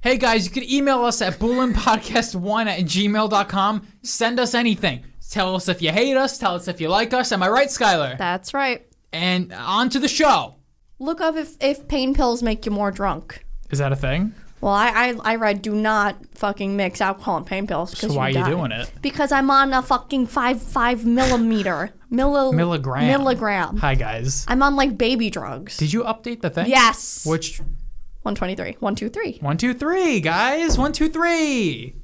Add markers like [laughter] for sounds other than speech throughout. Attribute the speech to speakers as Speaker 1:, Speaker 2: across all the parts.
Speaker 1: Hey guys, you can email us at boolinpodcast1 at gmail.com. Send us anything. Tell us if you hate us. Tell us if you like us. Am I right, Skylar?
Speaker 2: That's right.
Speaker 1: And on to the show.
Speaker 2: Look up if, if pain pills make you more drunk.
Speaker 1: Is that a thing?
Speaker 2: Well, I, I, I read do not fucking mix alcohol and pain pills. 'cause
Speaker 1: So why are you
Speaker 2: die.
Speaker 1: doing it?
Speaker 2: Because I'm on a fucking five five millimeter milli-
Speaker 1: Milligram.
Speaker 2: milligram.
Speaker 1: Hi guys.
Speaker 2: I'm on like baby drugs.
Speaker 1: Did you update the thing?
Speaker 2: Yes.
Speaker 1: Which
Speaker 2: One twenty three. One two three.
Speaker 1: one, two, three, guys. One, two, three.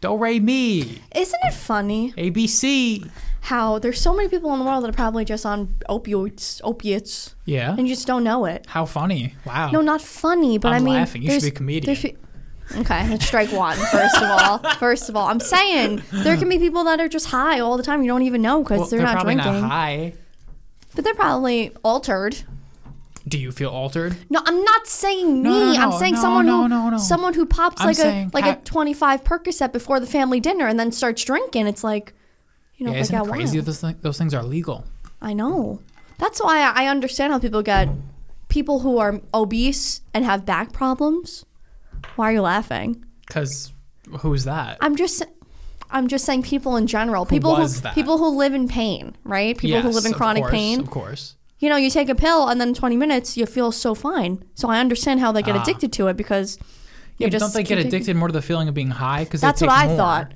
Speaker 1: Do re mi.
Speaker 2: Isn't it funny
Speaker 1: A B C.
Speaker 2: how there's so many people in the world that are probably just on opioids, opiates,
Speaker 1: Yeah.
Speaker 2: and you just don't know it.
Speaker 1: How funny. Wow.
Speaker 2: No, not funny, but i
Speaker 1: I'm
Speaker 2: mean,
Speaker 1: laughing. You should
Speaker 2: there's-
Speaker 1: be a comedian.
Speaker 2: there's pe- Okay, let's strike one. First of
Speaker 1: [laughs]
Speaker 2: all, first of all, I'm saying there can be people that are just high all the time. You don't even know because
Speaker 1: Well,
Speaker 2: they're, not
Speaker 1: probably
Speaker 2: drinking,
Speaker 1: not high.
Speaker 2: but they're probably altered.
Speaker 1: Do you feel altered?
Speaker 2: No, I'm not saying me.
Speaker 1: No, no,
Speaker 2: I'm
Speaker 1: no,
Speaker 2: saying
Speaker 1: no,
Speaker 2: someone
Speaker 1: no,
Speaker 2: who
Speaker 1: no, no.
Speaker 2: someone who pops
Speaker 1: I'm
Speaker 2: like a
Speaker 1: saying
Speaker 2: like
Speaker 1: ha-
Speaker 2: a 25 Percocet before the family dinner and then starts drinking. It's like, you know,
Speaker 1: Yeah,
Speaker 2: like
Speaker 1: isn't
Speaker 2: at
Speaker 1: it crazy
Speaker 2: wild.
Speaker 1: those, thi- those things are legal?
Speaker 2: I know. That's why I I understand how people get people who are obese and have back problems. Why are you laughing?
Speaker 1: Because who's that?
Speaker 2: I'm just I'm just saying people in general, people
Speaker 1: was
Speaker 2: who
Speaker 1: that?
Speaker 2: people who live in pain, right? People who
Speaker 1: Yes,
Speaker 2: live in
Speaker 1: of
Speaker 2: chronic
Speaker 1: course,
Speaker 2: pain.
Speaker 1: Of course.
Speaker 2: You know, you take a pill and then in 20 minutes you feel so fine. So I understand how they get addicted to it because
Speaker 1: Ah. Yeah,
Speaker 2: you
Speaker 1: but
Speaker 2: just
Speaker 1: don't they
Speaker 2: keep
Speaker 1: get
Speaker 2: taking-
Speaker 1: addicted more to the feeling of being high? Because
Speaker 2: That's
Speaker 1: they
Speaker 2: what
Speaker 1: take
Speaker 2: I
Speaker 1: more?
Speaker 2: thought.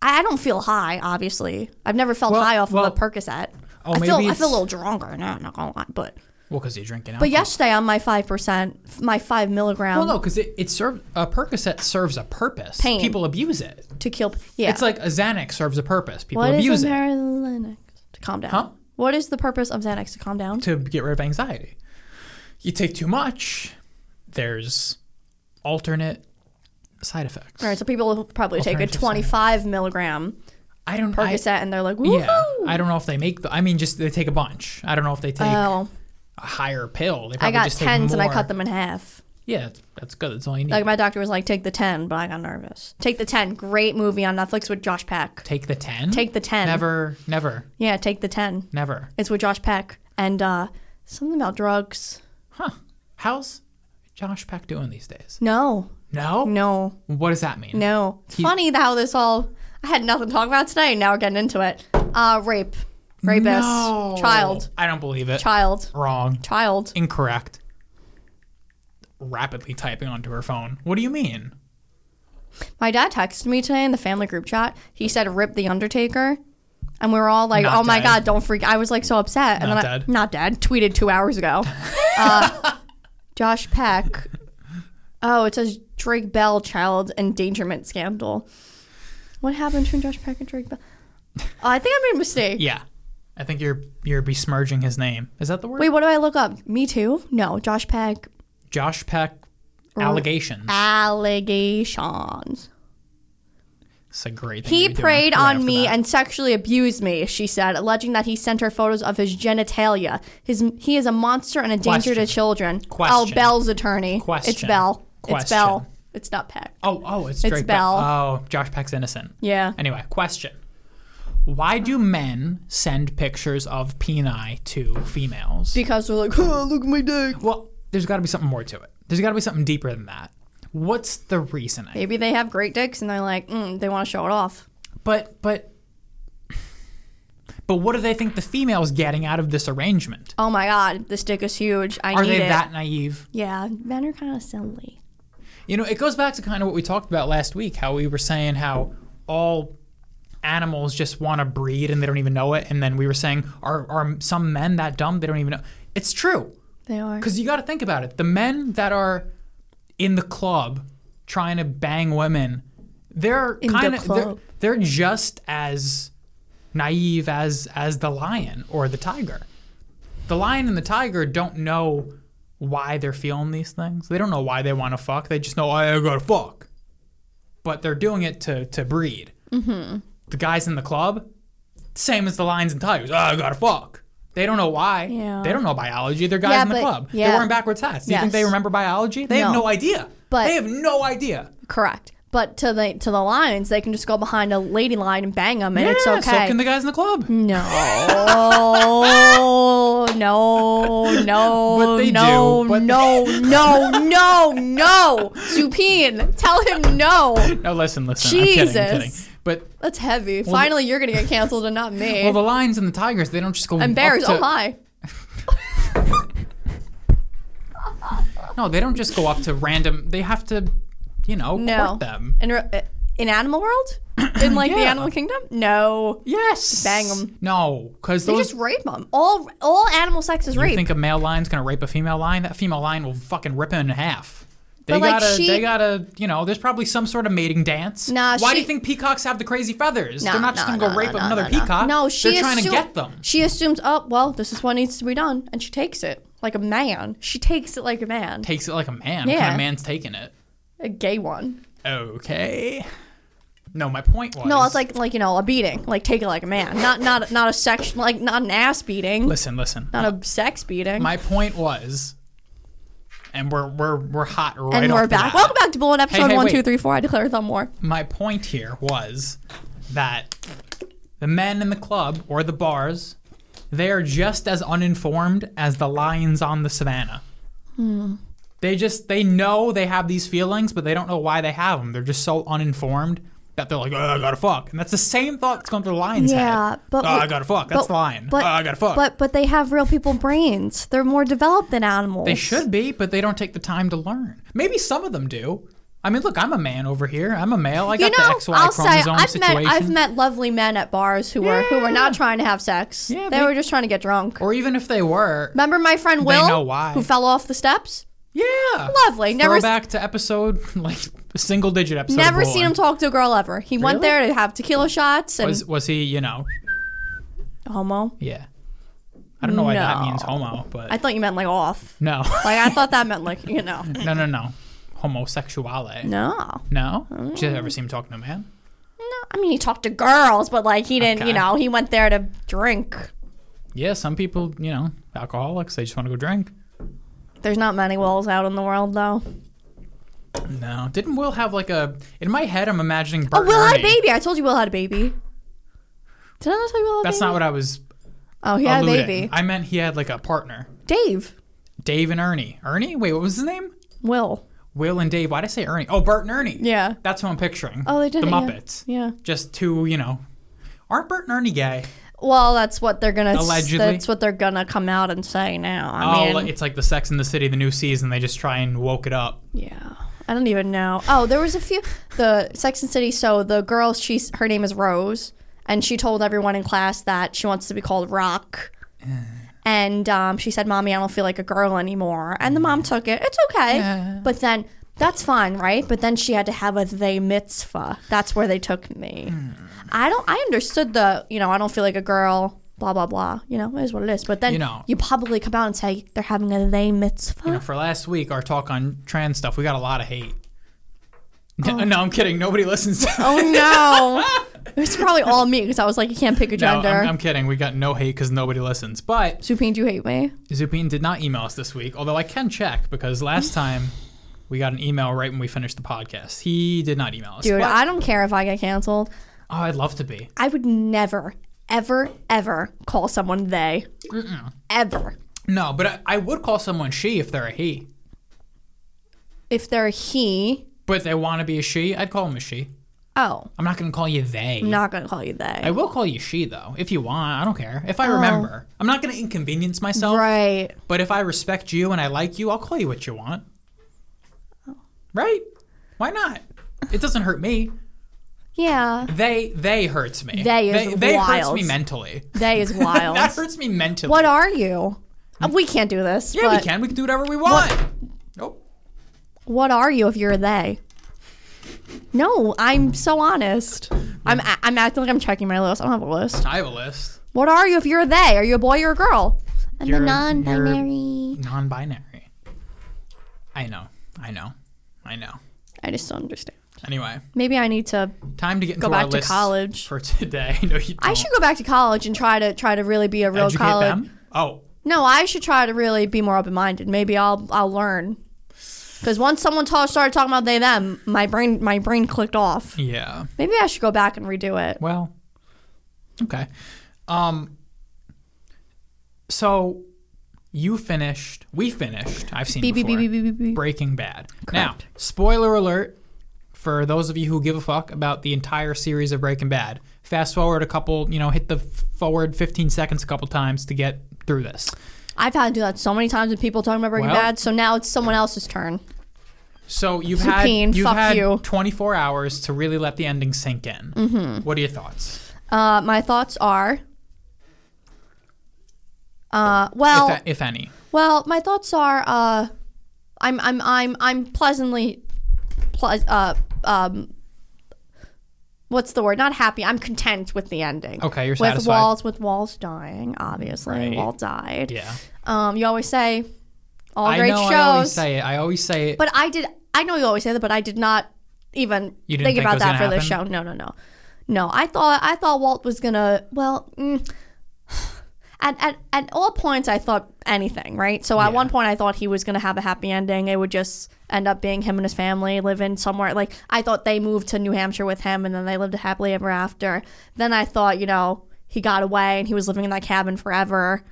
Speaker 2: I, I don't feel high, obviously. I've never felt
Speaker 1: Well-
Speaker 2: high off
Speaker 1: well-
Speaker 2: of a Percocet.
Speaker 1: Oh,
Speaker 2: I feel
Speaker 1: maybe
Speaker 2: I feel a
Speaker 1: it's-
Speaker 2: little drunker now. I'm not gonna lie, but
Speaker 1: Well, because you're drinking.
Speaker 2: but yesterday on my five percent, my five milligram
Speaker 1: Well, no, because it, it serves a Percocet serves a purpose.
Speaker 2: Pain.
Speaker 1: People abuse it.
Speaker 2: to kill. Yeah,
Speaker 1: It's like a Xanax serves a purpose. People
Speaker 2: what
Speaker 1: abuse
Speaker 2: is a
Speaker 1: it
Speaker 2: Xanax to calm down?
Speaker 1: Huh?
Speaker 2: What is the purpose of Xanax to calm down?
Speaker 1: to get rid of anxiety. You take too much, there's alternate side effects.
Speaker 2: All right, so people will probably take a
Speaker 1: Alternative
Speaker 2: 25 milligram
Speaker 1: I don't. I,
Speaker 2: Percocet and they're like, woohoo!
Speaker 1: yeah, I don't know if they make. The, I mean, just they take a bunch. I don't know if they take
Speaker 2: oh,
Speaker 1: a higher pill. They
Speaker 2: I
Speaker 1: probably
Speaker 2: got
Speaker 1: just take
Speaker 2: tens and I
Speaker 1: more.
Speaker 2: cut them in half.
Speaker 1: Yeah, that's- that's good. That's all you need.
Speaker 2: Like my doctor was like, take the 10, but I got nervous. Take the 10. Great movie on Netflix with Josh Peck.
Speaker 1: take the ten.
Speaker 2: Take the 10.
Speaker 1: Never, never,
Speaker 2: Yeah, take the 10.
Speaker 1: never.
Speaker 2: It's with Josh Peck and uh, something about drugs.
Speaker 1: Huh? How's Josh Peck doing these days?
Speaker 2: No,
Speaker 1: No.
Speaker 2: no,
Speaker 1: What does that mean?
Speaker 2: no. It's funny how this all, I had nothing to talk about today. Now we're getting into it. Uh, rape, rapist,
Speaker 1: No.
Speaker 2: child,
Speaker 1: I don't believe it.
Speaker 2: child,
Speaker 1: Wrong.
Speaker 2: child.
Speaker 1: Incorrect. Rapidly typing onto her phone. What do you mean?
Speaker 2: My dad texted me today in the family group chat. He said, "Rip the Undertaker," and we were all like,
Speaker 1: Not
Speaker 2: "Oh my
Speaker 1: dead.
Speaker 2: god, don't freak!" I was like so upset. And
Speaker 1: Not
Speaker 2: then I,
Speaker 1: dead.
Speaker 2: Not dead. Tweeted two
Speaker 1: [laughs]
Speaker 2: hours ago. uh, Josh Peck. Oh, it says Drake Bell child endangerment scandal. What happened between Josh Peck and Drake Bell? Uh, I think I made a mistake.
Speaker 1: Yeah. I think you're you're besmirching his name. Is that the word?
Speaker 2: Wait, what do I look up? Me too? No, Josh Peck
Speaker 1: Josh Peck allegations.
Speaker 2: allegations.
Speaker 1: It's a great thing
Speaker 2: He
Speaker 1: to be doing
Speaker 2: preyed
Speaker 1: right
Speaker 2: on
Speaker 1: after
Speaker 2: me
Speaker 1: that.
Speaker 2: and sexually abused me, she said, alleging that he sent her photos of his genitalia. His he is a monster and a danger to
Speaker 1: Question.
Speaker 2: children. Oh,
Speaker 1: Question.
Speaker 2: Bell's attorney. It's
Speaker 1: Question.
Speaker 2: Bell. It's
Speaker 1: Question.
Speaker 2: Bell. It's not Peck.
Speaker 1: Oh, oh, it's,
Speaker 2: It's
Speaker 1: Drake Bell.
Speaker 2: Bell.
Speaker 1: Oh, Josh Peck's innocent.
Speaker 2: Yeah.
Speaker 1: Anyway, question. Why do men send pictures of peni to females?
Speaker 2: Because they're like, [laughs] oh, look at my dick.
Speaker 1: well, there's got to be something more to it. There's got to be something deeper than that. What's the reasoning?
Speaker 2: Maybe they have great dicks and they're like, mm, they want to show it off.
Speaker 1: But but but what do they think the female is getting out of this arrangement?
Speaker 2: Oh my god, this dick is huge. I
Speaker 1: Are
Speaker 2: need
Speaker 1: they
Speaker 2: it.
Speaker 1: that naive?
Speaker 2: yeah, men are kind of silly.
Speaker 1: You know, it goes back to kind of what we talked about last week, how we were saying how all animals just want to breed and they don't even know it, and then we were saying are are some men that dumb they don't even know? It's true.
Speaker 2: They are.
Speaker 1: Because you got to think about it. The men that are in the club trying to bang women, they're
Speaker 2: the
Speaker 1: kind of they're,
Speaker 2: club.
Speaker 1: they're just as naive as as the lion or the tiger. The lion and the tiger don't know why they're feeling these things. They don't know why they want to fuck. They just know "Oh, I gotta fuck, but they're doing it to to breed. Mm-hmm. The guys in the club, same as the lions and tigers. "Ah, I gotta fuck. They don't know why.
Speaker 2: Yeah.
Speaker 1: They don't know biology. They're guys
Speaker 2: Yeah,
Speaker 1: in the
Speaker 2: but-
Speaker 1: club.
Speaker 2: yeah.
Speaker 1: They're wearing backwards hats. Do you think
Speaker 2: Yes.
Speaker 1: they remember biology? They have
Speaker 2: No.
Speaker 1: no idea.
Speaker 2: But-
Speaker 1: they have no idea.
Speaker 2: Correct. But to the to the lions, they can just go behind a lady lion and bang them, and it's
Speaker 1: Yeah, So
Speaker 2: okay. Mm.
Speaker 1: can the guys in the club.
Speaker 2: no, no, no,
Speaker 1: But they
Speaker 2: no,
Speaker 1: do, but-
Speaker 2: no, no, no, no. Zupin, tell him no.
Speaker 1: No, listen, listen. I'm kidding, I'm kidding.
Speaker 2: Jesus.
Speaker 1: But
Speaker 2: That's heavy. Finally, you're gonna get canceled and not me.
Speaker 1: well, the lions and the tigers, they don't just go
Speaker 2: and bears.
Speaker 1: Up
Speaker 2: Oh
Speaker 1: to,
Speaker 2: hi.
Speaker 1: No, they don't just go up to random. They have to, you know,
Speaker 2: No.
Speaker 1: court them.
Speaker 2: In re- uh, in animal world, in like the
Speaker 1: Yeah.
Speaker 2: animal kingdom, no.
Speaker 1: Yes.
Speaker 2: Bang 'em.
Speaker 1: No, because
Speaker 2: They
Speaker 1: those.
Speaker 2: just rape them. All all animal sex is
Speaker 1: you
Speaker 2: rape.
Speaker 1: think a male lion's gonna rape a female lion? That female lion will fucking rip him in half. They
Speaker 2: But, like,
Speaker 1: gotta, they
Speaker 2: she-
Speaker 1: gotta, you know. There's probably some sort of mating dance.
Speaker 2: Nah,
Speaker 1: Why do
Speaker 2: she-
Speaker 1: you think peacocks have the crazy feathers?
Speaker 2: No,
Speaker 1: They're not just
Speaker 2: no,
Speaker 1: gonna go
Speaker 2: no,
Speaker 1: rape
Speaker 2: no, no,
Speaker 1: another
Speaker 2: no, no.
Speaker 1: peacock.
Speaker 2: No, she
Speaker 1: They're trying
Speaker 2: assu-
Speaker 1: to get them.
Speaker 2: She assumes, oh well, this is what needs to be done, and she takes it like a man. She takes it like a man,
Speaker 1: Takes it like a man. What kind
Speaker 2: Yeah.
Speaker 1: of man's taking it?
Speaker 2: a gay one.
Speaker 1: Okay. No, my point was.
Speaker 2: No, it's like like you know a beating, like take it like a man, not not not a sex like not an ass beating,
Speaker 1: Listen, listen.
Speaker 2: not a sex beating.
Speaker 1: My point was, and we're we're we're hot right
Speaker 2: and
Speaker 1: off
Speaker 2: we're
Speaker 1: the
Speaker 2: back.
Speaker 1: bat.
Speaker 2: Welcome back to Bullet episode
Speaker 1: hey,
Speaker 2: one,
Speaker 1: wait.
Speaker 2: two, three, four. I declare without more.
Speaker 1: My point here was that the men in the club or the bars, they are just as uninformed as the lions on the savannah.
Speaker 2: Hmm.
Speaker 1: They just they know they have these feelings, but they don't know why they have them. They're just so uninformed that they're like, oh, I gotta fuck, and that's the same thought that's going through the lion's
Speaker 2: Yeah,
Speaker 1: head.
Speaker 2: but
Speaker 1: oh,
Speaker 2: we-
Speaker 1: I gotta fuck. That's the lion. oh, I gotta fuck.
Speaker 2: But but they have real people brains. They're more developed than animals.
Speaker 1: They should be, but they don't take the time to learn. Maybe some of them do. I mean, look, I'm a man over here. I'm a male. I
Speaker 2: You
Speaker 1: got
Speaker 2: know,
Speaker 1: the XY
Speaker 2: I'll say
Speaker 1: chromosome
Speaker 2: I've
Speaker 1: situation.
Speaker 2: met I've met lovely men at bars who were who were not
Speaker 1: Yeah.
Speaker 2: trying to have sex.
Speaker 1: Yeah,
Speaker 2: they,
Speaker 1: they-
Speaker 2: were just trying to get drunk.
Speaker 1: or even if they were,
Speaker 2: Remember my friend Will,
Speaker 1: know why.
Speaker 2: who fell off the steps?
Speaker 1: yeah,
Speaker 2: Lovely. Never s-
Speaker 1: back to episode [laughs] like a single digit episode.
Speaker 2: Never
Speaker 1: of
Speaker 2: seen him
Speaker 1: Roland.
Speaker 2: talk to a girl ever. He went
Speaker 1: Really?
Speaker 2: there to have tequila shots and
Speaker 1: Was was he? You know,
Speaker 2: homo.
Speaker 1: yeah. I don't know why that
Speaker 2: No.
Speaker 1: means homo, but
Speaker 2: I thought you meant like off. [laughs]
Speaker 1: no, [laughs]
Speaker 2: Like I thought that meant like you know.
Speaker 1: no, no, no, homosexuale. No,
Speaker 2: No,
Speaker 1: did you ever see him talking to a man?
Speaker 2: no. I mean, he talked to girls, but like he didn't. You
Speaker 1: Okay.
Speaker 2: know, he went there to drink.
Speaker 1: Yeah, some people, you know, alcoholics, they just want to go drink.
Speaker 2: There's not many wills out in the world though.
Speaker 1: No, didn't Will have like a? In my head, I'm imagining. Bert
Speaker 2: Oh, Will had a
Speaker 1: Ernie.
Speaker 2: baby. I told you Will had a baby. Did I not tell you Will had a
Speaker 1: That's
Speaker 2: baby?
Speaker 1: not what I was
Speaker 2: Oh, he had a
Speaker 1: alluding.
Speaker 2: baby.
Speaker 1: I meant he had like a partner,
Speaker 2: Dave.
Speaker 1: Dave and Ernie. Ernie? Wait, what was his name?
Speaker 2: Will.
Speaker 1: Will and Dave. Why did I say Ernie? Oh, Bert and Ernie.
Speaker 2: Yeah.
Speaker 1: That's who I'm picturing.
Speaker 2: Oh, they did
Speaker 1: The
Speaker 2: it, yeah.
Speaker 1: Muppets.
Speaker 2: Yeah.
Speaker 1: Just two, you know. Aren't Bert and Ernie gay?
Speaker 2: Well, that's what they're gonna.
Speaker 1: Allegedly.
Speaker 2: That's what they're gonna come out and say now. I
Speaker 1: oh,
Speaker 2: mean,
Speaker 1: it's like the Sex in the City, the new season. They just try and woke it up.
Speaker 2: yeah. I don't even know. Oh, there was a few. The Sex and City. So the girl, she's her name is Rose, and she told everyone in class that she wants to be called Rock. And um, she said, "Mommy, I don't feel like a girl anymore." And the mom took it. It's okay. But then that's fine, right? But then she had to have a they mitzvah. That's where they took me.
Speaker 1: Hmm.
Speaker 2: I don't. I understood the. You know, I don't feel like a girl. Blah blah blah. You know, it is what it is. But then you,
Speaker 1: You know.
Speaker 2: publicly come out and say they're having a they mitzvah.
Speaker 1: You know, for last week, our talk on trans stuff, we got a lot of hate. [laughs] No, no, I'm kidding. Nobody
Speaker 2: [laughs]
Speaker 1: listens. [laughs]
Speaker 2: Oh no! it's probably all me because I was like, you can't pick a
Speaker 1: no, I'm,
Speaker 2: gender.
Speaker 1: I'm kidding. We got no hate because nobody listens. But
Speaker 2: Supine, do you hate me?
Speaker 1: Zupin did not email us this week, although I can check because last time we got an email right when we finished the podcast. He did not email us.
Speaker 2: Dude,
Speaker 1: But-
Speaker 2: I don't care if I get canceled.
Speaker 1: oh, I'd love to be.
Speaker 2: I would never, ever, ever call someone they. Ever.
Speaker 1: No, but I, I would call someone she if they're a he.
Speaker 2: If they're he,
Speaker 1: But if they want to be a she, I'd call them a she.
Speaker 2: oh,
Speaker 1: I'm not going to call you they.
Speaker 2: I'm not gonna call you they.
Speaker 1: I will call you she, though, if you want. I don't care. If I remember, I'm not going to inconvenience myself.
Speaker 2: Oh. right.
Speaker 1: But if I respect you and I like you, I'll call you what you want. Right? Why not? It doesn't hurt me.
Speaker 2: Yeah.
Speaker 1: They they hurts me.
Speaker 2: They is
Speaker 1: they, they hurts
Speaker 2: wild.
Speaker 1: me mentally. [laughs]
Speaker 2: They is wild.
Speaker 1: That hurts me mentally.
Speaker 2: what are you? Uh, We can't do this.
Speaker 1: yeah,
Speaker 2: but
Speaker 1: we can. We can do whatever we want. Nope.
Speaker 2: What are you if you're a they? No, I'm so honest. I'm a- I'm acting like I'm checking my list. I don't have a list.
Speaker 1: I have a list.
Speaker 2: What are you if you're a they? Are you a boy or a girl? I'm
Speaker 1: You're-
Speaker 2: a
Speaker 1: you're-
Speaker 2: non-binary.
Speaker 1: Non-binary. I know. I know. I know.
Speaker 2: I just don't understand.
Speaker 1: Anyway,
Speaker 2: Maybe I need to.
Speaker 1: time to get
Speaker 2: Go
Speaker 1: into our
Speaker 2: back to
Speaker 1: lists
Speaker 2: college.
Speaker 1: for today. [laughs] no, you don't.
Speaker 2: I should go back to college and try to try to really be a real
Speaker 1: Educate
Speaker 2: college.
Speaker 1: them. Oh,
Speaker 2: No, I should try to really be more open minded. Maybe I'll I'll learn. Because once someone ta- started talking about they them, my brain my brain clicked off.
Speaker 1: Yeah.
Speaker 2: Maybe I should go back and redo it.
Speaker 1: Well, okay. Um, so you finished, we finished, I've seen
Speaker 2: Beep beep
Speaker 1: before,
Speaker 2: beep beep beep beep. beep.
Speaker 1: Breaking Bad. Now,
Speaker 2: Correct.
Speaker 1: spoiler alert for those of you who give a fuck about the entire series of Breaking Bad. Fast forward a couple, you know, hit the f- forward 15 seconds a couple times to get through this.
Speaker 2: I've had to do that so many times with people talking about Breaking
Speaker 1: Well-
Speaker 2: Bad. So now it's someone else's turn.
Speaker 1: So you've
Speaker 2: Supine,
Speaker 1: had you've
Speaker 2: fuck
Speaker 1: had
Speaker 2: you.
Speaker 1: 24 hours to really let the ending sink in.
Speaker 2: Mm-hmm.
Speaker 1: What are your thoughts?
Speaker 2: Uh, my thoughts are. Uh, well,
Speaker 1: If, if any.
Speaker 2: Well, my thoughts are uh, I'm I'm I'm I'm pleasantly ple- uh, um what's the word? Not happy. I'm content with the ending.
Speaker 1: Okay, you're
Speaker 2: with
Speaker 1: satisfied.
Speaker 2: Walls with Walls dying, obviously.
Speaker 1: Right.
Speaker 2: Walt died.
Speaker 1: Yeah.
Speaker 2: Um you always say all
Speaker 1: I
Speaker 2: great
Speaker 1: know
Speaker 2: shows.
Speaker 1: I always say it. I always say it.
Speaker 2: but I did I know you always say that, but I did not even
Speaker 1: You didn't
Speaker 2: think,
Speaker 1: think it
Speaker 2: about
Speaker 1: was
Speaker 2: that for
Speaker 1: gonna
Speaker 2: this show.
Speaker 1: happen?
Speaker 2: No, no, no. No, I thought I thought Walt was gonna well mm, [sighs] at, at, at all points I thought anything, right? So at
Speaker 1: Yeah.
Speaker 2: one point I thought he was gonna have a happy ending. It would just end up being him and his family living somewhere like I thought they moved to New Hampshire with him and then they lived a happily ever after. Then I thought, you know, he got away and he was living in that cabin forever.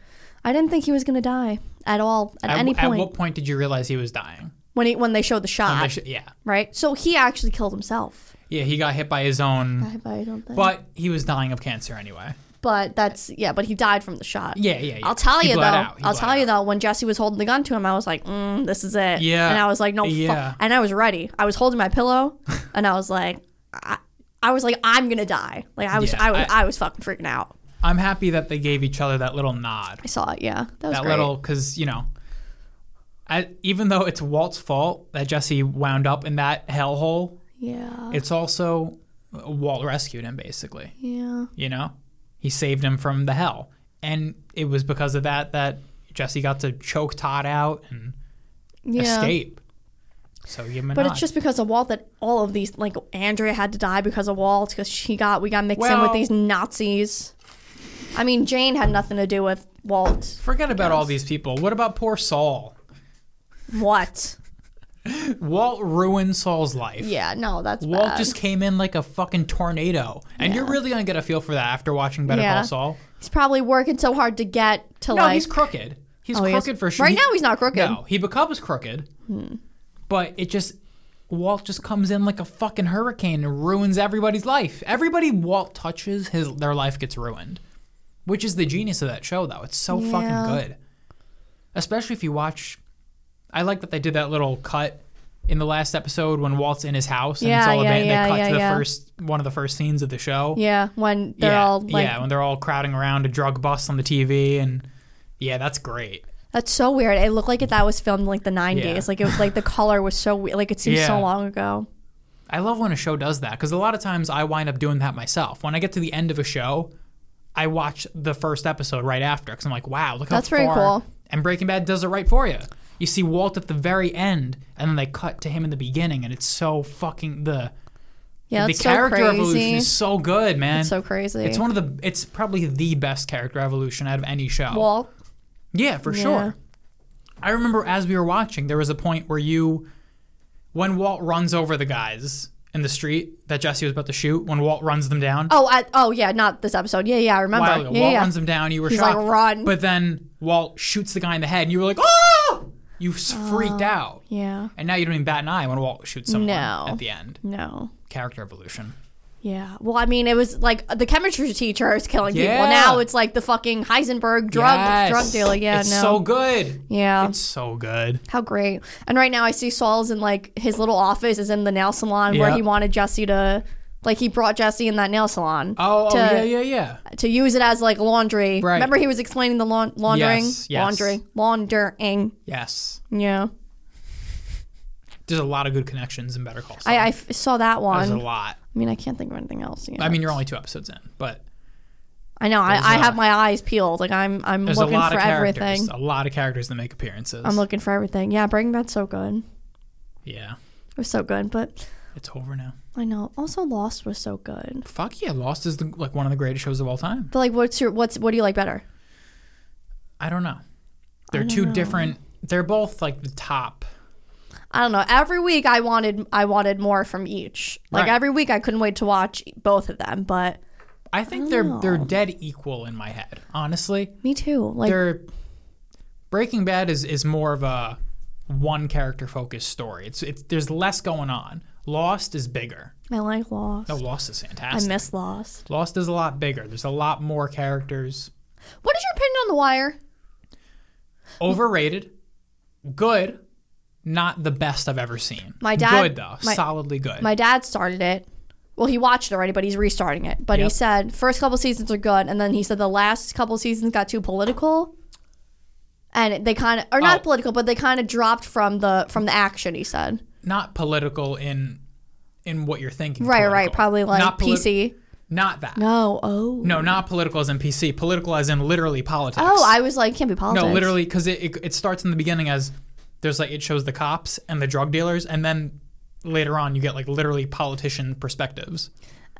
Speaker 2: I didn't think he was gonna die at all at,
Speaker 1: At,
Speaker 2: any
Speaker 1: w-
Speaker 2: point Uh,
Speaker 1: at what point did you realize he was dying?
Speaker 2: when he, when they showed the shot.
Speaker 1: I should- yeah.
Speaker 2: right? So he actually killed himself.
Speaker 1: Yeah, he got hit by his own,
Speaker 2: I, I don't think. But,
Speaker 1: but he was dying of cancer anyway.
Speaker 2: that's yeah. But he died from the shot.
Speaker 1: Yeah, yeah, yeah.
Speaker 2: I'll tell
Speaker 1: He
Speaker 2: you though.
Speaker 1: bled out. He
Speaker 2: I'll
Speaker 1: bled
Speaker 2: tell you though. When Jesse was holding the gun to him, I was like, mm, "This is it."
Speaker 1: Yeah.
Speaker 2: And I was like, "No."
Speaker 1: Yeah.
Speaker 2: Fuck. And I was ready. I was holding
Speaker 1: [laughs]
Speaker 2: my pillow, and I was like, I, I was like, "I'm gonna die." Like I was,
Speaker 1: Yeah,
Speaker 2: I was,
Speaker 1: I-
Speaker 2: I, was fucking freaking out.
Speaker 1: I'm happy that they gave each other that little nod.
Speaker 2: I saw it. Yeah, that was
Speaker 1: That
Speaker 2: great.
Speaker 1: little, because, you know, I, even though it's Walt's fault that Jesse wound up in that hellhole,
Speaker 2: yeah,
Speaker 1: it's also uh, Walt rescued him, basically.
Speaker 2: yeah.
Speaker 1: You know, he saved him from the hell, and it was because of that that Jesse got to choke Todd out and
Speaker 2: Yeah.
Speaker 1: escape. So give him a
Speaker 2: But
Speaker 1: nod.
Speaker 2: it's just because of Walt that all of these, like Andrea had to die because of Walt, because she got we got mixed in
Speaker 1: Well-
Speaker 2: with these Nazis. I mean, Jane had nothing to do with Walt.
Speaker 1: forget about all these people. What about poor Saul?
Speaker 2: What?
Speaker 1: Walt ruined Saul's life.
Speaker 2: Yeah, no, that's
Speaker 1: Walt
Speaker 2: bad.
Speaker 1: just came in like a fucking tornado, and you're really gonna get a feel for that after watching Better
Speaker 2: Yeah.
Speaker 1: Call Saul.
Speaker 2: he's probably working so hard to get to
Speaker 1: No,
Speaker 2: like.
Speaker 1: he's crooked. He's
Speaker 2: Oh, he is-
Speaker 1: crooked for sure. He-
Speaker 2: Right now, he's not crooked.
Speaker 1: No, he becomes crooked,
Speaker 2: Hmm.
Speaker 1: but it just Walt just comes in like a fucking hurricane and ruins everybody's life. Everybody Walt touches, his their life gets ruined, which is the genius of that show, though. It's so
Speaker 2: Yeah.
Speaker 1: fucking good, especially if you watch. I like that they did that little cut in the last episode when Walt's in his house and it's
Speaker 2: Yeah,
Speaker 1: all
Speaker 2: yeah,
Speaker 1: abandoned.
Speaker 2: yeah,
Speaker 1: they cut
Speaker 2: yeah,
Speaker 1: to the
Speaker 2: yeah.
Speaker 1: first one of the first scenes of the show.
Speaker 2: Yeah, when they're
Speaker 1: yeah,
Speaker 2: all like,
Speaker 1: yeah, when they're all crowding around a drug bust on the TV, and yeah, that's great.
Speaker 2: that's so weird. It looked like it, that was filmed in like the '90s.
Speaker 1: Yeah.
Speaker 2: Like it was like the color was so weird. Like it seems
Speaker 1: Yeah.
Speaker 2: so long ago.
Speaker 1: I love when a show does that because a lot of times I wind up doing that myself. When I get to the end of a show, I watch the first episode right after because I'm like, wow, look
Speaker 2: That's
Speaker 1: how
Speaker 2: pretty
Speaker 1: far.
Speaker 2: cool.
Speaker 1: And Breaking Bad does it right for you. You see Walt at the very end, and then they cut to him in the beginning, and it's so fucking the
Speaker 2: Yeah,
Speaker 1: the
Speaker 2: that's so
Speaker 1: character evolution
Speaker 2: crazy.
Speaker 1: is so good, man.
Speaker 2: so crazy.
Speaker 1: It's one of the it's probably the best character evolution out of any show.
Speaker 2: Walt.
Speaker 1: Yeah, for
Speaker 2: Yeah.
Speaker 1: sure. I remember as we were watching, there was a point where you, when Walt runs over the guys in the street that Jesse was about to shoot, when Walt runs them down.
Speaker 2: Oh, I, oh yeah, not this episode. Yeah, yeah, I
Speaker 1: a
Speaker 2: Oh, remember.
Speaker 1: while ago,
Speaker 2: yeah,
Speaker 1: Walt
Speaker 2: yeah.
Speaker 1: runs them down. You were
Speaker 2: He's like,
Speaker 1: shocked.
Speaker 2: "Run."
Speaker 1: But then Walt shoots the guy in the head, and you were like, "Oh!" You s- freaked out,
Speaker 2: yeah.
Speaker 1: and now you don't even bat an eye when Walt shoots someone
Speaker 2: No.
Speaker 1: at the end.
Speaker 2: No.
Speaker 1: Character evolution.
Speaker 2: Yeah. Well, I mean, it was like the chemistry teacher is killing people.
Speaker 1: Yeah.
Speaker 2: Now it's like the fucking Heisenberg drug
Speaker 1: Yes.
Speaker 2: drug dealer. Yeah.
Speaker 1: it's
Speaker 2: no.
Speaker 1: so good.
Speaker 2: yeah.
Speaker 1: It's so good.
Speaker 2: How great. And right now I see Saul's in like his little office is in the nail salon where
Speaker 1: Yeah.
Speaker 2: he wanted Jesse to like he brought Jesse in that nail salon
Speaker 1: Oh, oh
Speaker 2: to,
Speaker 1: yeah, yeah, yeah.
Speaker 2: to use it as like laundry.
Speaker 1: Right.
Speaker 2: Remember he was explaining the laun- laundering,
Speaker 1: Yes, yes.
Speaker 2: laundry, laundering.
Speaker 1: Yes.
Speaker 2: Yeah.
Speaker 1: There's a lot of good connections in Better Call Saul.
Speaker 2: I um, I f- saw that
Speaker 1: There's a
Speaker 2: one.
Speaker 1: lot.
Speaker 2: I mean, I can't think of anything else. you know.
Speaker 1: I mean, you're only two episodes in, but
Speaker 2: I know. I,
Speaker 1: There's
Speaker 2: I
Speaker 1: a-
Speaker 2: have my eyes peeled. Like I'm, I'm
Speaker 1: there's
Speaker 2: looking
Speaker 1: a lot
Speaker 2: for
Speaker 1: of characters.
Speaker 2: everything.
Speaker 1: A lot of characters that make appearances.
Speaker 2: I'm looking for everything. Yeah, Breaking Bad's so good. It
Speaker 1: yeah,
Speaker 2: was so good, but
Speaker 1: it's over now.
Speaker 2: I know. Also, Lost was so good.
Speaker 1: Fuck yeah, Lost is the, like one of the greatest shows of all time.
Speaker 2: But like, what's your what's what do you like better?
Speaker 1: I don't know. They're two different. They're both like the top.
Speaker 2: I don't know. Every week I wanted I wanted more from each. Like
Speaker 1: Right.
Speaker 2: every week I couldn't wait to watch both of them, but
Speaker 1: I think they're
Speaker 2: Oh.
Speaker 1: they're dead equal in my head. Honestly,
Speaker 2: me too. Like
Speaker 1: they're Breaking Bad is is more of a one character focused story. It's it's there's less going on. Lost is bigger.
Speaker 2: I like Lost.
Speaker 1: No, Lost is
Speaker 2: I
Speaker 1: fantastic.
Speaker 2: miss Lost.
Speaker 1: Lost is a lot bigger. There's a lot more characters.
Speaker 2: What is your opinion on The Wire?
Speaker 1: Overrated, good, not the best I've ever seen.
Speaker 2: My dad-
Speaker 1: good though,
Speaker 2: my-
Speaker 1: solidly good.
Speaker 2: My dad started it. Well, he watched it already, but he's restarting it. But he
Speaker 1: Yep.
Speaker 2: said first couple seasons are good, and then he said the last couple seasons got too political, and they kind of or not
Speaker 1: Oh.
Speaker 2: political, but they kind of dropped from the from the action. He said
Speaker 1: not political in in what you're thinking.
Speaker 2: right, right,
Speaker 1: political.
Speaker 2: probably like
Speaker 1: Not poli-
Speaker 2: PC.
Speaker 1: Not that.
Speaker 2: No, oh
Speaker 1: No, not political as in PC. Political as in literally politics.
Speaker 2: Oh, I was like, can't be politics.
Speaker 1: No, literally, because it, it it starts in the beginning as there's like it shows the cops and the drug dealers, and then later on you get like literally politician perspectives.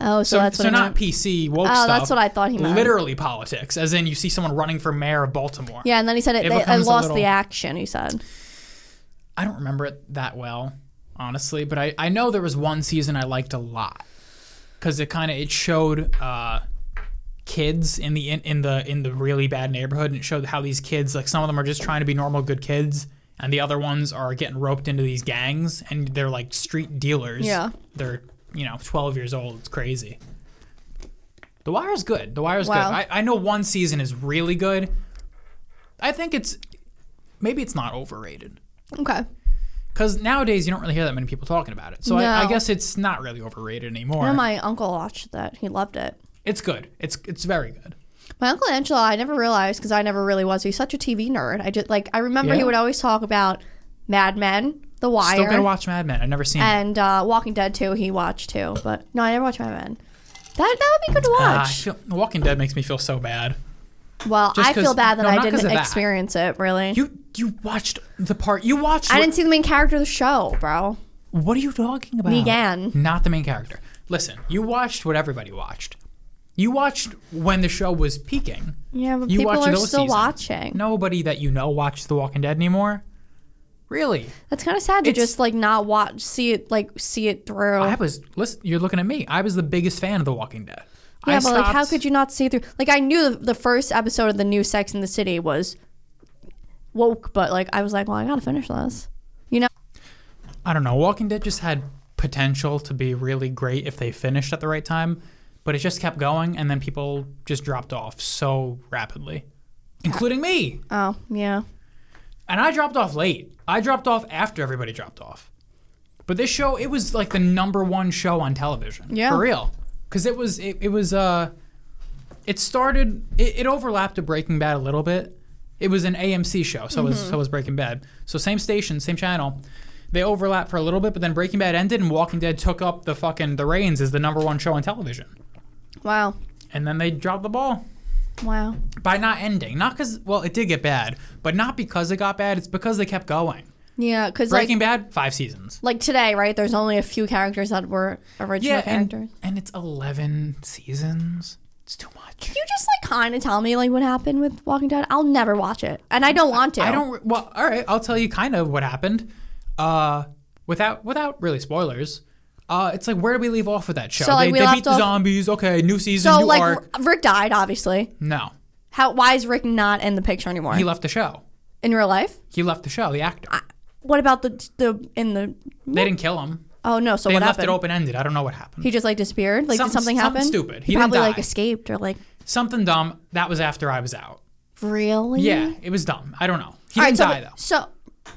Speaker 2: Oh,
Speaker 1: So,
Speaker 2: so, that's what
Speaker 1: so
Speaker 2: I
Speaker 1: not
Speaker 2: meant.
Speaker 1: PC woke
Speaker 2: Oh,
Speaker 1: stuff.
Speaker 2: that's what I thought he meant.
Speaker 1: Literally politics, as in you see someone running for mayor of Baltimore.
Speaker 2: Yeah, and then he said it.
Speaker 1: It
Speaker 2: they, I
Speaker 1: becomes a
Speaker 2: lost the
Speaker 1: little-
Speaker 2: action. He said.
Speaker 1: I don't remember it that well, honestly, but I, I know there was one season I liked a lot because it kind of it showed uh, kids in the in, in the in the really bad neighborhood, and it showed how these kids like some of them are just trying to be normal good kids, and the other ones are getting roped into these gangs, and they're like street dealers.
Speaker 2: Yeah.
Speaker 1: they're you know twelve years old. It's crazy. The Wire's good. The Wire's
Speaker 2: Wow.
Speaker 1: good. I, I know one season is really good. I think it's maybe it's not overrated.
Speaker 2: Okay.
Speaker 1: Because nowadays you don't really hear that many people talking about it. So I, I
Speaker 2: No.
Speaker 1: guess it's not really overrated anymore.
Speaker 2: No, my uncle watched that. He loved it.
Speaker 1: it's good. It's it's very good.
Speaker 2: My uncle Angelo, I never realized because I never really was. He's such a TV nerd. I just like I remember he
Speaker 1: Yeah.
Speaker 2: would always talk about Mad Men, The Wire,
Speaker 1: Still gotta watch Mad Men. I've never seen it.
Speaker 2: and uh, Walking Dead too. He watched too, but no, I never watched Mad Men. That that would be good to
Speaker 1: Ah, I
Speaker 2: watch.
Speaker 1: feel, The Walking Dead makes me feel so bad.
Speaker 2: well,
Speaker 1: just
Speaker 2: I feel
Speaker 1: 'cause-
Speaker 2: bad that
Speaker 1: no,
Speaker 2: I
Speaker 1: not 'cause
Speaker 2: didn't
Speaker 1: of that.
Speaker 2: experience it really.
Speaker 1: You you watched the part you watched.
Speaker 2: I didn't see the main character of the show, bro.
Speaker 1: what are you talking about?
Speaker 2: Negan.
Speaker 1: Not the main character. Listen, you watched what everybody watched. You watched when the show was peaking.
Speaker 2: Yeah, but
Speaker 1: You
Speaker 2: people
Speaker 1: watched
Speaker 2: are still
Speaker 1: those seasons.
Speaker 2: watching.
Speaker 1: Nobody that you know watches The Walking Dead anymore. Really?
Speaker 2: That's kind of sad to
Speaker 1: It's-
Speaker 2: just like not watch, see it, like see it through.
Speaker 1: I was listen. You're looking at me. I was the biggest fan of The Walking Dead.
Speaker 2: Yeah,
Speaker 1: I
Speaker 2: but like, how
Speaker 1: stopped-
Speaker 2: could you not see through? Like, I knew the, the first episode of the new Sex in the City was woke, but like, I was like, well, I gotta finish this. You know?
Speaker 1: I don't know. Walking Dead just had potential to be really great if they finished at the right time, but it just kept going, and then people just dropped off so rapidly, including me.
Speaker 2: Oh, yeah.
Speaker 1: And I dropped off late. I dropped off after everybody dropped off. But this show, it was like the number one show on television.
Speaker 2: Yeah.
Speaker 1: For real. Because it was, it, it was, uh, it started, it, it overlapped to Breaking Bad a little bit. It was an AMC show, so was so was Breaking Bad. So same station, same channel. They overlapped for a little bit, but then Breaking Bad ended and Walking Dead took up the fucking the reins as the number one show on television.
Speaker 2: Wow.
Speaker 1: And then they dropped the ball
Speaker 2: Wow.
Speaker 1: by not ending. Not because well, it did get bad, but not because it got bad. It's because they kept going.
Speaker 2: Yeah, because like,
Speaker 1: Breaking Bad, five seasons.
Speaker 2: like today, right? There's only a few characters that were original
Speaker 1: and,
Speaker 2: characters.
Speaker 1: and it's eleven seasons. It's too much.
Speaker 2: You just like kind of tell me like what happened with Walking Dead. I'll never watch it, and I don't want to.
Speaker 1: I don't. re- Well, all right. I'll tell you kind of what happened, uh, without without really spoilers. Uh, it's like where do we leave off with that show?
Speaker 2: So, like,
Speaker 1: they
Speaker 2: we
Speaker 1: they
Speaker 2: left
Speaker 1: beat the
Speaker 2: off-
Speaker 1: zombies. Okay, new season,
Speaker 2: So
Speaker 1: new
Speaker 2: like,
Speaker 1: arc.
Speaker 2: R- Rick died, obviously.
Speaker 1: No,
Speaker 2: How? Why is Rick not in the picture anymore
Speaker 1: he left the show.
Speaker 2: in real life?
Speaker 1: He left the show. The actor.
Speaker 2: What about the the in the?
Speaker 1: they didn't kill him.
Speaker 2: Oh no! So
Speaker 1: They
Speaker 2: what
Speaker 1: left
Speaker 2: happened?
Speaker 1: it open ended. I don't know what happened.
Speaker 2: He just like disappeared. Like did
Speaker 1: Something-
Speaker 2: something
Speaker 1: something
Speaker 2: happen?
Speaker 1: stupid. He
Speaker 2: He,
Speaker 1: didn't
Speaker 2: probably like
Speaker 1: die.
Speaker 2: escaped or like
Speaker 1: Something dumb. That was after I was out.
Speaker 2: really.
Speaker 1: Yeah, it was dumb. I don't know. He
Speaker 2: Mm. All right.
Speaker 1: didn't
Speaker 2: So,
Speaker 1: die though.
Speaker 2: so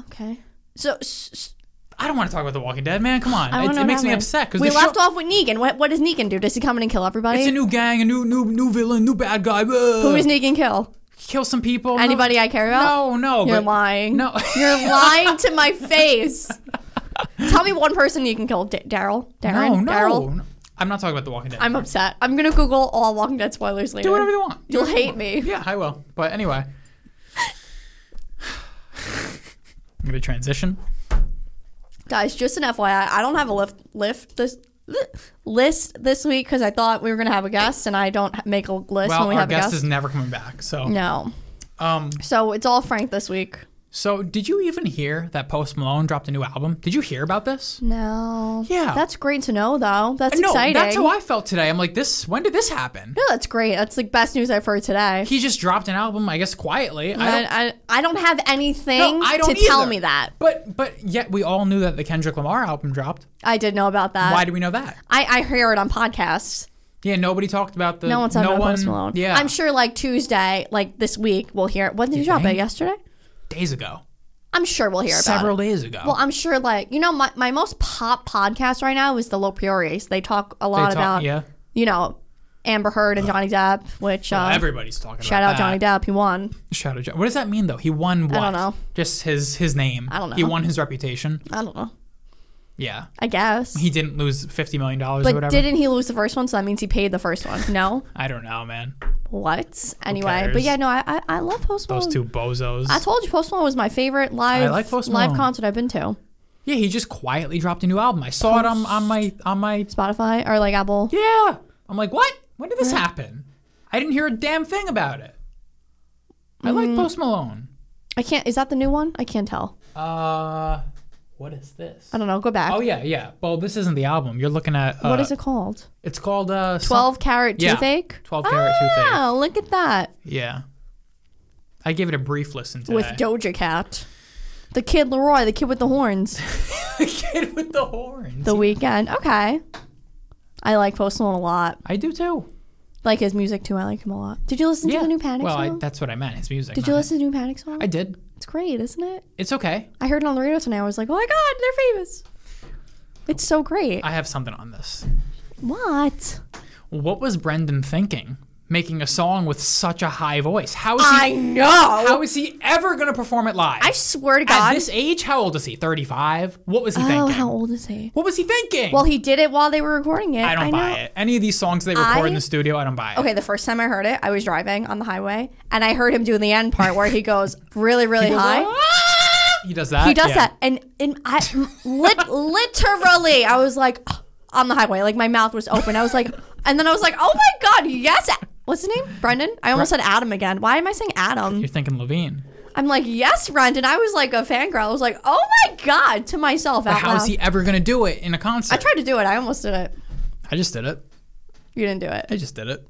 Speaker 2: okay. So s- s-
Speaker 1: I don't want to talk about The Walking Dead, man. Come on,
Speaker 2: I don't
Speaker 1: it,
Speaker 2: know
Speaker 1: it
Speaker 2: what
Speaker 1: makes me
Speaker 2: happened.
Speaker 1: upset because
Speaker 2: we
Speaker 1: the show,
Speaker 2: left off with Negan. What what does Negan do? Does he come in and kill everybody?
Speaker 1: It's a new gang, a new new new villain, new bad guy.
Speaker 2: Who
Speaker 1: Who
Speaker 2: does Negan kill?
Speaker 1: kill some people?
Speaker 2: Anybody
Speaker 1: No,
Speaker 2: I care about?
Speaker 1: No, no.
Speaker 2: You're
Speaker 1: but-
Speaker 2: lying.
Speaker 1: No.
Speaker 2: [laughs] You're lying to my face. Tell me one person you can kill. D- Daryl.
Speaker 1: [laughs] No,
Speaker 2: Darren.
Speaker 1: no.
Speaker 2: Daryl.
Speaker 1: no. I'm not talking about The Walking Dead.
Speaker 2: I'm upset. I'm gonna Google all Walking Dead spoilers later.
Speaker 1: Do whatever you want. Do
Speaker 2: You'll
Speaker 1: whatever you
Speaker 2: hate
Speaker 1: want.
Speaker 2: me.
Speaker 1: Yeah, I will. But anyway, [sighs] I'm gonna transition.
Speaker 2: Guys, just an FYI, I don't have a lift lift this list this week because I thought we were gonna have a guest, and I don't ha- make a list
Speaker 1: Well,
Speaker 2: when we
Speaker 1: our
Speaker 2: have a
Speaker 1: guest
Speaker 2: guest.
Speaker 1: is never coming back. So,
Speaker 2: no,
Speaker 1: um,
Speaker 2: so it's all Frank this week.
Speaker 1: So, did you even hear that Post Malone dropped a new album? Did you hear about this?
Speaker 2: No.
Speaker 1: Yeah.
Speaker 2: That's great to know, though. That's
Speaker 1: no,
Speaker 2: exciting.
Speaker 1: that's how I felt today. I'm like, this. When did this happen?
Speaker 2: no, that's great. That's the best news I've heard today.
Speaker 1: He just dropped an album, I guess, quietly. I don't,
Speaker 2: I, I, I don't have anything
Speaker 1: No, I don't
Speaker 2: to tell
Speaker 1: either.
Speaker 2: me that.
Speaker 1: but but yet we all knew that the Kendrick Lamar album dropped.
Speaker 2: I did know about that.
Speaker 1: Why do we know that?
Speaker 2: I, I hear it on podcasts.
Speaker 1: Yeah, nobody talked about the.
Speaker 2: No one's talking about
Speaker 1: one,
Speaker 2: Post Malone.
Speaker 1: Yeah,
Speaker 2: I'm sure like Tuesday, like this week, we'll hear it. When did you, drop it?
Speaker 1: think?
Speaker 2: Yesterday?
Speaker 1: days ago,
Speaker 2: I'm sure we'll hear about it.
Speaker 1: several days ago.
Speaker 2: Well, I'm sure like you know my, my most pop podcast right now is the Low Priorities. They talk a lot
Speaker 1: talk-
Speaker 2: about
Speaker 1: yeah.
Speaker 2: you know Amber Heard and Johnny Depp, which uh,
Speaker 1: Everybody's talking
Speaker 2: shout out
Speaker 1: about
Speaker 2: Johnny
Speaker 1: that.
Speaker 2: Depp, he won.
Speaker 1: Shout out Johnny. What does that mean though? He won what?
Speaker 2: don't know.
Speaker 1: Just his his name.
Speaker 2: I don't
Speaker 1: He
Speaker 2: know.
Speaker 1: won his reputation.
Speaker 2: I don't know.
Speaker 1: Yeah.
Speaker 2: I guess.
Speaker 1: He didn't lose fifty million dollars or
Speaker 2: but
Speaker 1: whatever.
Speaker 2: didn't he lose the first one? So that means he paid the first one. No,
Speaker 1: I don't know, man.
Speaker 2: what? Anyway, but
Speaker 1: cares?
Speaker 2: yeah, no, I I, I love Post Malone.
Speaker 1: Those two bozos.
Speaker 2: I told you Post Malone was my favorite live
Speaker 1: I like Post
Speaker 2: live
Speaker 1: Malone.
Speaker 2: concert I've been to.
Speaker 1: yeah, he just quietly dropped a new album. I saw it on, on my on my
Speaker 2: Spotify or like Apple.
Speaker 1: Yeah. I'm like, what? When did this happen? I didn't hear a damn thing about it. I like
Speaker 2: Mm-hmm.
Speaker 1: Post Malone.
Speaker 2: I can't. Is that the new one? I can't tell.
Speaker 1: Uh what is this?
Speaker 2: I don't know. Go back.
Speaker 1: Oh yeah, yeah. Well, this isn't the album. You're looking at uh,
Speaker 2: what is it called?
Speaker 1: It's called uh some-
Speaker 2: Twelve Carat
Speaker 1: Yeah.
Speaker 2: Toothache.
Speaker 1: 12 Carat Toothache.
Speaker 2: Ah, look at that
Speaker 1: Yeah. I gave it a brief listen today.
Speaker 2: with
Speaker 1: [laughs]
Speaker 2: Doja Cat, the kid Leroy, the kid with the horns,
Speaker 1: the kid with the horns. [laughs]
Speaker 2: the weekend. Okay, I like Post Malone a lot.
Speaker 1: I do too.
Speaker 2: Like his music too. I like him a lot. Did you listen
Speaker 1: yeah.
Speaker 2: to the new Panic
Speaker 1: well, I,
Speaker 2: song?
Speaker 1: that's what I meant. His music.
Speaker 2: Did
Speaker 1: not
Speaker 2: you
Speaker 1: it.
Speaker 2: listen to the new Panic song?
Speaker 1: I did.
Speaker 2: It's great, isn't it?
Speaker 1: It's okay.
Speaker 2: I heard it on the radio tonight. I was like, oh my god, they're famous. It's so great.
Speaker 1: I have something on this.
Speaker 2: what?
Speaker 1: What was Brendan thinking? Making a song with such a high voice. How is he?
Speaker 2: I know.
Speaker 1: how is he ever gonna perform it live?
Speaker 2: I swear to
Speaker 1: At
Speaker 2: God.
Speaker 1: this age, how old is he? Thirty-five. What was he
Speaker 2: oh,
Speaker 1: thinking?
Speaker 2: how old is he?
Speaker 1: what was he thinking?
Speaker 2: Well, he did it while they were recording it.
Speaker 1: I don't buy
Speaker 2: know.
Speaker 1: it. Any of these songs they record
Speaker 2: I-
Speaker 1: in the studio, I don't buy it.
Speaker 2: Okay, the first time I heard it, I was driving on the highway, and I heard him do the end part where he goes really, really
Speaker 1: goes, "Ah!"
Speaker 2: high.
Speaker 1: He does that.
Speaker 2: he does
Speaker 1: Yeah.
Speaker 2: that, and and I lit, literally, I was like [gasps] on the highway, like my mouth was open. I was like, and then I was like, oh my god, yes. What's his name? Brendan? I almost said Adam again. Why am I saying Adam?
Speaker 1: You're thinking Levine.
Speaker 2: I'm like, yes, Brendan. I was like a fangirl. I was like, oh my god, to myself out
Speaker 1: How is
Speaker 2: loud.
Speaker 1: he ever gonna do it in a concert?
Speaker 2: Uh, I tried to do it. I almost did it.
Speaker 1: I just did it.
Speaker 2: You didn't do it.
Speaker 1: I just did it.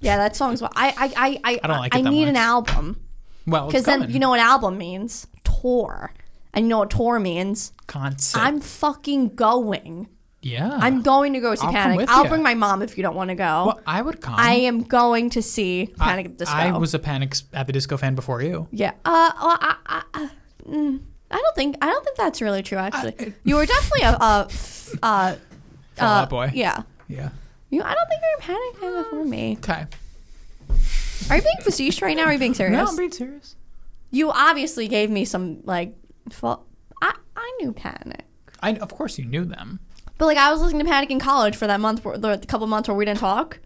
Speaker 2: Yeah, that song's. I I I I,
Speaker 1: I don't like it
Speaker 2: I
Speaker 1: that
Speaker 2: need an
Speaker 1: much.
Speaker 2: album.
Speaker 1: Well,
Speaker 2: Because then you know what album means tour, and you know what tour means.
Speaker 1: concert.
Speaker 2: I'm fucking going.
Speaker 1: yeah.
Speaker 2: I'm going to go see
Speaker 1: Ah. I'll come
Speaker 2: Panic.
Speaker 1: with
Speaker 2: I'll
Speaker 1: ya.
Speaker 2: bring my mom if you don't want to go.
Speaker 1: Well, I would come.
Speaker 2: I am going to see Panic at the Disco.
Speaker 1: I was a Panic at the Disco fan before you.
Speaker 2: yeah. Uh. Well, I, I, I, mm, I don't think I don't think that's really true. Actually, you were definitely a. a f- uh,
Speaker 1: Uh, [laughs] Fall
Speaker 2: uh,
Speaker 1: Out Boy.
Speaker 2: Yeah.
Speaker 1: Yeah.
Speaker 2: You. I don't think you're a Panic fan before me.
Speaker 1: Okay.
Speaker 2: Are you being facetious right now? Or are you being
Speaker 1: [laughs]
Speaker 2: serious?
Speaker 1: No, I'm being serious.
Speaker 2: you obviously gave me some like. Fall- I I knew Panic.
Speaker 1: I of course you knew them.
Speaker 2: But like I was listening to Panic in college for that month, where- the couple months where we didn't talk.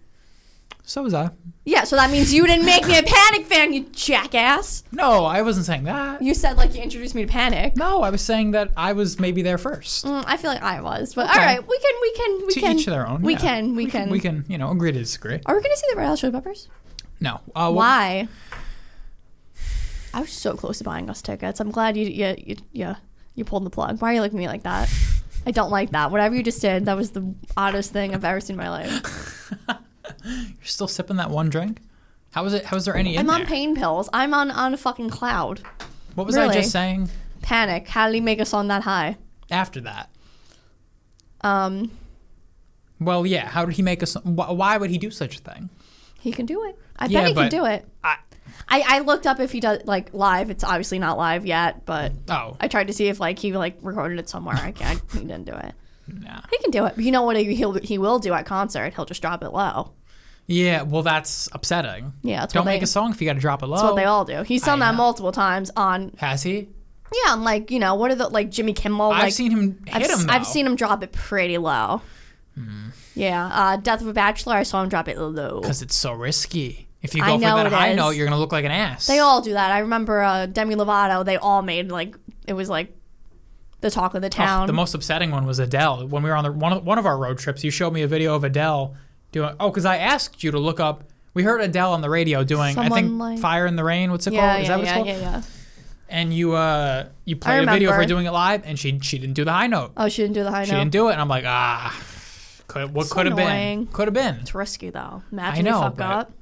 Speaker 1: So was I.
Speaker 2: Yeah, so that means you didn't make me a Panic fan, you jackass.
Speaker 1: No, I wasn't saying that.
Speaker 2: You said like you introduced me to Panic.
Speaker 1: No, I was saying that I was maybe there first.
Speaker 2: Mm, I feel like I was, but
Speaker 1: Okay.
Speaker 2: all right, we can, we can, we
Speaker 1: to
Speaker 2: can.
Speaker 1: each their own.
Speaker 2: We
Speaker 1: yeah.
Speaker 2: can, we, can.
Speaker 1: We can, you know, agree to disagree.
Speaker 2: Are we gonna see the Red Hot Chili Peppers?
Speaker 1: No. Uh, well,
Speaker 2: Why? I was so close to buying us tickets. I'm glad you, you, you, you, you pulled the plug. Why are you looking at me like that? I don't like that. Whatever you just did, that was the oddest thing I've ever seen in my life.
Speaker 1: You're still sipping that one drink. How was it? How was there any? in
Speaker 2: I'm on
Speaker 1: there?
Speaker 2: pain pills. I'm on on a fucking cloud.
Speaker 1: What was I
Speaker 2: really.
Speaker 1: just saying
Speaker 2: Panic. How did he make a song that high?
Speaker 1: after that?
Speaker 2: Um,
Speaker 1: Well, yeah. How did he make us? Wh- why would he do such a thing?
Speaker 2: he can do it. I
Speaker 1: Yeah,
Speaker 2: bet he can
Speaker 1: but-
Speaker 2: do it.
Speaker 1: I,
Speaker 2: I, I looked up if he does like live. It's obviously not live yet, but
Speaker 1: oh,
Speaker 2: I tried to see if like he like recorded it somewhere. I can't. He didn't do it.
Speaker 1: nah.
Speaker 2: He can do it. You know what he he'll, he will do at concert? He'll just drop it low.
Speaker 1: Yeah, well, that's upsetting.
Speaker 2: Yeah, that's
Speaker 1: Don't
Speaker 2: what
Speaker 1: make
Speaker 2: they-
Speaker 1: a song if you got to drop it low.
Speaker 2: That's what they all do. He's done
Speaker 1: I
Speaker 2: that
Speaker 1: know.
Speaker 2: multiple times on
Speaker 1: Has he?
Speaker 2: yeah, on like you know what are the like Jimmy Kimmel? Like,
Speaker 1: I've seen him hit
Speaker 2: I've,
Speaker 1: him.
Speaker 2: s-
Speaker 1: Though. Hmm.
Speaker 2: I've seen him drop it pretty low. Yeah, uh, Death of a Bachelor. I saw him drop it low.
Speaker 1: because it's so risky. If you
Speaker 2: I
Speaker 1: go for
Speaker 2: know
Speaker 1: that
Speaker 2: it
Speaker 1: high
Speaker 2: is.
Speaker 1: note, you're gonna look like an ass.
Speaker 2: They all do that. I remember uh, Demi Lovato. They all made like it was like the talk of the town.
Speaker 1: Oh, The most upsetting one was Adele. When we were on the one of, one of our road trips, you showed me a video of Adele doing. Oh, because I asked you to look up. We heard Adele on the radio doing. I
Speaker 2: Someone
Speaker 1: think
Speaker 2: like-
Speaker 1: "Fire in the Rain." What's it
Speaker 2: yeah,
Speaker 1: called? Is
Speaker 2: yeah,
Speaker 1: that what it's
Speaker 2: yeah,
Speaker 1: called?
Speaker 2: yeah, yeah.
Speaker 1: and you uh you play a video of her
Speaker 2: remember.
Speaker 1: doing it live, and she she didn't do the high note.
Speaker 2: Oh, she didn't do the high
Speaker 1: she
Speaker 2: note.
Speaker 1: didn't do it, and I'm like, ah, could, what
Speaker 2: So
Speaker 1: could have been?
Speaker 2: annoying.
Speaker 1: Could have been.
Speaker 2: it's risky though. Imagine
Speaker 1: know,
Speaker 2: you fuck
Speaker 1: but
Speaker 2: up.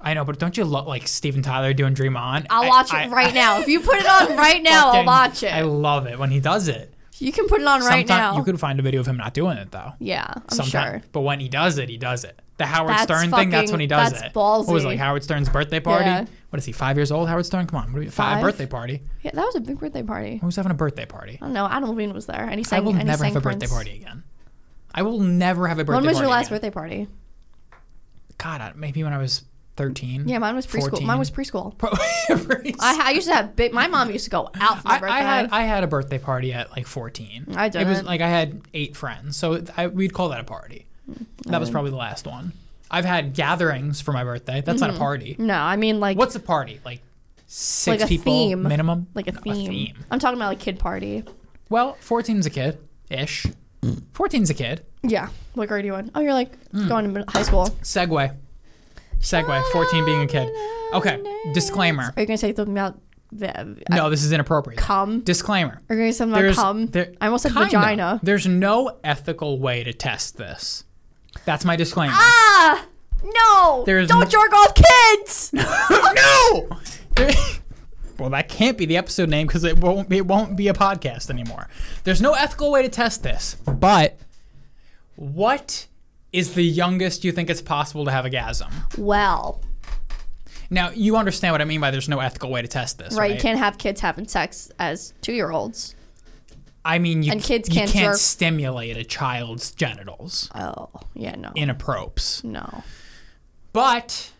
Speaker 1: I know, but don't you love like Steven Tyler doing Dream On?
Speaker 2: I'll
Speaker 1: I-
Speaker 2: watch
Speaker 1: I-
Speaker 2: it right
Speaker 1: I
Speaker 2: now. If
Speaker 1: [laughs]
Speaker 2: you put it on right now, I'll
Speaker 1: fucking-
Speaker 2: watch it.
Speaker 1: I love it when he does it.
Speaker 2: you can put it on right
Speaker 1: Sometime-
Speaker 2: now.
Speaker 1: you could find a video of him not doing it though.
Speaker 2: yeah, I'm
Speaker 1: Sometime-
Speaker 2: sure.
Speaker 1: But when he does it, he does it. The Howard
Speaker 2: That's
Speaker 1: Stern thing, that's
Speaker 2: fucking-
Speaker 1: when he does
Speaker 2: that's
Speaker 1: it. What was it,
Speaker 2: ballsy.
Speaker 1: like Howard Stern's birthday party?
Speaker 2: Yeah.
Speaker 1: What is he, five years old? Howard Stern? Come on. What are we, five?
Speaker 2: Five?
Speaker 1: birthday party?
Speaker 2: Yeah, that was a big birthday party.
Speaker 1: Who's having a birthday party?
Speaker 2: I don't know. Adam Levine was there, and he
Speaker 1: I
Speaker 2: sang.
Speaker 1: will
Speaker 2: and he
Speaker 1: never
Speaker 2: sang
Speaker 1: have a
Speaker 2: Prince.
Speaker 1: birthday party again. I will never have a birthday
Speaker 2: When was
Speaker 1: party.
Speaker 2: your last
Speaker 1: again.
Speaker 2: birthday party?
Speaker 1: God, I- maybe when I was 13.
Speaker 2: Yeah, mine was preschool.
Speaker 1: 14. [laughs]
Speaker 2: Mine was preschool.
Speaker 1: Pro-
Speaker 2: I, ha- I used to have big. My mom used to go out for my
Speaker 1: I,
Speaker 2: birthday.
Speaker 1: I had I had a birthday party at like 14.
Speaker 2: I
Speaker 1: It was
Speaker 2: didn't.
Speaker 1: like I had eight friends, so it- I, we'd call that a party. That
Speaker 2: Mm.
Speaker 1: was probably the last one. I've had gatherings for my birthday. That's
Speaker 2: Mm-hmm.
Speaker 1: not a party.
Speaker 2: no, I mean like
Speaker 1: What's a party? Like six
Speaker 2: Like a
Speaker 1: people
Speaker 2: theme.
Speaker 1: minimum.
Speaker 2: like a
Speaker 1: No,
Speaker 2: theme. I'm talking about like kid party.
Speaker 1: Well, 14's a kid ish. 14's a kid.
Speaker 2: Yeah. What grade are you in? Oh, you're like
Speaker 1: Hmm.
Speaker 2: going to mid- high school.
Speaker 1: Segway. Segway. 14 being a kid. Okay. Disclaimer.
Speaker 2: Are you gonna say something about the, uh,
Speaker 1: No, this is inappropriate.
Speaker 2: cum?
Speaker 1: Disclaimer.
Speaker 2: Are you gonna say something about cum?
Speaker 1: there-
Speaker 2: I almost said
Speaker 1: kinda.
Speaker 2: vagina.
Speaker 1: There's no ethical way to test this. That's my disclaimer.
Speaker 2: Ah, no!
Speaker 1: There is
Speaker 2: Don't
Speaker 1: n-
Speaker 2: jerk off kids. [laughs]
Speaker 1: no. well, that can't be the episode name because it won't it won't be a podcast anymore. There's no ethical way to test this. But what is the youngest you think it's possible to have a gasm?
Speaker 2: well,
Speaker 1: Now you understand what I mean by there's no ethical way to test this,
Speaker 2: right,
Speaker 1: right?
Speaker 2: You can't have kids having sex as two-year-olds.
Speaker 1: I mean, you
Speaker 2: and kids
Speaker 1: you
Speaker 2: can't
Speaker 1: can't
Speaker 2: jerk-
Speaker 1: stimulate a child's genitals
Speaker 2: Oh, yeah, no,
Speaker 1: in a probes.
Speaker 2: no.
Speaker 1: But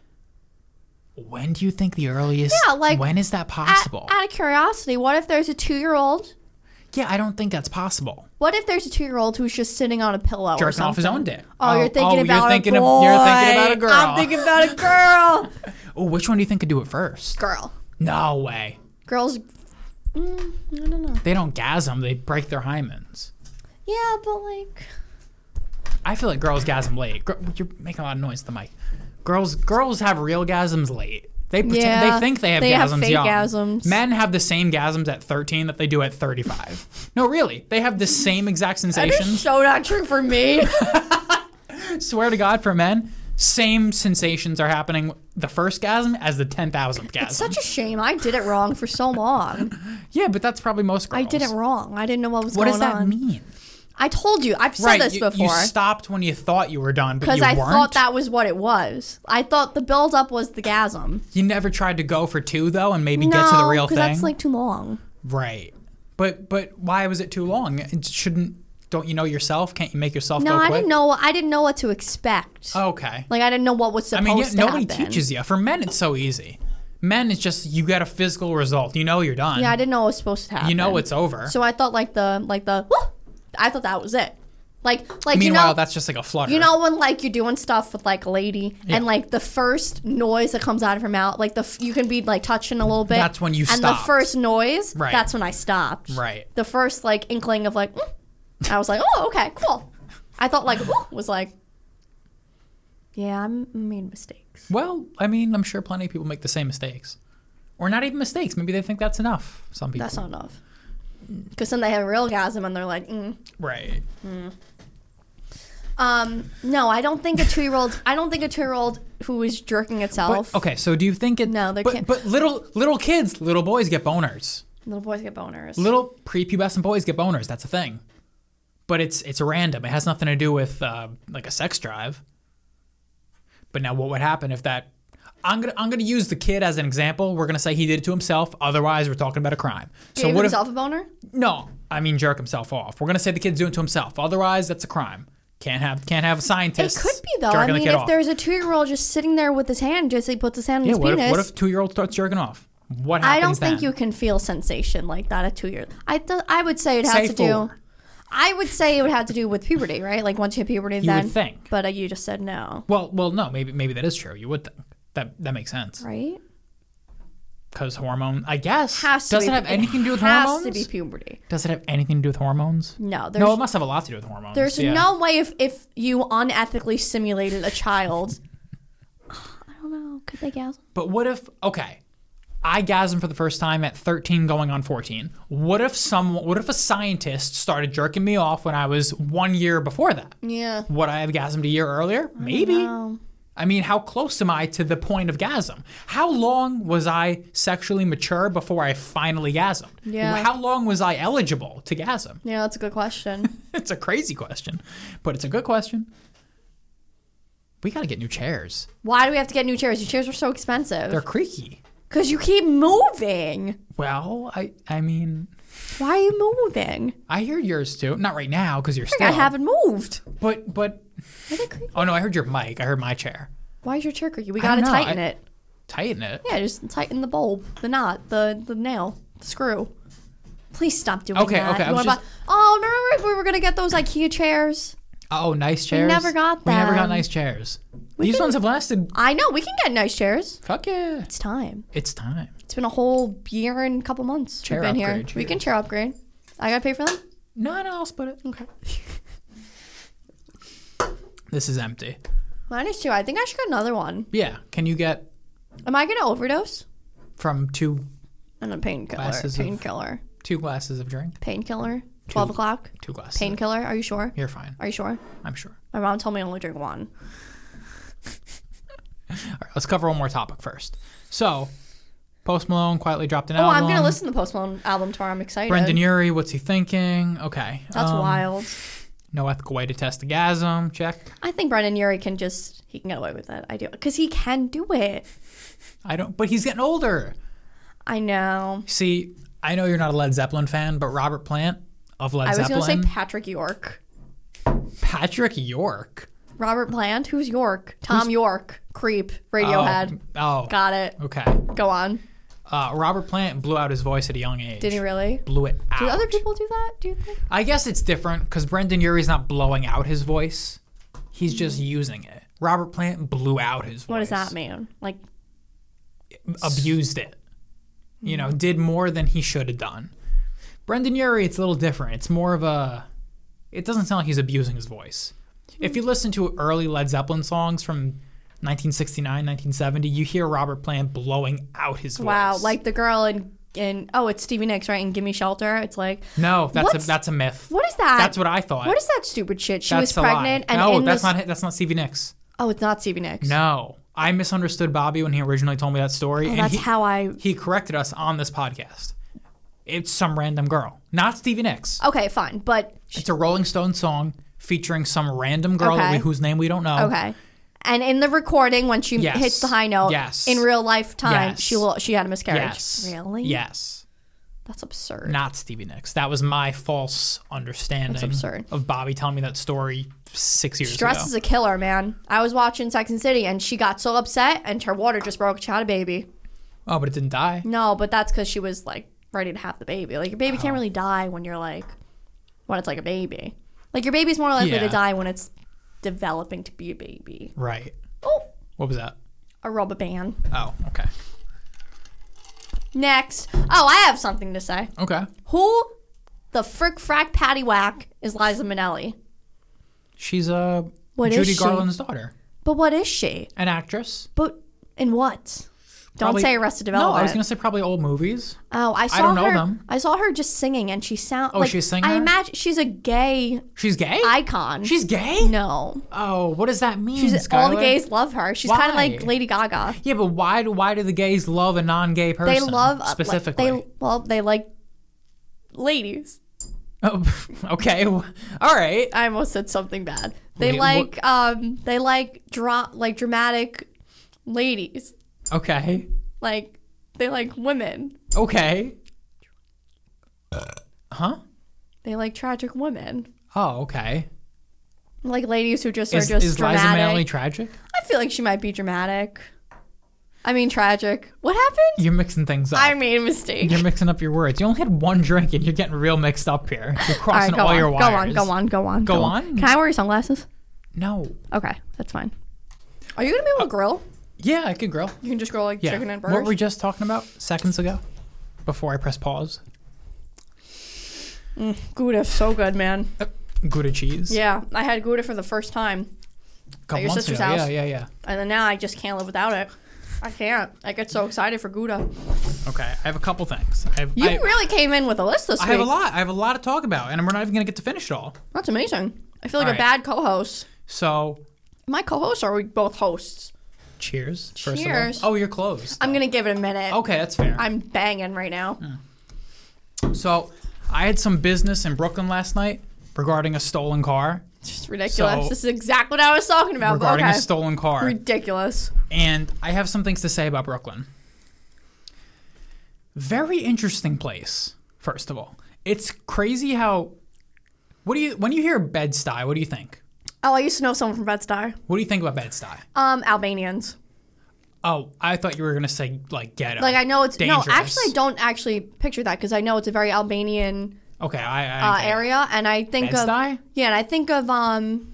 Speaker 1: when do you think the earliest?
Speaker 2: Yeah, like,
Speaker 1: when is that
Speaker 2: Out,
Speaker 1: possible?
Speaker 2: out of curiosity, what if there's a two-year-old?
Speaker 1: yeah, I don't think that's possible.
Speaker 2: What if there's a two-year-old who's just sitting on a pillow or
Speaker 1: Jerking
Speaker 2: something?
Speaker 1: off his own dick.
Speaker 2: Oh, you're thinking
Speaker 1: oh,
Speaker 2: about
Speaker 1: you're thinking
Speaker 2: a
Speaker 1: of-
Speaker 2: boy.
Speaker 1: you're thinking about a girl.
Speaker 2: I'm
Speaker 1: [laughs]
Speaker 2: thinking about a girl.
Speaker 1: oh, which one do you think could do it first?
Speaker 2: girl.
Speaker 1: No way.
Speaker 2: Girls. Mm, I don't know.
Speaker 1: They don't gasm. They break their hymens.
Speaker 2: Yeah, but like.
Speaker 1: I feel like girls gasm late. Gr- you're making a lot of noise. at The mic. Girls, girls have real gasms late. They pretend,
Speaker 2: Yeah,
Speaker 1: they think they have
Speaker 2: they have
Speaker 1: gasms
Speaker 2: fake
Speaker 1: young.
Speaker 2: gasms.
Speaker 1: Men have the same gasms at 13 that they do at 35. no, really, they have the same exact
Speaker 2: That is
Speaker 1: sensations.
Speaker 2: so not true
Speaker 1: [laughs]
Speaker 2: for me.
Speaker 1: Swear to God, for men, same sensations are happening the first gasm as the 10,000th gasm.
Speaker 2: Such a shame. I did it wrong for so long.
Speaker 1: yeah, but that's probably most girls.
Speaker 2: I did it wrong. I didn't know what was
Speaker 1: What
Speaker 2: going
Speaker 1: does that
Speaker 2: on.
Speaker 1: mean?
Speaker 2: I told you. I've said
Speaker 1: right,
Speaker 2: this
Speaker 1: you, you
Speaker 2: before.
Speaker 1: stopped when you thought you were done, but
Speaker 2: Because
Speaker 1: you
Speaker 2: I
Speaker 1: weren't.
Speaker 2: thought that was what it was. I thought the buildup was the gasm.
Speaker 1: you never tried to go for two though, and maybe
Speaker 2: no,
Speaker 1: get to the real thing.
Speaker 2: that's like too long.
Speaker 1: Right. But but why was it too long? It shouldn't don't you know yourself? Can't you make yourself
Speaker 2: No,
Speaker 1: go
Speaker 2: I
Speaker 1: quick?
Speaker 2: didn't know. I didn't know what to expect.
Speaker 1: Okay.
Speaker 2: Like I didn't know what was
Speaker 1: I
Speaker 2: supposed
Speaker 1: mean, yeah,
Speaker 2: to
Speaker 1: nobody
Speaker 2: happen.
Speaker 1: teaches you. For men it's so easy. Men it's just you get a physical result. You know you're done.
Speaker 2: Yeah, I didn't know what was supposed to happen.
Speaker 1: you know it's over.
Speaker 2: So I thought like the like the "Woo!" I thought that was it. Like like
Speaker 1: Meanwhile,
Speaker 2: you know
Speaker 1: that's just like a flutter.
Speaker 2: you know when like you're doing stuff with like a lady and like the first noise that comes out of her mouth like the f- you can be like touching a little bit.
Speaker 1: That's when you
Speaker 2: and
Speaker 1: stopped.
Speaker 2: the first noise.
Speaker 1: Right.
Speaker 2: That's when I stopped.
Speaker 1: Right.
Speaker 2: The first like inkling of like "Mm." I was like oh okay cool. I thought like "Ooh," was like yeah I m- made mistakes.
Speaker 1: Well, I mean, I'm sure plenty of people make the same mistakes. Or not even mistakes. Maybe they think that's enough. Some people.
Speaker 2: That's not enough. Because then they have real gasm and they're like. Mm.
Speaker 1: right.
Speaker 2: Um, no, I don't think a two year old. I don't think a two year old who is jerking itself.
Speaker 1: But, okay, so do you think it
Speaker 2: No, they
Speaker 1: but,
Speaker 2: can't-
Speaker 1: but little little kids, little boys get boners.
Speaker 2: Little boys get boners.
Speaker 1: little prepubescent boys get boners. That's a thing, but it's it's random. It has nothing to do with uh, like a sex drive. But now, what would happen if that? I'm gonna I'm gonna use the kid as an example. We're gonna say he did it to himself. Otherwise, we're talking about a crime.
Speaker 2: Gave
Speaker 1: so what
Speaker 2: himself a boner.
Speaker 1: if? No, I mean jerk himself off. We're gonna say the kid's doing it to himself. Otherwise, that's a crime. Can't have can't have a
Speaker 2: It
Speaker 1: scientist.
Speaker 2: could be though. I
Speaker 1: jerking the
Speaker 2: mean,
Speaker 1: kid
Speaker 2: if
Speaker 1: off.
Speaker 2: there's a two year old just sitting there with his hand, just he puts his hand on
Speaker 1: yeah,
Speaker 2: his
Speaker 1: what
Speaker 2: penis.
Speaker 1: if what if two year old starts jerking off? What happens
Speaker 2: I don't
Speaker 1: then?
Speaker 2: think you can feel sensation like that at two years. I th- I would say it has
Speaker 1: Say
Speaker 2: to do.
Speaker 1: four.
Speaker 2: I would say it would have to do with puberty, right? Like once you hit puberty,
Speaker 1: would
Speaker 2: then.
Speaker 1: think.
Speaker 2: But uh, you just said no,
Speaker 1: Well, well, no, maybe maybe that is true. You would think that that makes sense.
Speaker 2: right?
Speaker 1: because hormone. I guess
Speaker 2: Has to
Speaker 1: doesn't
Speaker 2: be-
Speaker 1: have anything to do with
Speaker 2: has
Speaker 1: hormones.
Speaker 2: to be puberty.
Speaker 1: Does it have anything to do with hormones?
Speaker 2: No, there's
Speaker 1: No, it must have a lot to do with hormones.
Speaker 2: There's
Speaker 1: yeah.
Speaker 2: no way if, if you unethically simulated a child. I don't know. Could they gasm?
Speaker 1: But what if? Okay, I gasm for the first time at 13 going on 14. What if someone what if a scientist started jerking me off when I was 1 year before that?
Speaker 2: Yeah.
Speaker 1: Would I have gasmed a year earlier? Maybe. I mean, how close am I to the point of gasm? How long was I sexually mature before I finally gasmed?
Speaker 2: Yeah.
Speaker 1: How long was I eligible to gasm? [laughs]
Speaker 2: Yeah, that's a good question. [laughs]
Speaker 1: It's a crazy question, but it's a good question. We got to get new chairs.
Speaker 2: Why do we have to get new chairs? Your chairs were so
Speaker 1: They're
Speaker 2: expensive.
Speaker 1: creaky.
Speaker 2: Because you keep moving.
Speaker 1: Well, I I mean,
Speaker 2: Why are you moving?
Speaker 1: I hear yours too. Not right now because you're still.
Speaker 2: I haven't moved.
Speaker 1: But but
Speaker 2: Are they creaky?
Speaker 1: oh no, I heard your mic. I heard my chair.
Speaker 2: Why is your chair creaky? We
Speaker 1: I
Speaker 2: gotta
Speaker 1: don't know.
Speaker 2: tighten
Speaker 1: I-
Speaker 2: it.
Speaker 1: Tighten it.
Speaker 2: Yeah, just tighten the bulb, the knot, the the nail, the screw. Please stop doing
Speaker 1: Okay,
Speaker 2: that.
Speaker 1: okay, I
Speaker 2: You
Speaker 1: was
Speaker 2: wanna
Speaker 1: just-
Speaker 2: buy- oh, remember we were gonna get those IKEA chairs?
Speaker 1: Oh, nice chairs.
Speaker 2: never got
Speaker 1: We never got
Speaker 2: them.
Speaker 1: nice chairs. These ones have lasted.
Speaker 2: I know we can get nice chairs.
Speaker 1: Fuck yeah!
Speaker 2: It's time.
Speaker 1: It's time.
Speaker 2: It's been a whole year and a couple months.
Speaker 1: Chair
Speaker 2: we've been
Speaker 1: upgrade,
Speaker 2: here. We
Speaker 1: yeah.
Speaker 2: can chair upgrade. I gotta pay for them.
Speaker 1: No, no, I'll split it.
Speaker 2: Okay.
Speaker 1: This is empty.
Speaker 2: Mine is two. I think I should get another one.
Speaker 1: Yeah. Can you get
Speaker 2: Am I gonna overdose?
Speaker 1: from two
Speaker 2: And a painkiller.
Speaker 1: Glasses of-
Speaker 2: Painkiller.
Speaker 1: two glasses of drink?
Speaker 2: Painkiller. Twelve o'clock.
Speaker 1: Two glasses.
Speaker 2: Painkiller. Are you sure?
Speaker 1: You're fine.
Speaker 2: Are you sure?
Speaker 1: I'm sure.
Speaker 2: My mom told me I only drink one.
Speaker 1: All right, let's cover one more topic first. So, Post Malone quietly dropped an
Speaker 2: Oh,
Speaker 1: album.
Speaker 2: I'm gonna listen to the Post Malone album tomorrow. I'm excited.
Speaker 1: Brendan Urie, what's he thinking? Okay.
Speaker 2: That's
Speaker 1: um,
Speaker 2: wild.
Speaker 1: No ethical way to test a gasm. Check.
Speaker 2: I think Brendan Urie can just he can get away with it. I do because he can do it.
Speaker 1: I don't. But he's getting older.
Speaker 2: I know.
Speaker 1: See, I know you're not a Led Zeppelin fan, but Robert Plant of Led
Speaker 2: I was
Speaker 1: Zeppelin,
Speaker 2: gonna say Patrick York,
Speaker 1: Patrick York,
Speaker 2: Robert Plant. Who's York? Tom York. Creep. Radiohead.
Speaker 1: Oh, oh,
Speaker 2: Got it.
Speaker 1: okay.
Speaker 2: Go on.
Speaker 1: Uh, Robert Plant blew out his voice at a young age.
Speaker 2: Did he really?
Speaker 1: blew it out.
Speaker 2: Do other people do that? Do you think?
Speaker 1: I guess it's different because Brendan Urie's not blowing out his voice; he's just using it. Robert Plant blew out his voice.
Speaker 2: Mm. What does that mean? Like,
Speaker 1: Abused it. You know,
Speaker 2: Mm.
Speaker 1: did more than he should have done. Brendan Urie, it's a little different. It's more of a. It doesn't sound like he's abusing his voice. If
Speaker 2: Mm.
Speaker 1: you listen to early Led Zeppelin songs from 1969, 1970, you hear Robert Plant blowing out his voice.
Speaker 2: wow, like the girl in in oh, it's Stevie Nicks, right? And Gimme Shelter. It's like,
Speaker 1: no, that's a,
Speaker 2: what's-
Speaker 1: that's a myth.
Speaker 2: what is that?
Speaker 1: That's what I thought.
Speaker 2: What is that stupid shit? She
Speaker 1: that's
Speaker 2: was
Speaker 1: a lie.
Speaker 2: pregnant and
Speaker 1: no,
Speaker 2: in
Speaker 1: that's
Speaker 2: this.
Speaker 1: not that's not Stevie Nicks.
Speaker 2: oh, it's not Stevie Nicks.
Speaker 1: No, I misunderstood Bobby when he originally told me that story, and
Speaker 2: Oh, that's
Speaker 1: he,
Speaker 2: how I.
Speaker 1: he corrected us on this podcast. It's some random girl, not Stevie Nicks.
Speaker 2: Okay, fine, but
Speaker 1: It's a Rolling Stone song featuring some random girl that
Speaker 2: Okay.
Speaker 1: we, whose name we don't know.
Speaker 2: Okay. And in the recording, when she
Speaker 1: Yes.
Speaker 2: hits the high note,
Speaker 1: Yes.
Speaker 2: in real life time,
Speaker 1: Yes.
Speaker 2: she will, she had a miscarriage.
Speaker 1: Yes.
Speaker 2: Really?
Speaker 1: Yes.
Speaker 2: That's absurd.
Speaker 1: Not Stevie Nicks. That was my false understanding
Speaker 2: absurd.
Speaker 1: of Bobby telling me that story six years
Speaker 2: Stress
Speaker 1: ago.
Speaker 2: is a killer, man. I was watching Sex and the City, and she got so upset, and her water just broke. She had a baby.
Speaker 1: oh, but it didn't die.
Speaker 2: No, but that's because she was like ready to have the baby. Like your baby
Speaker 1: Oh.
Speaker 2: can't really die when you're like when it's like a baby. Like your baby's more likely
Speaker 1: Yeah.
Speaker 2: to die when it's developing to be a baby.
Speaker 1: Right.
Speaker 2: Oh,
Speaker 1: What was that?
Speaker 2: a rubber band.
Speaker 1: Oh, okay.
Speaker 2: Next. Oh, I have something to say.
Speaker 1: Okay.
Speaker 2: Who the frick frack patty whack is Liza Minnelli?
Speaker 1: She's uh,
Speaker 2: What is
Speaker 1: Judy
Speaker 2: she?
Speaker 1: Garland's daughter,
Speaker 2: But what is she?
Speaker 1: an actress.
Speaker 2: But in what? Don't
Speaker 1: Probably-
Speaker 2: say Arrested
Speaker 1: No,
Speaker 2: Development.
Speaker 1: I was gonna say probably old movies.
Speaker 2: oh, I saw
Speaker 1: don't know
Speaker 2: her.
Speaker 1: them.
Speaker 2: I saw her just singing, and she sound. Oh, like,
Speaker 1: she's a singer?
Speaker 2: I imagine she's a gay
Speaker 1: She's gay.
Speaker 2: icon.
Speaker 1: She's gay.
Speaker 2: no.
Speaker 1: Oh, what does that mean?
Speaker 2: She's, all the
Speaker 1: Skylar?
Speaker 2: gays love her. She's kind of
Speaker 1: Why?
Speaker 2: like Lady Gaga.
Speaker 1: Yeah, but why do why do the gays love a non-gay person?
Speaker 2: They love uh, like,
Speaker 1: specifically.
Speaker 2: they well, they like ladies.
Speaker 1: [laughs] oh, [laughs] okay. All right.
Speaker 2: I almost said something bad. They
Speaker 1: Wait,
Speaker 2: like um they like dra- like dramatic ladies.
Speaker 1: Okay.
Speaker 2: Like they like women.
Speaker 1: Okay. Huh?
Speaker 2: They like tragic women.
Speaker 1: Oh, okay.
Speaker 2: Like ladies who just
Speaker 1: Is,
Speaker 2: are just
Speaker 1: is Liza
Speaker 2: dramatic.
Speaker 1: Minnelli tragic?
Speaker 2: I feel like she might be dramatic. I mean tragic. What happened?
Speaker 1: You're mixing things up.
Speaker 2: I made a mistake.
Speaker 1: you're mixing up your words. You only had one drink and you're getting real mixed up here. You're
Speaker 2: All right,
Speaker 1: crossing
Speaker 2: go,
Speaker 1: all
Speaker 2: on,
Speaker 1: your
Speaker 2: go on,
Speaker 1: wires.
Speaker 2: go on, go on,
Speaker 1: Go on?
Speaker 2: Can I wear your sunglasses?
Speaker 1: No.
Speaker 2: Okay, that's fine. Are you gonna be able to grill?
Speaker 1: Yeah, I could grill.
Speaker 2: You can just grow like
Speaker 1: Yeah.
Speaker 2: chicken and
Speaker 1: what
Speaker 2: burgers.
Speaker 1: were we just talking about seconds ago? Before I press pause.
Speaker 2: Gouda, so good, man.
Speaker 1: Uh, Gouda cheese.
Speaker 2: Yeah, I had Gouda for the first time,
Speaker 1: Couple
Speaker 2: your
Speaker 1: months
Speaker 2: sister's
Speaker 1: ago.
Speaker 2: house.
Speaker 1: Yeah, yeah, yeah.
Speaker 2: and then now I just can't live without it. I can't. I get so excited for Gouda.
Speaker 1: Okay, I have a couple things. I have,
Speaker 2: You
Speaker 1: I,
Speaker 2: really came in with a list this
Speaker 1: I
Speaker 2: week.
Speaker 1: have a lot. I have a lot to talk about, and we're not even going to get to finish it all.
Speaker 2: That's amazing. I feel like
Speaker 1: All
Speaker 2: a
Speaker 1: right.
Speaker 2: bad co-host.
Speaker 1: So,
Speaker 2: Am I co-host or are we both hosts?
Speaker 1: cheers. First
Speaker 2: Cheers.
Speaker 1: Of all. Oh, you're closed.
Speaker 2: I'm gonna give it a minute.
Speaker 1: okay, Hmm. that's fair.
Speaker 2: I'm banging right now.
Speaker 1: so, I had some business in Brooklyn last night regarding a stolen car.
Speaker 2: It's just ridiculous.
Speaker 1: So-
Speaker 2: this is exactly what I was talking about. but
Speaker 1: Regarding
Speaker 2: Oh, Okay.
Speaker 1: a stolen car.
Speaker 2: ridiculous.
Speaker 1: and I have some things to say about Brooklyn. Very interesting place, first of all. It's crazy how what do you when you hear Bed Stuy, what do you think?
Speaker 2: Oh, I used to know someone from Bed Stuy.
Speaker 1: What do you think about Bed Stuy?
Speaker 2: Um, Albanians.
Speaker 1: Oh, I thought you were gonna say like ghetto.
Speaker 2: Like I know it's
Speaker 1: Dangerous.
Speaker 2: no. Actually, I don't actually picture that because I know it's a very Albanian
Speaker 1: Okay, I, I
Speaker 2: uh,
Speaker 1: get it.
Speaker 2: area, and I think of
Speaker 1: Bed-Stuy?
Speaker 2: yeah, and I think of um.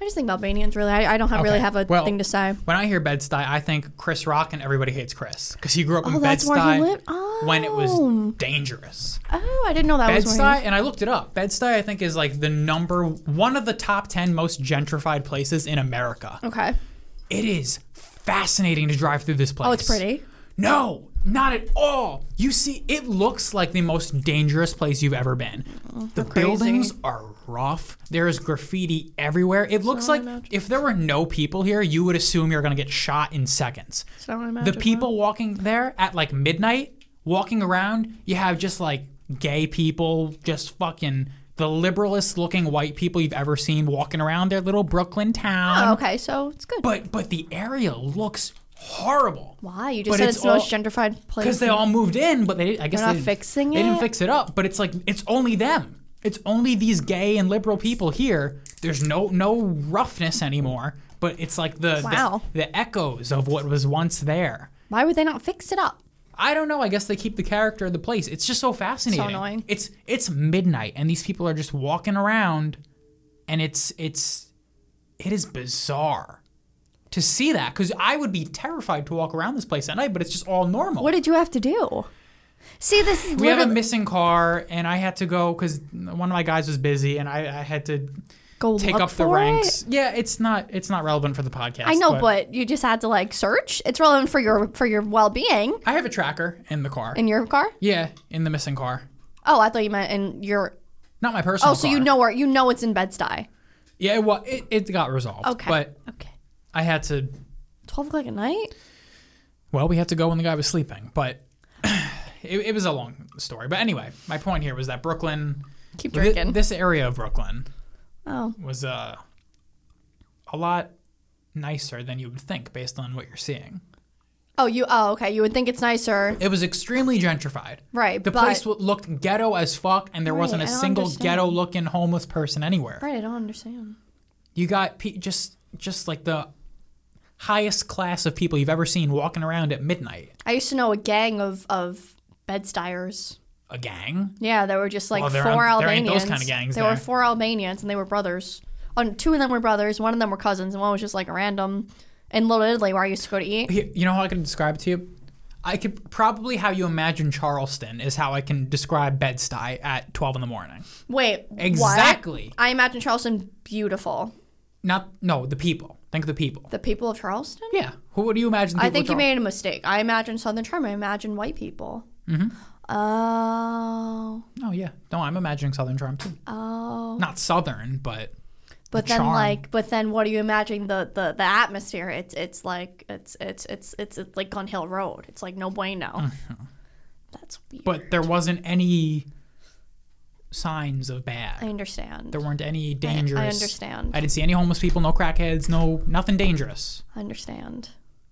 Speaker 2: I just think of Albanians. Really, I, I don't have, really
Speaker 1: Okay.
Speaker 2: have a
Speaker 1: Well,
Speaker 2: thing to say.
Speaker 1: When I hear Bed Stuy, I think Chris Rock and everybody hates Chris because he grew up in
Speaker 2: Oh,
Speaker 1: Bed
Speaker 2: that's where he
Speaker 1: Stuy
Speaker 2: lived? Oh.
Speaker 1: when it was dangerous.
Speaker 2: Oh, I didn't know that
Speaker 1: Bed
Speaker 2: was where
Speaker 1: Stuy, and I looked it up. Bed Stuy, I think, is like the number one of the top ten most gentrified places in America.
Speaker 2: he- Okay.
Speaker 1: It is fascinating to drive through this place.
Speaker 2: Oh, it's pretty.
Speaker 1: No, not at all. You see, it looks like the most dangerous place you've ever been. The
Speaker 2: Oh, crazy.
Speaker 1: buildings are rough. There is graffiti everywhere. It looks like if there were no people here, you would assume you're going to get shot in seconds.
Speaker 2: That's not what I
Speaker 1: The
Speaker 2: imagined,
Speaker 1: people walking there at like midnight, walking around, you have just like gay people, just fucking the liberalest looking white people you've ever seen walking around their little Brooklyn town.
Speaker 2: Oh, okay, so it's good.
Speaker 1: um, But but the area looks horrible.
Speaker 2: Why? You just
Speaker 1: But
Speaker 2: said
Speaker 1: it's
Speaker 2: it's, the most
Speaker 1: all-
Speaker 2: gentrified place.
Speaker 1: Because they all moved in, but they I guess
Speaker 2: They're not
Speaker 1: they didn't,
Speaker 2: fixing
Speaker 1: They didn't
Speaker 2: it?
Speaker 1: fix it up. But it's like it's only them. It's only these gay and liberal people here. There's no no roughness anymore. But it's like the the-
Speaker 2: Wow.
Speaker 1: the, echoes of what was once there.
Speaker 2: Why would they not fix it up?
Speaker 1: I don't know. I guess they keep the character of the place. It's just so fascinating.
Speaker 2: annoying.
Speaker 1: It's it's midnight and these people are just walking around, and it's it's it is bizarre to see that because I would be terrified to walk around this place at night. But it's just all normal.
Speaker 2: What did you have to do? See, this is
Speaker 1: we have a
Speaker 2: literally
Speaker 1: missing car, and I had to go because one of my guys was busy, and I, I had to
Speaker 2: go
Speaker 1: take
Speaker 2: look
Speaker 1: up the
Speaker 2: for
Speaker 1: ranks.
Speaker 2: it.
Speaker 1: Yeah, it's not it's not relevant for the podcast.
Speaker 2: I know, but, you just had to like search. It's relevant for your for your well being
Speaker 1: I have a tracker in the car.
Speaker 2: in your car.
Speaker 1: yeah, in the missing car,
Speaker 2: Oh, I thought you meant in your.
Speaker 1: not my personal.
Speaker 2: Oh, so you
Speaker 1: car.
Speaker 2: know where you know it's in Bed Stuy.
Speaker 1: Yeah, well, it, it got resolved.
Speaker 2: Okay.
Speaker 1: but
Speaker 2: okay.
Speaker 1: I had to.
Speaker 2: Twelve o'clock at night.
Speaker 1: Well, we had to go when the guy was sleeping, but [clears throat] it, it was a long story. But anyway, my point here was that Brooklyn,
Speaker 2: Keep
Speaker 1: thi-
Speaker 2: drinking.
Speaker 1: this area of Brooklyn,
Speaker 2: oh,
Speaker 1: was uh, a lot nicer than you would think based on what you're seeing.
Speaker 2: oh, you. Oh, okay. You would think it's nicer,
Speaker 1: It was extremely gentrified.
Speaker 2: right?
Speaker 1: The
Speaker 2: but,
Speaker 1: place w- looked ghetto as fuck, and there
Speaker 2: Right,
Speaker 1: wasn't a
Speaker 2: I don't
Speaker 1: single
Speaker 2: understand.
Speaker 1: ghetto-looking homeless person anywhere.
Speaker 2: Right, I don't understand.
Speaker 1: You got pe- just just like the highest class of people you've ever seen walking around at midnight.
Speaker 2: I used to know a gang of of Bed Stuyers.
Speaker 1: A gang.
Speaker 2: Yeah, there were just like
Speaker 1: Well, there
Speaker 2: four
Speaker 1: aren't- there ain't
Speaker 2: Albanians.
Speaker 1: those kinda gangs
Speaker 2: There
Speaker 1: there.
Speaker 2: were four Albanians, and they were brothers. On two of them were brothers, one of them were cousins, and one was just like a random. In Little Italy, where I used to go to eat,
Speaker 1: Here- You know how I can describe it to you? I could probably how you imagine Charleston is how I can describe Bed Stuy at twelve in the morning.
Speaker 2: wait, what?
Speaker 1: Exactly.
Speaker 2: I imagine Charleston beautiful.
Speaker 1: Not no the people. Think of the people.
Speaker 2: The people of Charleston.
Speaker 1: Yeah. Who what do you imagine?
Speaker 2: I
Speaker 1: people
Speaker 2: think you
Speaker 1: are-
Speaker 2: made a mistake. I imagine Southern Charm. I imagine white people. Mm-hmm. Oh,
Speaker 1: Oh yeah. No, I'm imagining Southern Charm too.
Speaker 2: oh.
Speaker 1: Not Southern, but
Speaker 2: But
Speaker 1: The
Speaker 2: then,
Speaker 1: charm.
Speaker 2: like, but then, what do you imagine the, the the atmosphere? It's it's like it's it's it's it's, it's like Gun Hill Road. It's like no bueno. That's weird.
Speaker 1: Uh-huh. but there wasn't any signs of
Speaker 2: I
Speaker 1: bad.
Speaker 2: understand.
Speaker 1: There weren't any dangerous.
Speaker 2: I understand.
Speaker 1: I didn't see any homeless people, no crackheads, no nothing dangerous,
Speaker 2: I understand.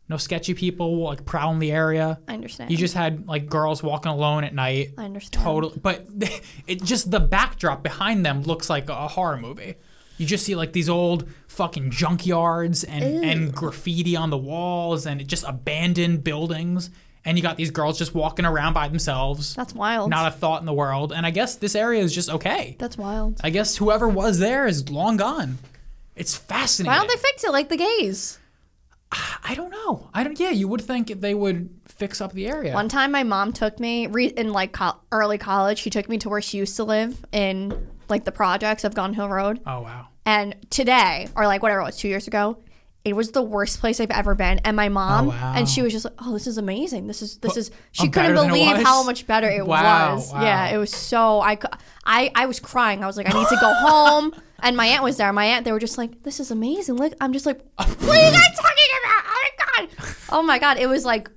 Speaker 1: no sketchy people like prowling the area.
Speaker 2: I understand.
Speaker 1: You just had like girls walking alone at night.
Speaker 2: I understand.
Speaker 1: Totally, but [laughs] it just the backdrop behind them looks like a horror movie. You just see like these old fucking junkyards and and graffiti on the walls and just abandoned buildings. And you got these girls just walking around by themselves,
Speaker 2: That's wild.
Speaker 1: not a thought in the world. And I guess this area is just okay.
Speaker 2: That's wild.
Speaker 1: I guess whoever was there is long gone. It's fascinating.
Speaker 2: Why don't they fix it like the gays?
Speaker 1: I don't know. I don't. Yeah, you would think they would fix up the area.
Speaker 2: One time, my mom took me re- in like co- early college. She took me to where she used to live in like the projects of Gun Hill Road.
Speaker 1: Oh wow.
Speaker 2: And today, or like whatever it was, two years ago, It was the worst place I've ever been, and my mom
Speaker 1: wow.
Speaker 2: and she was just like, "Oh, this is amazing. This is this is." She
Speaker 1: oh,
Speaker 2: couldn't
Speaker 1: better than it
Speaker 2: believe
Speaker 1: was?
Speaker 2: how much better it
Speaker 1: Wow,
Speaker 2: was.
Speaker 1: wow.
Speaker 2: Yeah, it was so I, cou- I I was crying. I was like, "I need to
Speaker 1: [laughs]
Speaker 2: go home." And my aunt was there. My aunt, they were just like, "This is amazing." Like, I'm just like, "What are you guys talking about? Oh my god! Oh my god!" It was like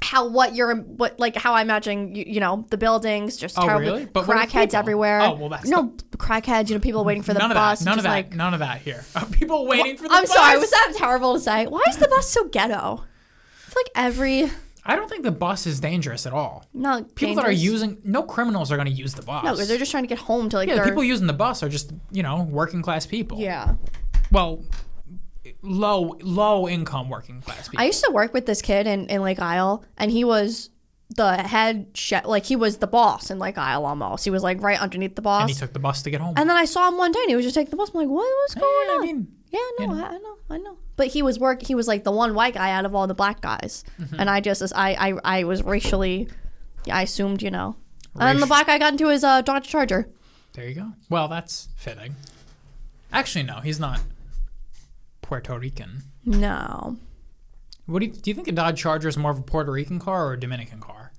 Speaker 2: how what you're what like how I imagine you, you know the buildings just
Speaker 1: Oh,
Speaker 2: terribly
Speaker 1: really? But what if
Speaker 2: crackheads
Speaker 1: people-
Speaker 2: everywhere.
Speaker 1: Oh, well, that's
Speaker 2: no crackheads. You know people waiting for the
Speaker 1: none of
Speaker 2: bus.
Speaker 1: that. None
Speaker 2: just
Speaker 1: of that.
Speaker 2: Like,
Speaker 1: none of that here. [laughs] Are people waiting for the
Speaker 2: I'm
Speaker 1: bus?
Speaker 2: sorry, was that terrible to say? Why is the bus so ghetto? I feel like every
Speaker 1: I don't think the bus is dangerous at all.
Speaker 2: not
Speaker 1: People that are
Speaker 2: dangerous-
Speaker 1: using no criminals are going to use the bus.
Speaker 2: no, they're just trying to get home to like
Speaker 1: yeah. The
Speaker 2: their
Speaker 1: people using the bus are just you know working class people.
Speaker 2: yeah.
Speaker 1: Well, low low income working class people.
Speaker 2: I used to work with this kid in, in Lake Isle, and he was the head chef, like he was the boss in Lake Isle almost. He was like right underneath the boss.
Speaker 1: and
Speaker 2: And,
Speaker 1: he took the bus to get home.
Speaker 2: then I saw him one day, and he was just taking the bus. I'm like, what was
Speaker 1: yeah,
Speaker 2: going
Speaker 1: I
Speaker 2: on?
Speaker 1: mean,
Speaker 2: yeah, no, I, I know, I know. But he was work. He was like the one white guy out of all the black guys,
Speaker 1: Mm-hmm.
Speaker 2: and I just I I, I was racially, I assumed you know. And then the
Speaker 1: Racial-
Speaker 2: black guy got into his uh, Dodge Charger.
Speaker 1: there you go. Well, that's fitting. Actually, no, he's not Puerto Rican.
Speaker 2: No.
Speaker 1: What do you, do you think a Dodge Charger is more of a Puerto Rican car or a Dominican car?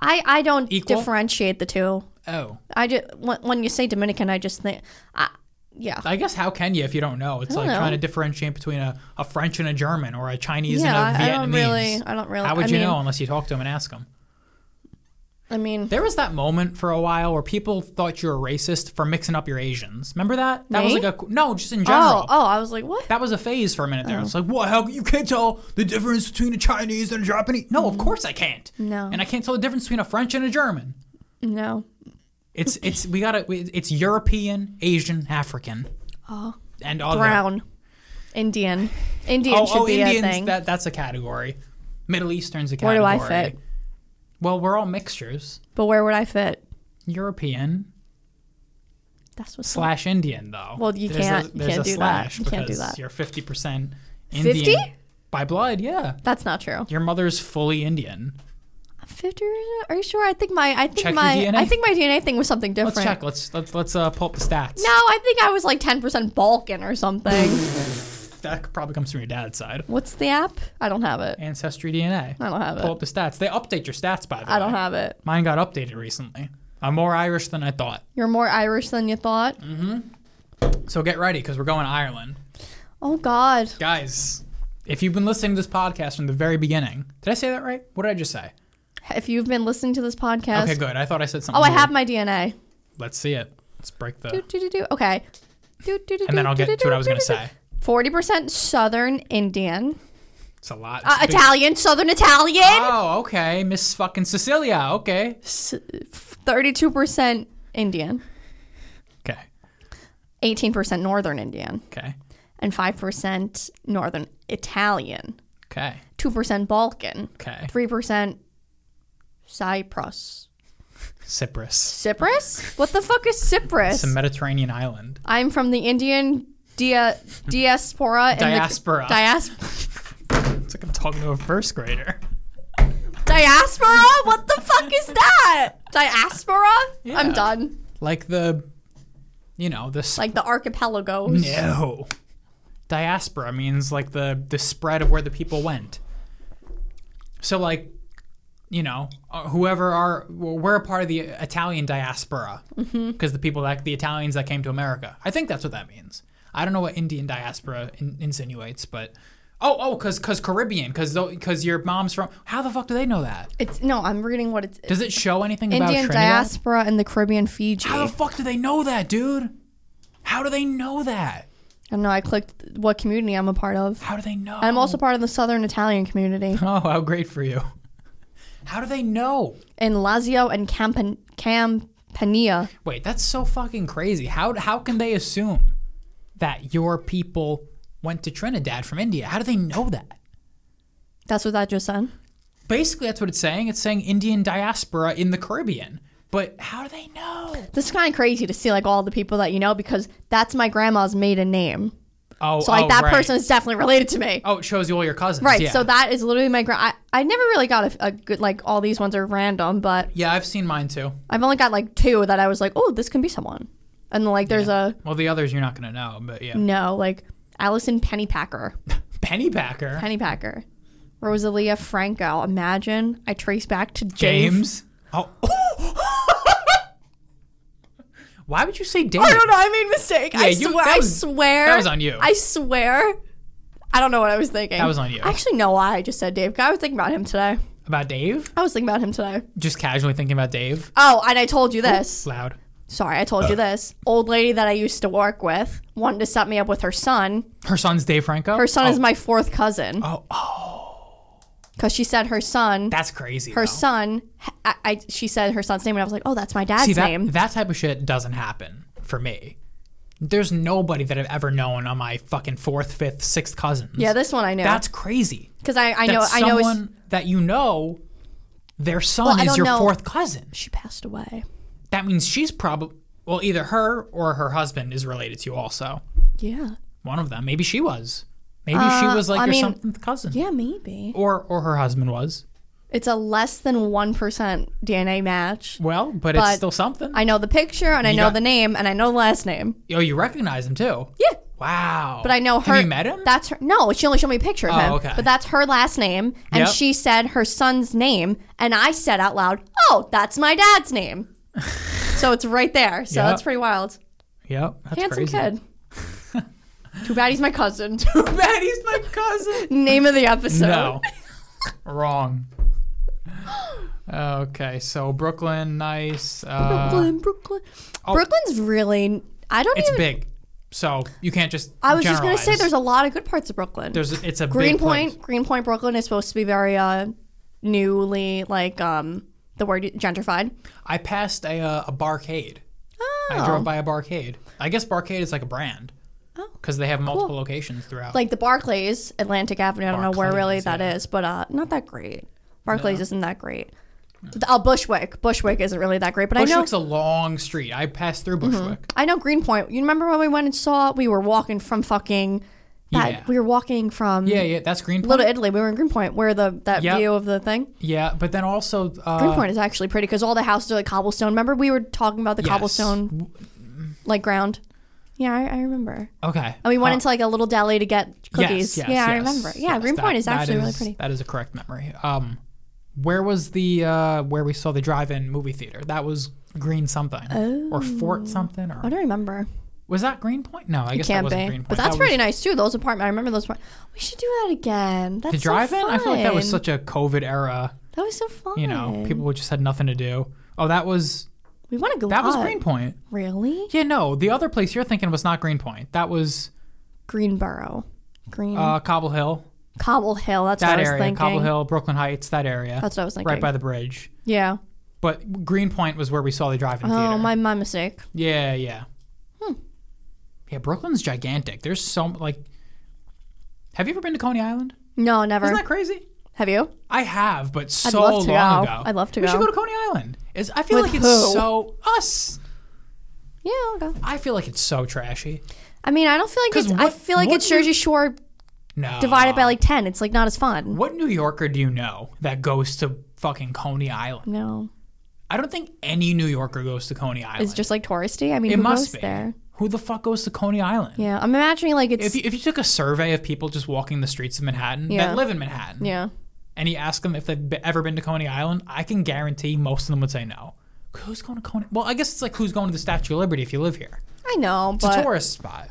Speaker 2: I, I don't
Speaker 1: Equal?
Speaker 2: differentiate the two.
Speaker 1: Oh,
Speaker 2: I just when, when you say Dominican, I just think, I, yeah,
Speaker 1: I guess how can you if you don't know? It's
Speaker 2: don't
Speaker 1: like
Speaker 2: know.
Speaker 1: trying to differentiate between a, a French and a German or a Chinese
Speaker 2: yeah.
Speaker 1: and
Speaker 2: I,
Speaker 1: a
Speaker 2: I
Speaker 1: Vietnamese.
Speaker 2: don't really, I don't really.
Speaker 1: How would
Speaker 2: I
Speaker 1: you
Speaker 2: mean,
Speaker 1: know unless you talk to them and ask them?
Speaker 2: I mean,
Speaker 1: There was that moment for a while where people thought you were racist for mixing up your Asians. Remember that? That was
Speaker 2: Me?
Speaker 1: like a no, just in general.
Speaker 2: oh, oh, I was like, what?
Speaker 1: That was a phase for a minute there. It's like, what? How you can't tell the difference between a Chinese and a Japanese? No, of course I can't.
Speaker 2: Mm. No.
Speaker 1: and I can't tell the difference between a French and a German.
Speaker 2: No, [laughs]
Speaker 1: It's it's we gotta we- it's European, Asian, African,
Speaker 2: oh,
Speaker 1: and all
Speaker 2: brown, Indian, Indian
Speaker 1: That. Oh,
Speaker 2: should
Speaker 1: oh,
Speaker 2: be
Speaker 1: Indians.
Speaker 2: a thing.
Speaker 1: That that's a category. Middle Eastern's a
Speaker 2: Where
Speaker 1: category.
Speaker 2: do I fit?
Speaker 1: Well, we're all mixtures.
Speaker 2: but where would I fit?
Speaker 1: European
Speaker 2: That's what's like
Speaker 1: slash Indian, though.
Speaker 2: Well, you
Speaker 1: There's a-
Speaker 2: can't- you
Speaker 1: there's
Speaker 2: can't
Speaker 1: a
Speaker 2: do that.
Speaker 1: slash
Speaker 2: You can't do
Speaker 1: because
Speaker 2: that.
Speaker 1: You're fifty percent
Speaker 2: 50?
Speaker 1: Indian by blood. Yeah,
Speaker 2: That's not true.
Speaker 1: your mother's fully Indian.
Speaker 2: Fifty? percent? Are you sure? I think my I think
Speaker 1: Check your
Speaker 2: my
Speaker 1: DNA.
Speaker 2: I think my DNA thing was something different.
Speaker 1: Let's check. Let's let's let's uh, pull up the stats.
Speaker 2: No, I think I was like ten percent Balkan or something.
Speaker 1: [laughs] That probably comes from your dad's side.
Speaker 2: What's the app? I don't have it.
Speaker 1: Ancestry DNA.
Speaker 2: I don't have it.
Speaker 1: Pull up the stats. They update your stats by the way.
Speaker 2: I don't have it.
Speaker 1: Mine got updated recently. I'm more Irish than I thought.
Speaker 2: You're more Irish than you thought.
Speaker 1: Mm. So get ready because we're going to Ireland.
Speaker 2: Oh God,
Speaker 1: Guys, if you've been listening to this podcast from the very beginning, did I say that right? What did I just say?
Speaker 2: if you've been listening to this podcast,
Speaker 1: Okay, good. I thought I said something.
Speaker 2: oh, I
Speaker 1: weird.
Speaker 2: have my DNA.
Speaker 1: Let's see it. Let's break the.
Speaker 2: Do, do, do, do. Okay. Do, do, do,
Speaker 1: And then I'll get to what I was going to say.
Speaker 2: Forty percent Southern Indian,
Speaker 1: It's a lot.
Speaker 2: uh,
Speaker 1: It's a big-
Speaker 2: Italian, Southern Italian.
Speaker 1: Oh, okay. Miss fucking Cecilia. Okay.
Speaker 2: Thirty-two percent Indian,
Speaker 1: Okay.
Speaker 2: eighteen percent Northern Indian,
Speaker 1: Okay.
Speaker 2: and five percent Northern Italian.
Speaker 1: Okay.
Speaker 2: Two percent Balkan,
Speaker 1: Okay.
Speaker 2: three percent Cyprus.
Speaker 1: Cyprus.
Speaker 2: Cyprus? What the fuck is Cyprus?
Speaker 1: It's a Mediterranean island.
Speaker 2: I'm from the Indian dia- diaspora. and the-
Speaker 1: Diaspora.
Speaker 2: dias-
Speaker 1: It's like I'm talking to a first grader.
Speaker 2: diaspora? What the fuck is that? Diaspora?
Speaker 1: Yeah.
Speaker 2: I'm done.
Speaker 1: Like the, you know, the sp-
Speaker 2: Like the archipelagos.
Speaker 1: no. Diaspora means like the the spread of where the people went. So like, you know, uh, whoever are well, we're a part of the Italian diaspora because the people like the Italians that came to America. I think that's what that means. I don't know what Indian diaspora in, insinuates, but oh oh, cause cause Caribbean, cause tho- cause your mom's from. How the fuck do they know that?
Speaker 2: It's no. I'm reading what it's.
Speaker 1: Does it show anything about
Speaker 2: Indian
Speaker 1: Trinidad? Oh.
Speaker 2: diaspora in the Caribbean, Fiji.
Speaker 1: How
Speaker 2: I
Speaker 1: the fuck do they know that, dude? How do they know that?
Speaker 2: don't know. I clicked what community I'm a part of.
Speaker 1: How do they know?
Speaker 2: I'm also part of the Southern Italian community
Speaker 1: Oh, how great for you. How do they know?
Speaker 2: in Lazio and Campan- Campania.
Speaker 1: Wait, that's so fucking crazy. How how can they assume that your people went to Trinidad from India? How do they know that?
Speaker 2: That's what that just said.
Speaker 1: Basically, that's what it's saying. It's saying Indian diaspora in the Caribbean. But how do they know?
Speaker 2: This is kind of crazy to see like all the people that you know because that's my grandma's maiden name.
Speaker 1: Oh,
Speaker 2: So like
Speaker 1: oh,
Speaker 2: that
Speaker 1: right.
Speaker 2: person is definitely related to me.
Speaker 1: Oh, it shows you all your cousins.
Speaker 2: right.
Speaker 1: Yeah.
Speaker 2: So that is literally my grand. I, I never really got a, a good like all these ones are random, but
Speaker 1: yeah, I've seen mine too.
Speaker 2: I've only got like two that I was like, oh, this can be someone. And then, like there's a Mm.
Speaker 1: Well, the others you're not gonna know, but yeah.
Speaker 2: no like Allison Pennypacker.
Speaker 1: Pennypacker.
Speaker 2: Penny Packer. Rosalia Franco. Imagine I trace back to Dave.
Speaker 1: James. Oh. [laughs] Why would you say Dave?
Speaker 2: I don't know. I made a mistake. I,
Speaker 1: you-
Speaker 2: swear,
Speaker 1: that was-
Speaker 2: I swear.
Speaker 1: that was on you.
Speaker 2: I swear. I don't know what I was thinking.
Speaker 1: That was on you.
Speaker 2: I actually know why I just said Dave. 'cause I was thinking about him today.
Speaker 1: About Dave?
Speaker 2: I was thinking about him today.
Speaker 1: Just casually thinking about Dave.
Speaker 2: Oh, and I told you this.
Speaker 1: Loud.
Speaker 2: Sorry, I told you this. Old lady that I used to work with wanted to set me up with her son.
Speaker 1: Her son's Dave Franco.
Speaker 2: Her son is my fourth cousin.
Speaker 1: Oh,
Speaker 2: Because she said her son,
Speaker 1: that's crazy.
Speaker 2: her
Speaker 1: though.
Speaker 2: son, I, I, she said her son's name, and I was like, oh, that's my dad's
Speaker 1: See that
Speaker 2: name.
Speaker 1: that type of shit doesn't happen for me. There's nobody that I've ever known on my fucking fourth, fifth, sixth cousins.
Speaker 2: yeah, this one I knew.
Speaker 1: that's crazy.
Speaker 2: Because I, I
Speaker 1: That
Speaker 2: know, I know,
Speaker 1: someone
Speaker 2: it's-
Speaker 1: that you know, their son
Speaker 2: Well, I
Speaker 1: is
Speaker 2: don't
Speaker 1: your
Speaker 2: know.
Speaker 1: fourth cousin.
Speaker 2: she passed away.
Speaker 1: That means she's probably well, either her or her husband is related to you. Also,
Speaker 2: Yeah.
Speaker 1: one of them. Maybe she was. Maybe she was like
Speaker 2: Uh, I
Speaker 1: your
Speaker 2: mean-
Speaker 1: something cousin.
Speaker 2: Yeah, maybe.
Speaker 1: Or or her husband was.
Speaker 2: It's a less than 1% DNA match.
Speaker 1: Well, but,
Speaker 2: But-
Speaker 1: it's still something.
Speaker 2: I know the picture, and I
Speaker 1: You
Speaker 2: know
Speaker 1: got-
Speaker 2: the name, and I know the last name.
Speaker 1: oh, you recognize him too.
Speaker 2: Yeah.
Speaker 1: Wow.
Speaker 2: But I know her.
Speaker 1: Have you met him?
Speaker 2: That's her. No, she only showed me a picture of
Speaker 1: Oh,
Speaker 2: him.
Speaker 1: okay.
Speaker 2: But that's her last name, and
Speaker 1: Yep.
Speaker 2: she said her son's name, and I said out loud, "Oh, that's my
Speaker 1: [laughs]
Speaker 2: dad's name." so it's right there. So
Speaker 1: Yep.
Speaker 2: that's pretty wild.
Speaker 1: yep. That's
Speaker 2: Handsome
Speaker 1: crazy. [laughs]
Speaker 2: kid. Too bad he's my cousin.
Speaker 1: Maddie's my cousin.
Speaker 2: [laughs] name of the episode.
Speaker 1: No. Wrong. Okay, so Brooklyn, nice. Uh, oh.
Speaker 2: Brooklyn, Brooklyn. Brooklyn's really. I don't
Speaker 1: It's
Speaker 2: even.
Speaker 1: big, so you can't just.
Speaker 2: I was just gonna say
Speaker 1: generalize.
Speaker 2: there's a lot of good parts of Brooklyn.
Speaker 1: There's it's a big place.
Speaker 2: Greenpoint, Greenpoint, Brooklyn is supposed to be very uh, newly like um the word gentrified.
Speaker 1: I passed a uh, a barcade. I drove by a barcade. I guess barcade is like a brand.
Speaker 2: Oh,
Speaker 1: Because they have multiple locations throughout.
Speaker 2: like the Barclays, Atlantic Avenue. I don't know where really
Speaker 1: Barclays,
Speaker 2: that is,
Speaker 1: yeah.
Speaker 2: but uh, not that great. Barclays isn't that great. Oh, Bushwick, Bushwick isn't really that great, but I know Mm-hmm.
Speaker 1: Bushwick's a long street. I passed through Bushwick.
Speaker 2: I know Greenpoint. You remember when we went and saw? We were walking from fucking. That,
Speaker 1: Yeah.
Speaker 2: We were walking from
Speaker 1: Yeah, yeah, that's Greenpoint.
Speaker 2: Little Italy. We were in Greenpoint, where the that
Speaker 1: Yep.
Speaker 2: view of the thing.
Speaker 1: yeah, but then also uh,
Speaker 2: Greenpoint is actually pretty because all the houses are like cobblestone. Remember we were talking about the
Speaker 1: Yes.
Speaker 2: cobblestone like ground. Yeah, I, I remember.
Speaker 1: Okay.
Speaker 2: And we went
Speaker 1: Huh.
Speaker 2: into like a little deli to get cookies.
Speaker 1: Yes, yes,
Speaker 2: yeah, I
Speaker 1: yes,
Speaker 2: remember. Yeah,
Speaker 1: yes,
Speaker 2: Greenpoint
Speaker 1: that-
Speaker 2: is
Speaker 1: that
Speaker 2: actually really
Speaker 1: is-
Speaker 2: pretty.
Speaker 1: That is a correct memory. Um, where was the uh, where we saw the drive-in movie theater? That was Green something
Speaker 2: Oh.
Speaker 1: or Fort something
Speaker 2: I
Speaker 1: or
Speaker 2: don't remember.
Speaker 1: was that Greenpoint? No, I guess that
Speaker 2: Can't
Speaker 1: wasn't
Speaker 2: be.
Speaker 1: Greenpoint.
Speaker 2: But that's
Speaker 1: that
Speaker 2: pretty
Speaker 1: was,
Speaker 2: nice too. Those apartment. I remember those. Apart- we should do that again. That's
Speaker 1: The drive-in.
Speaker 2: So fun.
Speaker 1: I feel like that was such a COVID era.
Speaker 2: That was so fun.
Speaker 1: You know, people just had nothing to do. Oh, that was
Speaker 2: We want to go.
Speaker 1: that was
Speaker 2: up.
Speaker 1: Greenpoint.
Speaker 2: Really?
Speaker 1: Yeah, no, the other place you're thinking was not Greenpoint. That was
Speaker 2: Greenboro, Green
Speaker 1: uh, Cobble Hill.
Speaker 2: Cobble Hill. Mm-hmm. That's
Speaker 1: That
Speaker 2: what I was
Speaker 1: area,
Speaker 2: thinking.
Speaker 1: Cobble Hill, Brooklyn Heights, that area.
Speaker 2: That's what I was thinking.
Speaker 1: Right by the bridge.
Speaker 2: yeah.
Speaker 1: But Greenpoint was where we saw the drive-in theater.
Speaker 2: Oh, my Hmm. my mistake.
Speaker 1: Yeah, yeah. Yeah, Brooklyn's gigantic. There's so like. Have you ever been to Coney Island?
Speaker 2: No, never.
Speaker 1: Isn't that crazy?
Speaker 2: Have you?
Speaker 1: I have, but so
Speaker 2: love to
Speaker 1: long
Speaker 2: go.
Speaker 1: ago.
Speaker 2: I'd love to
Speaker 1: we
Speaker 2: go.
Speaker 1: should go to Coney Island. It's, I feel
Speaker 2: With
Speaker 1: like
Speaker 2: who?
Speaker 1: it's so us.
Speaker 2: Yeah, I'll go.
Speaker 1: I feel like it's so trashy.
Speaker 2: I mean, I don't feel like
Speaker 1: 'Cause
Speaker 2: it's. I
Speaker 1: what-
Speaker 2: feel like
Speaker 1: what
Speaker 2: it's
Speaker 1: do you- Ah.
Speaker 2: Jersey Shore
Speaker 1: No.
Speaker 2: divided by like ten. It's like not as fun.
Speaker 1: What New Yorker do you know that goes to fucking Coney Island?
Speaker 2: No,
Speaker 1: I don't think any New Yorker goes to Coney Island.
Speaker 2: it's just like touristy. I mean,
Speaker 1: it
Speaker 2: who
Speaker 1: must
Speaker 2: goes
Speaker 1: be.
Speaker 2: there?
Speaker 1: Who the fuck goes to Coney Island?
Speaker 2: Yeah, I'm imagining like it's.
Speaker 1: If you, if you took a survey of people just walking the streets of Manhattan
Speaker 2: Yeah.
Speaker 1: that live in Manhattan,
Speaker 2: yeah,
Speaker 1: and you ask them if they've be- ever been to Coney Island, I can guarantee most of them would say no. Who's going to Coney? Well, I guess it's like who's going to the Statue of Liberty if you live here.
Speaker 2: I know,
Speaker 1: It's a
Speaker 2: but
Speaker 1: tourist spot.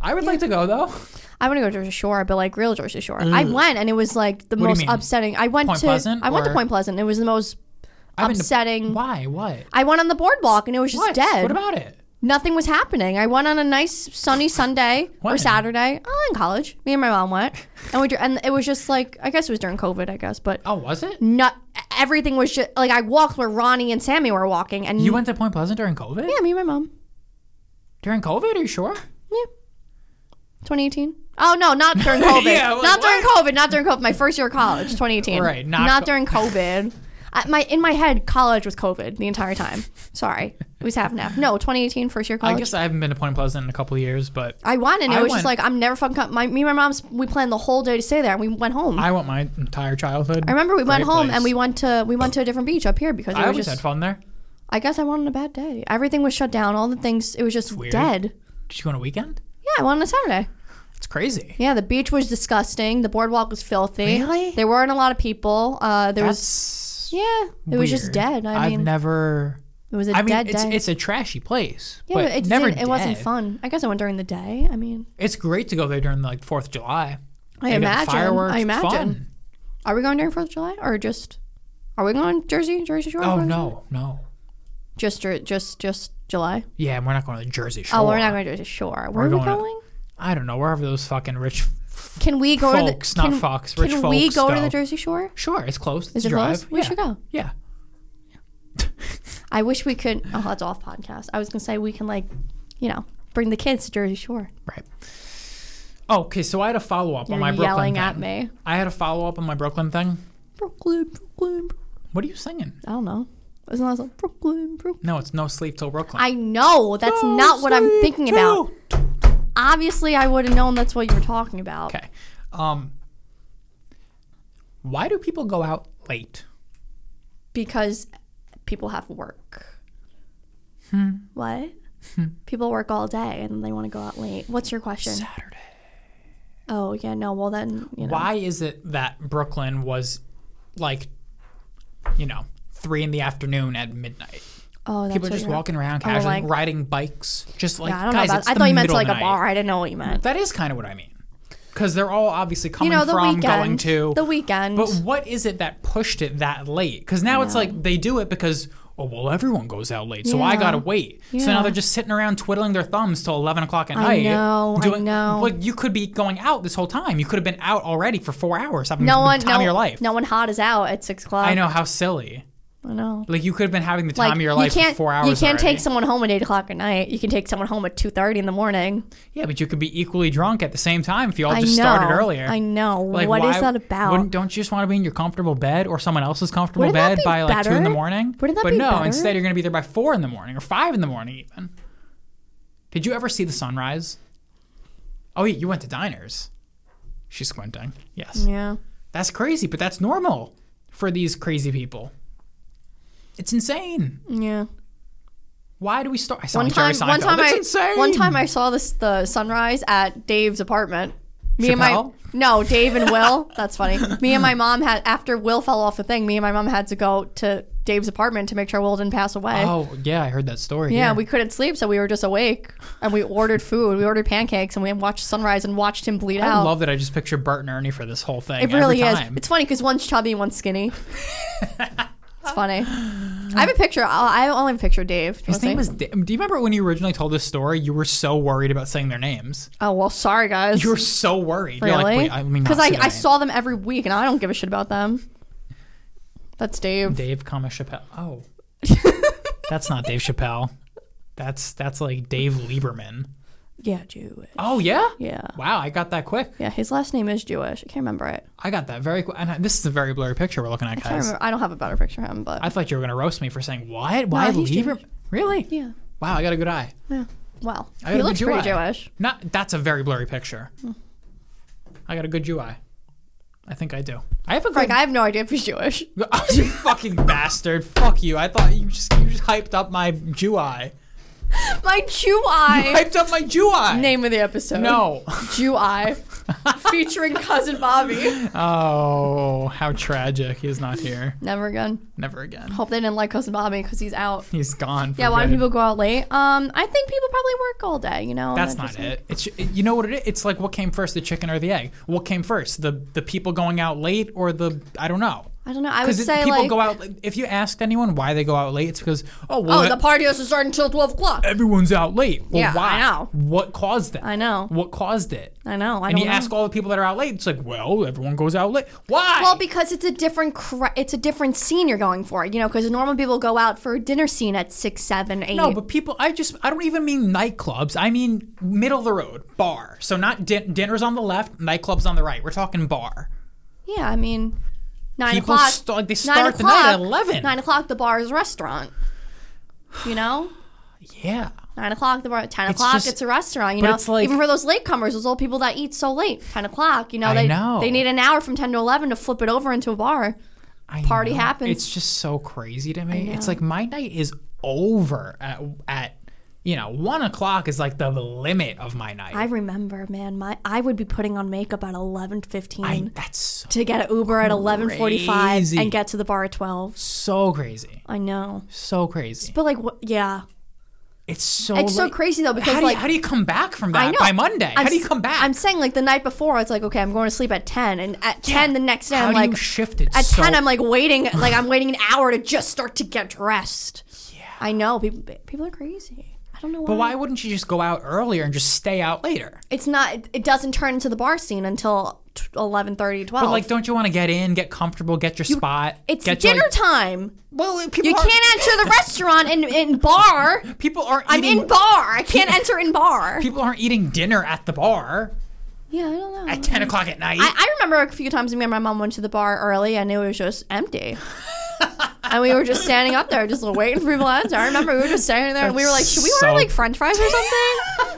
Speaker 1: I would like to go though.
Speaker 2: I want to go to Jersey Shore, but like real Jersey Shore. I went and it was like the
Speaker 1: Mm. you
Speaker 2: most
Speaker 1: mean?
Speaker 2: upsetting. I went
Speaker 1: Point
Speaker 2: to
Speaker 1: Pleasant
Speaker 2: I went to
Speaker 1: or-
Speaker 2: Point Pleasant. It was the most
Speaker 1: I've been to-
Speaker 2: upsetting.
Speaker 1: why? What?
Speaker 2: I went on the boardwalk and it was just
Speaker 1: What?
Speaker 2: dead.
Speaker 1: What about it?
Speaker 2: Nothing was happening. I went on a nice sunny Sunday or
Speaker 1: [laughs] When?
Speaker 2: Saturday oh, in college. Me and my mom went, and we dr- and it was just like I guess it was during COVID. I guess, but
Speaker 1: Oh, was it?
Speaker 2: not everything was just like I walked where Ronnie and Sammy were walking, and
Speaker 1: You went to Point Pleasant during COVID?
Speaker 2: yeah, me and my mom,
Speaker 1: During COVID? Are you sure?
Speaker 2: yeah, 2018. Oh no, not during
Speaker 1: [laughs]
Speaker 2: COVID.
Speaker 1: Yeah, like,
Speaker 2: not during COVID. Not during COVID. My first year of college, 2018.
Speaker 1: Right,
Speaker 2: Not,
Speaker 1: not co- [laughs]
Speaker 2: during COVID. I, my in my head, college was COVID the entire time. Sorry, it was half and half. No, 2018, first year of college.
Speaker 1: I guess I haven't been to Point Pleasant in a couple of years, but
Speaker 2: I went and it
Speaker 1: I
Speaker 2: was just
Speaker 1: went-
Speaker 2: like I'm never fucking. com- My, me and my mom's we planned the whole day to stay there and we went home. I,
Speaker 1: I went my entire childhood. I
Speaker 2: remember we went home and we went to we went to a different beach up here because it
Speaker 1: I
Speaker 2: was
Speaker 1: always had
Speaker 2: just.
Speaker 1: fun there.
Speaker 2: I guess I wanted a bad day. Everything was shut down. All the things it was just
Speaker 1: weird.
Speaker 2: dead.
Speaker 1: Did you go on a weekend?
Speaker 2: Yeah, I went on a Saturday.
Speaker 1: It's crazy.
Speaker 2: Yeah, the beach was disgusting. The boardwalk was filthy.
Speaker 1: Really?
Speaker 2: There weren't a lot of people. Uh, there was
Speaker 1: That's
Speaker 2: yeah, it was just
Speaker 1: weird.
Speaker 2: dead. I
Speaker 1: I've
Speaker 2: mean,
Speaker 1: never.
Speaker 2: it was a
Speaker 1: I mean,
Speaker 2: dead
Speaker 1: it's
Speaker 2: day.
Speaker 1: it's a trashy place,
Speaker 2: yeah,
Speaker 1: but
Speaker 2: but it,
Speaker 1: never.
Speaker 2: didn't, it wasn't
Speaker 1: dead.
Speaker 2: fun. I guess I went during the day. I mean,
Speaker 1: It's great to go there during like Fourth of July.
Speaker 2: I
Speaker 1: They got
Speaker 2: imagine.
Speaker 1: Fireworks,
Speaker 2: I imagine.
Speaker 1: Fun.
Speaker 2: Are we going during Fourth of July or just? Are we going Jersey? Jersey Shore?
Speaker 1: Oh
Speaker 2: Fourth of July?
Speaker 1: no, no.
Speaker 2: Just Jer- just just July.
Speaker 1: Yeah, and we're not going to the Jersey Shore.
Speaker 2: Oh, we're not going to Jersey Shore. Where
Speaker 1: We're
Speaker 2: are we
Speaker 1: going to-
Speaker 2: going?
Speaker 1: I don't know wherever those fucking rich.
Speaker 2: Can we go
Speaker 1: Folks,
Speaker 2: to the
Speaker 1: not
Speaker 2: can,
Speaker 1: fucks,
Speaker 2: Can
Speaker 1: rich
Speaker 2: we
Speaker 1: folks
Speaker 2: go to
Speaker 1: go.
Speaker 2: the Jersey Shore?
Speaker 1: Sure, it's close. It's
Speaker 2: Is
Speaker 1: a
Speaker 2: it
Speaker 1: drive.
Speaker 2: close? We
Speaker 1: yeah.
Speaker 2: should go.
Speaker 1: Yeah.
Speaker 2: I wish we could. Oh, that's off podcast. I was gonna say we can like, you know, bring the kids to Jersey Shore.
Speaker 1: Right. Oh, okay. So I had a follow up on
Speaker 2: You're
Speaker 1: my Brooklyn
Speaker 2: yelling
Speaker 1: thing.
Speaker 2: at me.
Speaker 1: I had a follow up on my Brooklyn thing.
Speaker 2: Brooklyn, Brooklyn. Bro-
Speaker 1: What are you singing?
Speaker 2: I don't know. Isn't that like Brooklyn, Brooklyn?
Speaker 1: No, it's no sleep till Brooklyn.
Speaker 2: I know that's not what I'm thinking about. Obviously, I would have known that's what you were talking about.
Speaker 1: Okay. Um. Why do people go out late?
Speaker 2: because people have work.
Speaker 1: Hmm.
Speaker 2: What? People work all day and they want to go out late. What's your question?
Speaker 1: Saturday.
Speaker 2: Oh yeah, no. Well then, you know.
Speaker 1: Why is it that Brooklyn was like, you know, three in the afternoon at midnight?
Speaker 2: Oh, that's
Speaker 1: People are
Speaker 2: what
Speaker 1: just
Speaker 2: you're-
Speaker 1: walking around casually,
Speaker 2: like-
Speaker 1: riding bikes, just like
Speaker 2: Yeah, I don't
Speaker 1: guys.
Speaker 2: know
Speaker 1: it's
Speaker 2: about. I
Speaker 1: the
Speaker 2: thought you meant
Speaker 1: middle
Speaker 2: to like
Speaker 1: of
Speaker 2: a
Speaker 1: the night.
Speaker 2: bar. I didn't know what you meant.
Speaker 1: That is kind of what I mean, because they're all obviously
Speaker 2: You
Speaker 1: coming
Speaker 2: know, the
Speaker 1: from,
Speaker 2: weekend.
Speaker 1: going to
Speaker 2: the weekend.
Speaker 1: But what is it that pushed it that late? Because now it's like they do it because oh well, everyone goes out late, so I
Speaker 2: Yeah.
Speaker 1: gotta wait. So now
Speaker 2: Yeah.
Speaker 1: they're just sitting around twiddling their thumbs till eleven o'clock at night.
Speaker 2: know, I
Speaker 1: doing,
Speaker 2: know.
Speaker 1: Like you could be going out this whole time. You could have been out already for four hours. Having
Speaker 2: no one,
Speaker 1: the time
Speaker 2: no,
Speaker 1: of your life.
Speaker 2: no one hot is out at six o'clock.
Speaker 1: I know how silly.
Speaker 2: I know.
Speaker 1: Like you could have been having the time
Speaker 2: Like
Speaker 1: of your life
Speaker 2: you can't,
Speaker 1: for four hours.
Speaker 2: you can't
Speaker 1: already.
Speaker 2: take someone home at eight o'clock at night. You can take someone home at two thirty in the morning.
Speaker 1: Yeah, but you could be equally drunk at the same time if you all
Speaker 2: I
Speaker 1: just
Speaker 2: know.
Speaker 1: started earlier.
Speaker 2: I know. What
Speaker 1: Like,
Speaker 2: is
Speaker 1: why-
Speaker 2: that about?
Speaker 1: wouldn't- don't you just want to be in your comfortable bed or someone else's comfortable
Speaker 2: Wouldn't that
Speaker 1: bed
Speaker 2: be
Speaker 1: by like two in the
Speaker 2: better?
Speaker 1: morning?
Speaker 2: Wouldn't that
Speaker 1: but
Speaker 2: be
Speaker 1: no,
Speaker 2: better?
Speaker 1: instead you're going to be there by four in the morning or five in the morning even. Did you ever see the sunrise? Oh yeah, you went to diners. She's squinting. Yes,
Speaker 2: yeah.
Speaker 1: that's crazy, but that's normal for these crazy people. It's insane.
Speaker 2: Yeah.
Speaker 1: Why do we start? I sound
Speaker 2: One
Speaker 1: like Jerry
Speaker 2: time, one
Speaker 1: Seinfeld.
Speaker 2: time,
Speaker 1: It's
Speaker 2: I,
Speaker 1: insane.
Speaker 2: one time I saw this the sunrise at Dave's apartment. Me and my
Speaker 1: Chappelle?
Speaker 2: no, Dave and Will. that's funny. Me and my mom had after Will fell off the thing. Me and my mom had to go to Dave's apartment to make sure Will didn't pass away.
Speaker 1: Oh yeah, I heard that story.
Speaker 2: Yeah,
Speaker 1: here.
Speaker 2: we couldn't sleep, so we were just awake and
Speaker 1: [laughs]
Speaker 2: we ordered food. We ordered pancakes and we watched sunrise and watched him bleed
Speaker 1: I
Speaker 2: out.
Speaker 1: love that I just picture Bert and Ernie for this whole thing.
Speaker 2: it really
Speaker 1: every
Speaker 2: is.
Speaker 1: time.
Speaker 2: It's funny because one's chubby and one's skinny.
Speaker 1: [laughs]
Speaker 2: it's funny. I have a picture. I I only have a picture of Dave. Do you wanna
Speaker 1: His name
Speaker 2: see?
Speaker 1: is. Da- Do you remember when you originally told this story? You were so worried about saying their names.
Speaker 2: oh well, sorry guys.
Speaker 1: You were so worried. You're like,
Speaker 2: Really?
Speaker 1: wait, I mean,
Speaker 2: Because I, I saw them every week and I don't give a shit about them. That's Dave.
Speaker 1: Dave, comma Chappelle.
Speaker 2: [laughs]
Speaker 1: Oh, that's not Dave Chappelle. That's that's like Dave Lieberman.
Speaker 2: Yeah, Jewish.
Speaker 1: Oh yeah.
Speaker 2: Yeah.
Speaker 1: Wow, I got that quick.
Speaker 2: Yeah, his last name is Jewish. I can't remember it.
Speaker 1: I got that very quick. And I, this is a very blurry picture we're looking at,
Speaker 2: I can't
Speaker 1: guys. I,
Speaker 2: remember. I don't have a better picture of him, but
Speaker 1: thought you were gonna roast me for saying what? Why
Speaker 2: he's
Speaker 1: Lieberman?
Speaker 2: Jewish.
Speaker 1: Really?
Speaker 2: yeah.
Speaker 1: Wow, I got a good eye.
Speaker 2: Yeah. Well,
Speaker 1: I got a
Speaker 2: he
Speaker 1: good
Speaker 2: looks
Speaker 1: Jew
Speaker 2: pretty
Speaker 1: eye.
Speaker 2: Jewish.
Speaker 1: Not that's a very blurry picture.
Speaker 2: Hmm.
Speaker 1: I got a good Jew eye. I think I do. I have a good.
Speaker 2: Like I have no idea if he's Jewish.
Speaker 1: [laughs] you fucking bastard! Fuck you! I thought you just you just hyped up my Jew eye.
Speaker 2: My Jew eye.
Speaker 1: Hyped up my Jew eye.
Speaker 2: Name of the episode.
Speaker 1: No. [laughs]
Speaker 2: Jew eye. Featuring cousin Bobby.
Speaker 1: Oh, how tragic! He is not here.
Speaker 2: Never again.
Speaker 1: Never again.
Speaker 2: Hope they didn't like cousin Bobby because he's out.
Speaker 1: He's gone. For
Speaker 2: Yeah, why do
Speaker 1: good.
Speaker 2: people go out late? Um, I think people probably work all day. You know. and
Speaker 1: That's
Speaker 2: they're
Speaker 1: not
Speaker 2: just
Speaker 1: it. It's you know what it is. It's like what came first, the chicken or the egg? What came first, the the people going out late or the I don't know.
Speaker 2: like- I don't know. I would
Speaker 1: Because
Speaker 2: say
Speaker 1: people
Speaker 2: like
Speaker 1: go out. If you asked anyone why they go out late, it's because oh well,
Speaker 2: Oh, the party doesn't start until 12 o'clock.
Speaker 1: everyone's out late. Well,
Speaker 2: Yeah, I
Speaker 1: why?
Speaker 2: know.
Speaker 1: What caused that?
Speaker 2: I know.
Speaker 1: What caused it?
Speaker 2: I know. I
Speaker 1: And you
Speaker 2: don't know.
Speaker 1: ask all the people that are out late, it's like, well, everyone goes out late. Why?
Speaker 2: well, because it's a different cra- it's a different scene you're going for, you know. Because normal people go out for a dinner scene at six, seven, eight.
Speaker 1: no, but people, I just, I don't even mean nightclubs. I mean middle of the road, bar. So not din- dinners on the left, nightclubs on the right. We're talking bar.
Speaker 2: yeah, I mean, nine
Speaker 1: People
Speaker 2: o'clock.
Speaker 1: st- like, they
Speaker 2: nine
Speaker 1: start
Speaker 2: o'clock.
Speaker 1: the night at 11.
Speaker 2: Nine o'clock, the bar is a restaurant. You know,
Speaker 1: Yeah.
Speaker 2: nine o'clock, the bar. Ten o'clock,
Speaker 1: just-
Speaker 2: it's a restaurant. You
Speaker 1: but
Speaker 2: know,
Speaker 1: it's like-
Speaker 2: even for those latecomers, those old people that eat so late, ten o'clock. You know,
Speaker 1: I
Speaker 2: they
Speaker 1: know.
Speaker 2: they need an hour from ten to eleven to flip it over into a bar.
Speaker 1: I
Speaker 2: Party
Speaker 1: know.
Speaker 2: happens.
Speaker 1: It's just so crazy to me. It's like my night is over at, at you know, one o'clock is like the limit of my night.
Speaker 2: I remember, man. My I would be putting on makeup at eleven
Speaker 1: I-
Speaker 2: fifteen
Speaker 1: that's so,
Speaker 2: to get an Uber at eleven forty five
Speaker 1: Crazy.
Speaker 2: and get to the bar at twelve.
Speaker 1: so crazy,
Speaker 2: I know,
Speaker 1: so crazy.
Speaker 2: but like, what? Yeah,
Speaker 1: It's so
Speaker 2: it's so
Speaker 1: late.
Speaker 2: crazy though because
Speaker 1: How do,
Speaker 2: like
Speaker 1: you, how do you come back from
Speaker 2: I
Speaker 1: that
Speaker 2: know.
Speaker 1: by Monday?
Speaker 2: I'm
Speaker 1: how do you
Speaker 2: s-
Speaker 1: come back?
Speaker 2: I'm saying like the night before, it's like okay, I'm going to sleep at ten, and at ten the next day,
Speaker 1: how
Speaker 2: I'm
Speaker 1: do
Speaker 2: like
Speaker 1: you shift it
Speaker 2: at
Speaker 1: so
Speaker 2: ten, I'm like
Speaker 1: [sighs]
Speaker 2: waiting, like I'm waiting an hour to just start to get dressed. Yeah, I know people. People are crazy. I don't know why.
Speaker 1: But why wouldn't you just go out earlier and just stay out later?
Speaker 2: It's not. It, it doesn't turn into the bar scene until t- 11, 12.
Speaker 1: But like, don't you want to get in, get comfortable, get your spot?
Speaker 2: Oh. it's
Speaker 1: get your,
Speaker 2: dinner
Speaker 1: like-
Speaker 2: time.
Speaker 1: well, people
Speaker 2: You
Speaker 1: aren't-
Speaker 2: can't
Speaker 1: [laughs]
Speaker 2: enter the restaurant and in bar.
Speaker 1: People aren't.
Speaker 2: I'm
Speaker 1: eating,
Speaker 2: in bar. I can't enter in bar.
Speaker 1: People aren't eating dinner at the bar
Speaker 2: Yeah, I don't know.
Speaker 1: at ten o'clock at night.
Speaker 2: I, I remember a few times me and my mom went to the bar early and it was just empty. and we were just standing up there, just waiting for people to enter. I remember we were just standing there and we were like, should we
Speaker 1: so-
Speaker 2: order like french
Speaker 1: [laughs]
Speaker 2: fries or something?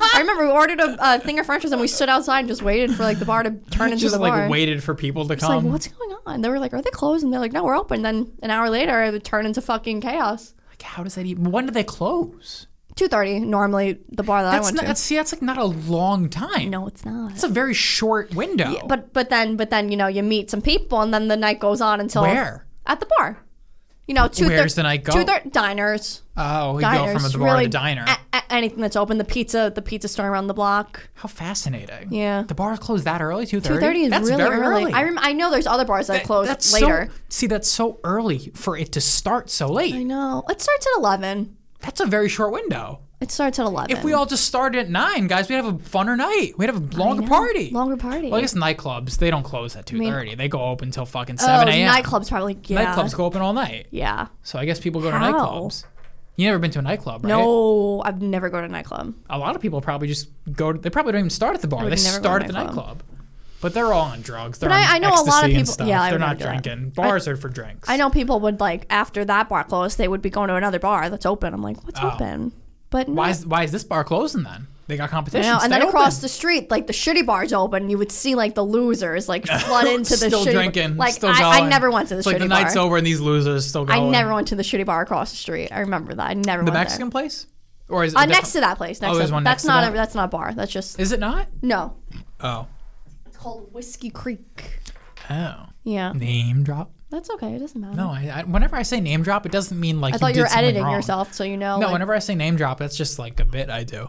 Speaker 2: I [laughs] remember we ordered a, a thing of french fries and we stood outside and just waited for like the bar to turn into
Speaker 1: just
Speaker 2: the
Speaker 1: like
Speaker 2: bar.
Speaker 1: waited for people to
Speaker 2: It's like,
Speaker 1: come.
Speaker 2: what's going on? They were like, are they closed? And they're like, no, we're open. Then an hour later, it would turn into fucking chaos.
Speaker 1: Like, how does that even? When do they close?
Speaker 2: 2.30, normally the bar that I
Speaker 1: That's
Speaker 2: went
Speaker 1: not.
Speaker 2: to.
Speaker 1: That's, see, that's like not a long time.
Speaker 2: no, it's not.
Speaker 1: it's a very short window.
Speaker 2: But but then but then you know you meet some people and then the night goes on until
Speaker 1: Where?
Speaker 2: at the bar. You know, two
Speaker 1: Where's the night go?
Speaker 2: Two thir- diners,
Speaker 1: Oh, we
Speaker 2: diners,
Speaker 1: go from a bar
Speaker 2: really,
Speaker 1: to diner.
Speaker 2: a- a- anything that's open. The pizza, the pizza store around the block.
Speaker 1: How fascinating.
Speaker 2: Yeah.
Speaker 1: The bar closed that early. Two thirty.
Speaker 2: Two thirty is
Speaker 1: that's
Speaker 2: really
Speaker 1: very
Speaker 2: early.
Speaker 1: early.
Speaker 2: I rem- I know there's other bars that,
Speaker 1: That-
Speaker 2: close
Speaker 1: that's so-
Speaker 2: later.
Speaker 1: see, that's so early for it to start so
Speaker 2: I
Speaker 1: late.
Speaker 2: know. It starts at eleven.
Speaker 1: That's a very short window.
Speaker 2: It starts at eleven.
Speaker 1: If we all just started at nine, guys, we'd have a funner night. We'd have a longer party.
Speaker 2: longer party.
Speaker 1: Well, I guess nightclubs they don't close at two thirty. they go open till fucking
Speaker 2: oh,
Speaker 1: seven a.m.
Speaker 2: nightclubs probably yeah.
Speaker 1: Nightclubs go open all night.
Speaker 2: Yeah.
Speaker 1: So I guess people go to
Speaker 2: How?
Speaker 1: nightclubs. You never been to a nightclub, right?
Speaker 2: No, I've never go to a nightclub.
Speaker 1: A lot of people probably just go. To, they probably don't even start at the bar.
Speaker 2: would
Speaker 1: They
Speaker 2: never go to
Speaker 1: start at the
Speaker 2: nightclub.
Speaker 1: nightclub. But they're all on drugs. They're
Speaker 2: But
Speaker 1: on
Speaker 2: I- I know a lot of
Speaker 1: ecstasy and
Speaker 2: people-
Speaker 1: Stuff.
Speaker 2: yeah, I
Speaker 1: they're
Speaker 2: would
Speaker 1: not
Speaker 2: never do that.
Speaker 1: drinking. Bars are for drinks.
Speaker 2: I know people would like after that bar closed, they would be going to another bar that's open. I'm like, what's open? But no.
Speaker 1: Oh. Why is why is this bar closing then? They got
Speaker 2: You
Speaker 1: competition.
Speaker 2: know, and
Speaker 1: Stay
Speaker 2: then across
Speaker 1: open.
Speaker 2: the street, like the shitty bars open, you would see like the
Speaker 1: [laughs]
Speaker 2: losers like flood into the
Speaker 1: still
Speaker 2: shitty.
Speaker 1: drinking.
Speaker 2: like
Speaker 1: still
Speaker 2: I, I
Speaker 1: going.
Speaker 2: never went to the
Speaker 1: It's
Speaker 2: shitty
Speaker 1: like the
Speaker 2: bar.
Speaker 1: night's over and these losers still
Speaker 2: I
Speaker 1: going.
Speaker 2: never went to the shitty bar across the street. I remember that. I never
Speaker 1: The
Speaker 2: went
Speaker 1: Mexican place, or is it
Speaker 2: there. Uh,
Speaker 1: a
Speaker 2: next
Speaker 1: different-
Speaker 2: to that place. Next
Speaker 1: Oh,
Speaker 2: to
Speaker 1: there's one
Speaker 2: that's
Speaker 1: next to
Speaker 2: not
Speaker 1: that?
Speaker 2: a that's not a bar. That's just
Speaker 1: Is it not?
Speaker 2: no.
Speaker 1: Oh,
Speaker 2: It's called Whiskey Creek.
Speaker 1: oh.
Speaker 2: Yeah,
Speaker 1: Name drop?
Speaker 2: that's okay. It doesn't matter.
Speaker 1: No, I, I, whenever I say name drop, it doesn't mean like
Speaker 2: I thought
Speaker 1: you
Speaker 2: you were
Speaker 1: did something
Speaker 2: editing
Speaker 1: wrong.
Speaker 2: yourself, so you know.
Speaker 1: No,
Speaker 2: like-
Speaker 1: whenever I say name drop, that's just like a bit I do.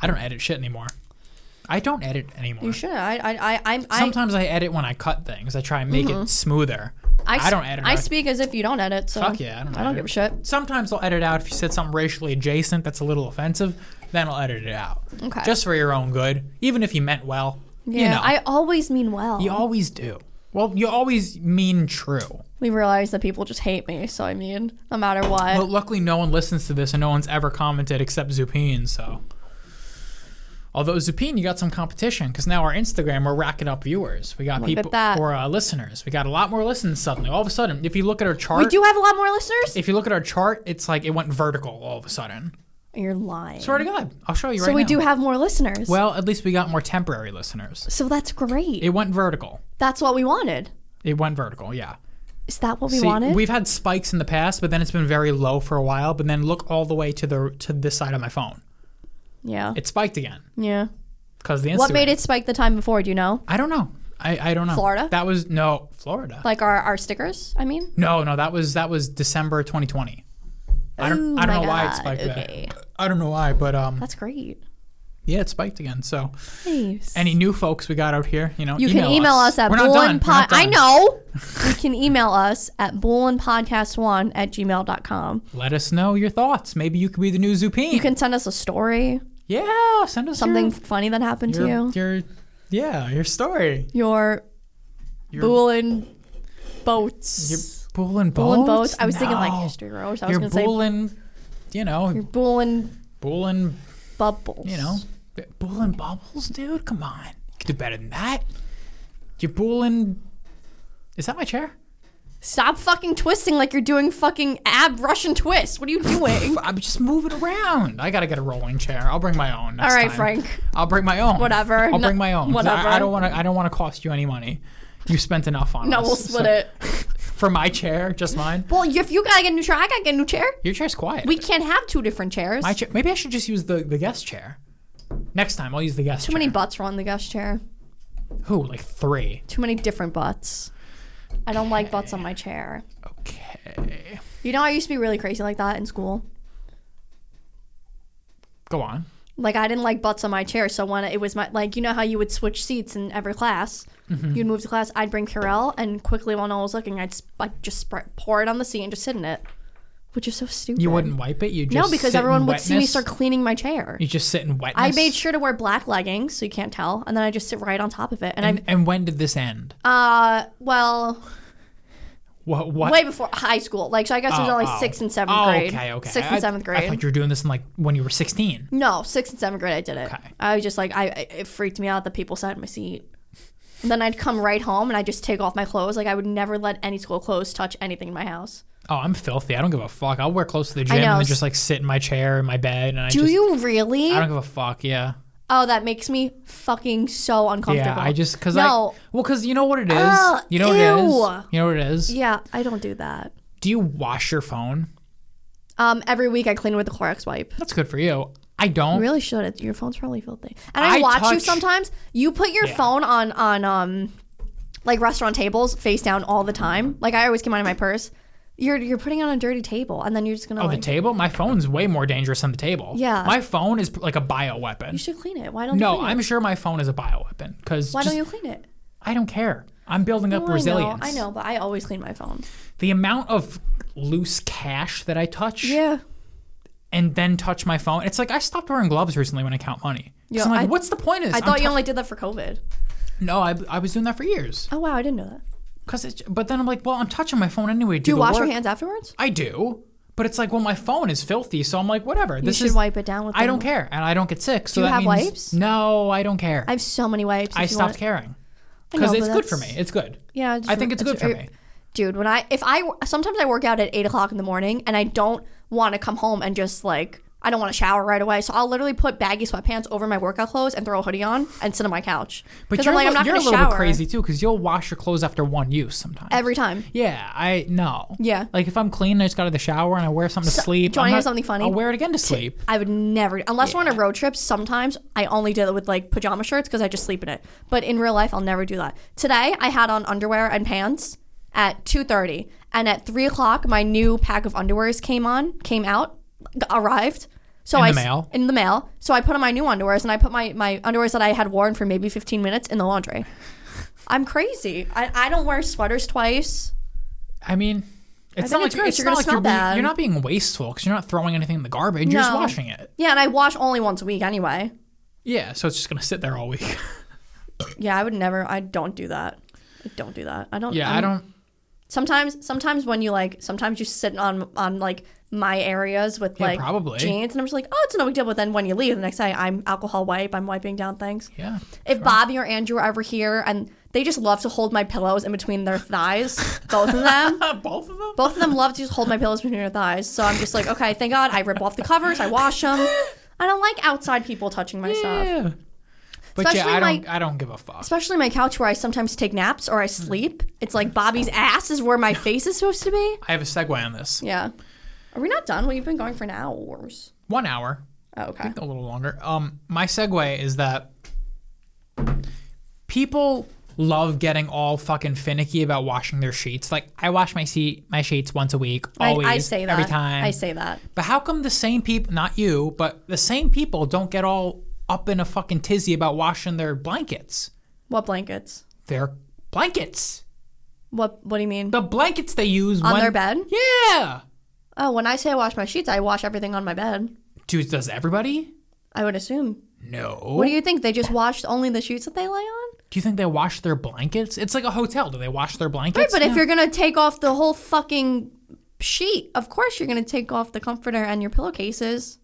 Speaker 1: I don't edit shit anymore. I don't edit anymore.
Speaker 2: you should. I I I I'm, I
Speaker 1: Sometimes I edit when I cut things. I try and make it smoother. I,
Speaker 2: s-
Speaker 1: don't edit.
Speaker 2: I
Speaker 1: out-
Speaker 2: speak as if you don't edit. So
Speaker 1: Fuck yeah, I don't edit.
Speaker 2: give a shit.
Speaker 1: Sometimes I'll edit out if you said something racially adjacent that's a little offensive. Then I'll edit it out.
Speaker 2: Okay.
Speaker 1: Just for your own good, even if you meant well.
Speaker 2: Yeah,
Speaker 1: you know,
Speaker 2: I always mean well.
Speaker 1: you always do. Well, you always mean true.
Speaker 2: we realize that people just hate me, so I mean, no matter what.
Speaker 1: But luckily, no one listens to this, and no one's ever commented except Zupin. So, although Zupin, you got some competition because now our Instagram, we're racking up viewers. We got
Speaker 2: Look at
Speaker 1: people
Speaker 2: that.
Speaker 1: or uh, listeners. We got a lot more listens suddenly. All of a sudden, if you look at our chart,
Speaker 2: we do have a lot more listeners.
Speaker 1: if you look at our chart, it's like it went vertical all of a sudden.
Speaker 2: You're lying.
Speaker 1: Swear to God, I'll show you right
Speaker 2: so we
Speaker 1: now.
Speaker 2: do have more listeners.
Speaker 1: Well, at least we got more temporary listeners.
Speaker 2: so that's great.
Speaker 1: It went vertical.
Speaker 2: that's what we wanted.
Speaker 1: It went vertical. Yeah.
Speaker 2: Is that what we
Speaker 1: See,
Speaker 2: wanted?
Speaker 1: we've had spikes in the past, but then it's been very low for a while. But then look all the way to the to this side of my phone.
Speaker 2: yeah.
Speaker 1: It spiked again
Speaker 2: yeah.
Speaker 1: because the Instagram.
Speaker 2: What made it spike the time before? Do you know?
Speaker 1: I don't know. I, I don't know.
Speaker 2: Florida?
Speaker 1: That was no Florida.
Speaker 2: Like our, our stickers, I mean?
Speaker 1: no, no, that was that was December 2020. I don't
Speaker 2: Ooh,
Speaker 1: I don't
Speaker 2: Oh my
Speaker 1: know why it
Speaker 2: God,
Speaker 1: spiked
Speaker 2: okay.
Speaker 1: that. I don't know why, but um
Speaker 2: That's great.
Speaker 1: yeah, it spiked again. So
Speaker 2: Nice.
Speaker 1: any new folks we got out here, you know,
Speaker 2: you can email us, at
Speaker 1: We're not done. We're
Speaker 2: bullandpod.
Speaker 1: not
Speaker 2: I
Speaker 1: done. [laughs]
Speaker 2: know. you can email us at bullandpodcast1 at gmail.com.
Speaker 1: Let us know your thoughts. Maybe you could be the new Zupin.
Speaker 2: You can send us a story,
Speaker 1: yeah, send us
Speaker 2: something funny that happened
Speaker 1: your,
Speaker 2: to
Speaker 1: your,
Speaker 2: you.
Speaker 1: your yeah, your story.
Speaker 2: your
Speaker 1: Your-
Speaker 2: Boolean boats.
Speaker 1: Your bull and boats.
Speaker 2: Boolean boats. I was thinking
Speaker 1: No.
Speaker 2: like history rose. I was
Speaker 1: your
Speaker 2: gonna
Speaker 1: bull
Speaker 2: say
Speaker 1: and you know,
Speaker 2: Boolean
Speaker 1: bull and
Speaker 2: bubbles.
Speaker 1: You know, bull and bubbles, dude. Come on, you can do better than that. You're bulling. Is that my chair?
Speaker 2: Stop fucking twisting like you're doing fucking ab Russian twist. What are
Speaker 1: [laughs]
Speaker 2: you doing?
Speaker 1: I'm just moving around. I gotta get a rolling chair. I'll bring my own. Next
Speaker 2: All right,
Speaker 1: time.
Speaker 2: Frank.
Speaker 1: I'll bring my own.
Speaker 2: Whatever.
Speaker 1: I'll
Speaker 2: No-
Speaker 1: bring my own. 'cause I-
Speaker 2: whatever.
Speaker 1: I, don't want to. I don't want to cost you any money. You spent enough on
Speaker 2: No,
Speaker 1: us.
Speaker 2: we'll
Speaker 1: so-
Speaker 2: split it.
Speaker 1: for my chair, just mine.
Speaker 2: Well, if you gotta get a new chair, I gotta get a new chair.
Speaker 1: Your chair's quiet.
Speaker 2: We can't have two different chairs.
Speaker 1: my chair. Maybe I should just use the, the guest chair. Next time, I'll use the guest
Speaker 2: Too
Speaker 1: chair.
Speaker 2: many butts are on the guest chair.
Speaker 1: Who? Like three.
Speaker 2: Too many different butts. I don't like butts on my chair.
Speaker 1: Okay.
Speaker 2: You know, I used to be really crazy like that in school.
Speaker 1: Go on.
Speaker 2: Like I didn't like butts on my chair, so when it was my like, you know how you would switch seats in every class.
Speaker 1: Mm-hmm.
Speaker 2: You'd move to class. I'd bring Carell, and quickly while no one was looking, I'd sp- like just spread, pour it on the seat and just sit in it, which is so stupid.
Speaker 1: You wouldn't wipe it. You just
Speaker 2: No, because
Speaker 1: sit
Speaker 2: everyone
Speaker 1: in
Speaker 2: would see me
Speaker 1: wetness?
Speaker 2: start cleaning my chair.
Speaker 1: You just sit in wetness.
Speaker 2: I made sure to wear black leggings so you can't tell, and then I just sit right on top of it. And
Speaker 1: And, and when did this end?
Speaker 2: I, uh, well,
Speaker 1: What? What?
Speaker 2: way before high school. Like, so I guess it was
Speaker 1: Oh,
Speaker 2: only
Speaker 1: oh.
Speaker 2: sixth and seventh
Speaker 1: oh,
Speaker 2: grade.
Speaker 1: okay, okay.
Speaker 2: Sixth
Speaker 1: I-
Speaker 2: and seventh
Speaker 1: I
Speaker 2: grade.
Speaker 1: thought you were doing this in like when you were 16.
Speaker 2: no, sixth and seventh grade, I did it.
Speaker 1: Okay.
Speaker 2: I was just like, I I- it freaked me out that people sat in my seat. And then I'd come right home and I'd just take off my clothes. Like, I would never let any school clothes touch anything in my house.
Speaker 1: Oh, I'm filthy. I don't give a fuck. I'll wear clothes to the gym
Speaker 2: know.
Speaker 1: and then just like sit in my chair in my bed and I
Speaker 2: Do
Speaker 1: just
Speaker 2: you really?
Speaker 1: I don't give a fuck. Yeah.
Speaker 2: Oh, that makes me fucking so
Speaker 1: Yeah,
Speaker 2: uncomfortable.
Speaker 1: I just cuz
Speaker 2: No.
Speaker 1: I Well, cuz you know what it is?
Speaker 2: Ugh,
Speaker 1: you know what it is?
Speaker 2: ew.
Speaker 1: You know what it is?
Speaker 2: Yeah, I don't do that.
Speaker 1: Do you wash your phone?
Speaker 2: Um, every week I clean with a Clorox wipe.
Speaker 1: That's good for you. I don't.
Speaker 2: You really should. It's- Your phone's probably filthy. And I,
Speaker 1: Oh. I
Speaker 2: watch you
Speaker 1: touch-
Speaker 2: sometimes. You put your
Speaker 1: Yeah.
Speaker 2: phone on on um like restaurant tables face down all the time. Like I always keep mine in my purse. You're you're putting it on a dirty table and then you're just gonna
Speaker 1: Oh, the
Speaker 2: like
Speaker 1: table? My phone's way more dangerous than the table.
Speaker 2: Yeah.
Speaker 1: My phone is like a
Speaker 2: you
Speaker 1: bioweapon.
Speaker 2: should clean it. Why don't you
Speaker 1: No,
Speaker 2: clean it?
Speaker 1: I'm sure my phone is a bioweapon cuz
Speaker 2: Why don't you clean it?
Speaker 1: I don't care. I'm building up
Speaker 2: Oh,
Speaker 1: resilience.
Speaker 2: I know, I know, but I always clean my phone.
Speaker 1: The amount of loose cash that I touch
Speaker 2: Yeah.
Speaker 1: and then touch my phone. It's like I stopped wearing gloves recently when I count money. 'Cause
Speaker 2: Yeah,
Speaker 1: I'm like,
Speaker 2: I-
Speaker 1: what's the point of this?
Speaker 2: I
Speaker 1: I'm
Speaker 2: thought you
Speaker 1: tou-
Speaker 2: only did that for COVID.
Speaker 1: no, I, I was doing that for years.
Speaker 2: Oh wow, I didn't know that.
Speaker 1: Cause it's, but then I'm like, well, I'm touching my phone anyway.
Speaker 2: Do
Speaker 1: Do
Speaker 2: you
Speaker 1: the
Speaker 2: wash your
Speaker 1: work.
Speaker 2: hands afterwards?
Speaker 1: I do, but it's like, well, my phone is filthy, so I'm like, whatever.
Speaker 2: You
Speaker 1: this
Speaker 2: should
Speaker 1: is
Speaker 2: wipe it down with
Speaker 1: I
Speaker 2: them.
Speaker 1: don't care, and I don't get sick. So
Speaker 2: you
Speaker 1: that
Speaker 2: have
Speaker 1: means-
Speaker 2: wipes?
Speaker 1: No, I don't care.
Speaker 2: I have so many wipes.
Speaker 1: I
Speaker 2: if you want
Speaker 1: stopped caring
Speaker 2: I know,
Speaker 1: because
Speaker 2: but
Speaker 1: it's good for
Speaker 2: that's-
Speaker 1: me. It's good.
Speaker 2: Yeah,
Speaker 1: I think it's good for me.
Speaker 2: er, dude. When I if I sometimes I work out at eight o'clock in the morning and I don't want to come home and just like I don't want to shower right away, so I'll literally put baggy sweatpants over my workout clothes and throw a hoodie on and sit on my couch.
Speaker 1: But
Speaker 2: 'Cause
Speaker 1: you're,
Speaker 2: I'm like I'm
Speaker 1: li-
Speaker 2: not
Speaker 1: you're a
Speaker 2: gonna
Speaker 1: little
Speaker 2: shower
Speaker 1: bit crazy too, because you'll wash your clothes after one use sometimes.
Speaker 2: every time.
Speaker 1: Yeah, I no.
Speaker 2: Yeah.
Speaker 1: Like if I'm clean, I just go to the shower and I wear something to sleep.
Speaker 2: do you wanna
Speaker 1: I'm
Speaker 2: hear
Speaker 1: not-
Speaker 2: something funny?
Speaker 1: I'll wear it again to sleep.
Speaker 2: I would never, unless we're on a road trip. Sometimes I only do it with like pajama shirts because I just sleep in it. But in real life, I'll never do that. Today, I had on underwear and pants at two thirty, and at three o'clock, my new pack of underwears came on, came out, g- arrived. So
Speaker 1: In
Speaker 2: I
Speaker 1: the
Speaker 2: s-
Speaker 1: mail?
Speaker 2: in the mail. So I put on my new underwears and I put my my underwears that I had worn for maybe fifteen minutes in the
Speaker 1: [laughs]
Speaker 2: laundry. I'm crazy. I, I don't wear sweaters twice.
Speaker 1: I mean, it's
Speaker 2: think
Speaker 1: not like
Speaker 2: it's gross.
Speaker 1: it's
Speaker 2: You're
Speaker 1: not
Speaker 2: gonna
Speaker 1: like
Speaker 2: smell
Speaker 1: you're, being-
Speaker 2: bad.
Speaker 1: you're not being wasteful because you're not throwing anything in the garbage. You're just
Speaker 2: No.
Speaker 1: washing it.
Speaker 2: Yeah, and I wash only once a week anyway.
Speaker 1: Yeah, so it's just gonna sit there all week. [laughs]
Speaker 2: Yeah, I would never. I don't do that. I don't do that. I don't.
Speaker 1: yeah,
Speaker 2: I'm-
Speaker 1: I don't.
Speaker 2: Sometimes, sometimes when you like, sometimes you sit on on like my areas with like
Speaker 1: probably.
Speaker 2: jeans, and I'm just like, oh, it's no big deal. But then when you leave the next day, I'm alcohol wipe. I'm wiping down things.
Speaker 1: Yeah,
Speaker 2: If Bobby or Andrew are ever here, and they just love to hold my pillows in between their thighs, both of
Speaker 1: [laughs]
Speaker 2: them.
Speaker 1: both of them.
Speaker 2: Both of them love to just hold my pillows between their thighs. So I'm just like, okay, thank God I rip off the covers, I wash them. I don't like outside people touching my stuff.
Speaker 1: Yeah, but
Speaker 2: Especially
Speaker 1: yeah, I don't.
Speaker 2: like-
Speaker 1: I don't give a fuck.
Speaker 2: especially my couch where I sometimes take naps or I
Speaker 1: Hmm.
Speaker 2: sleep. It's like Bobby's ass is where my face is supposed to be.
Speaker 1: I have a segue on this.
Speaker 2: Yeah. Are we not done? Well, you've been going for an hour.
Speaker 1: One hour,
Speaker 2: Oh, okay.
Speaker 1: a little longer. Um, my segue is that people love getting all fucking finicky about washing their sheets. Like I wash my seat, my sheets once a week,
Speaker 2: I,
Speaker 1: always,
Speaker 2: I say that.
Speaker 1: every time.
Speaker 2: I say that.
Speaker 1: But how come the same people, not you, but the same people don't get all up in a fucking tizzy about washing their blankets?
Speaker 2: What blankets?
Speaker 1: Their blankets.
Speaker 2: What What do you mean?
Speaker 1: The blankets they use
Speaker 2: on
Speaker 1: when,
Speaker 2: their bed?
Speaker 1: Yeah.
Speaker 2: Oh, when I say I wash my sheets, I wash everything on my bed.
Speaker 1: Dude, does everybody?
Speaker 2: I would assume.
Speaker 1: No.
Speaker 2: What do you think? They just wash only the sheets that they lay on?
Speaker 1: Do you think they wash their blankets? It's like a hotel. Do they wash their
Speaker 2: Right,
Speaker 1: blankets?
Speaker 2: but if
Speaker 1: No.
Speaker 2: you're going to take off the whole fucking sheet, of course you're going to take off the comforter and your pillowcases.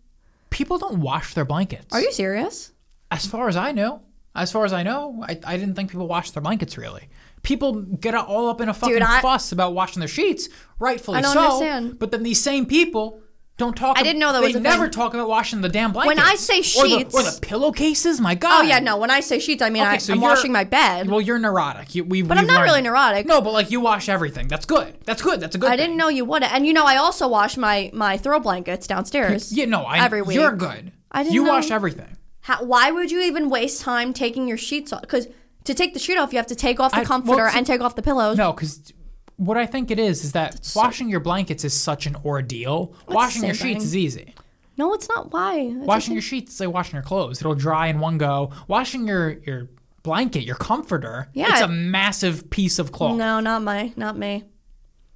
Speaker 1: people don't wash their blankets.
Speaker 2: Are you serious?
Speaker 1: As far as I know, as far as I know, I, I didn't think people wash their blankets really. People get all up in a fucking
Speaker 2: I-
Speaker 1: fuss about washing their sheets, rightfully
Speaker 2: I don't
Speaker 1: so.
Speaker 2: understand.
Speaker 1: But then these same people Don't talk.
Speaker 2: I didn't know that
Speaker 1: they
Speaker 2: was a
Speaker 1: never
Speaker 2: thing.
Speaker 1: talk about washing the damn blankets.
Speaker 2: When I say
Speaker 1: Or the-
Speaker 2: sheets-
Speaker 1: or the, pillowcases. My God.
Speaker 2: Oh yeah, no. When I say sheets, I mean
Speaker 1: Okay,
Speaker 2: I,
Speaker 1: so
Speaker 2: I'm
Speaker 1: you're-
Speaker 2: washing my bed.
Speaker 1: Well, you're neurotic. You, we,
Speaker 2: But I'm not really neurotic.
Speaker 1: No, but like you wash everything. That's good. That's good. That's a good.
Speaker 2: I
Speaker 1: thing.
Speaker 2: didn't know you would. And you know, I also wash my my throw blankets downstairs.
Speaker 1: Yeah, no. I,
Speaker 2: every week.
Speaker 1: You're good.
Speaker 2: I didn't
Speaker 1: You
Speaker 2: know-
Speaker 1: wash everything.
Speaker 2: How, why would you even waste time taking your sheets off? Because to take the sheet off, you have to take off the
Speaker 1: I- well,
Speaker 2: comforter
Speaker 1: so-
Speaker 2: and take off the pillows.
Speaker 1: No, because what I think it is is that washing your blankets is such an ordeal. washing your
Speaker 2: same
Speaker 1: sheets
Speaker 2: thing.
Speaker 1: is easy.
Speaker 2: No, it's not. Why? It's the
Speaker 1: Washing
Speaker 2: same-
Speaker 1: your sheets is like washing your clothes. It'll dry in one go. Washing your your blanket, your comforter,
Speaker 2: Yeah.
Speaker 1: it's a massive piece of cloth.
Speaker 2: No, not my, not me.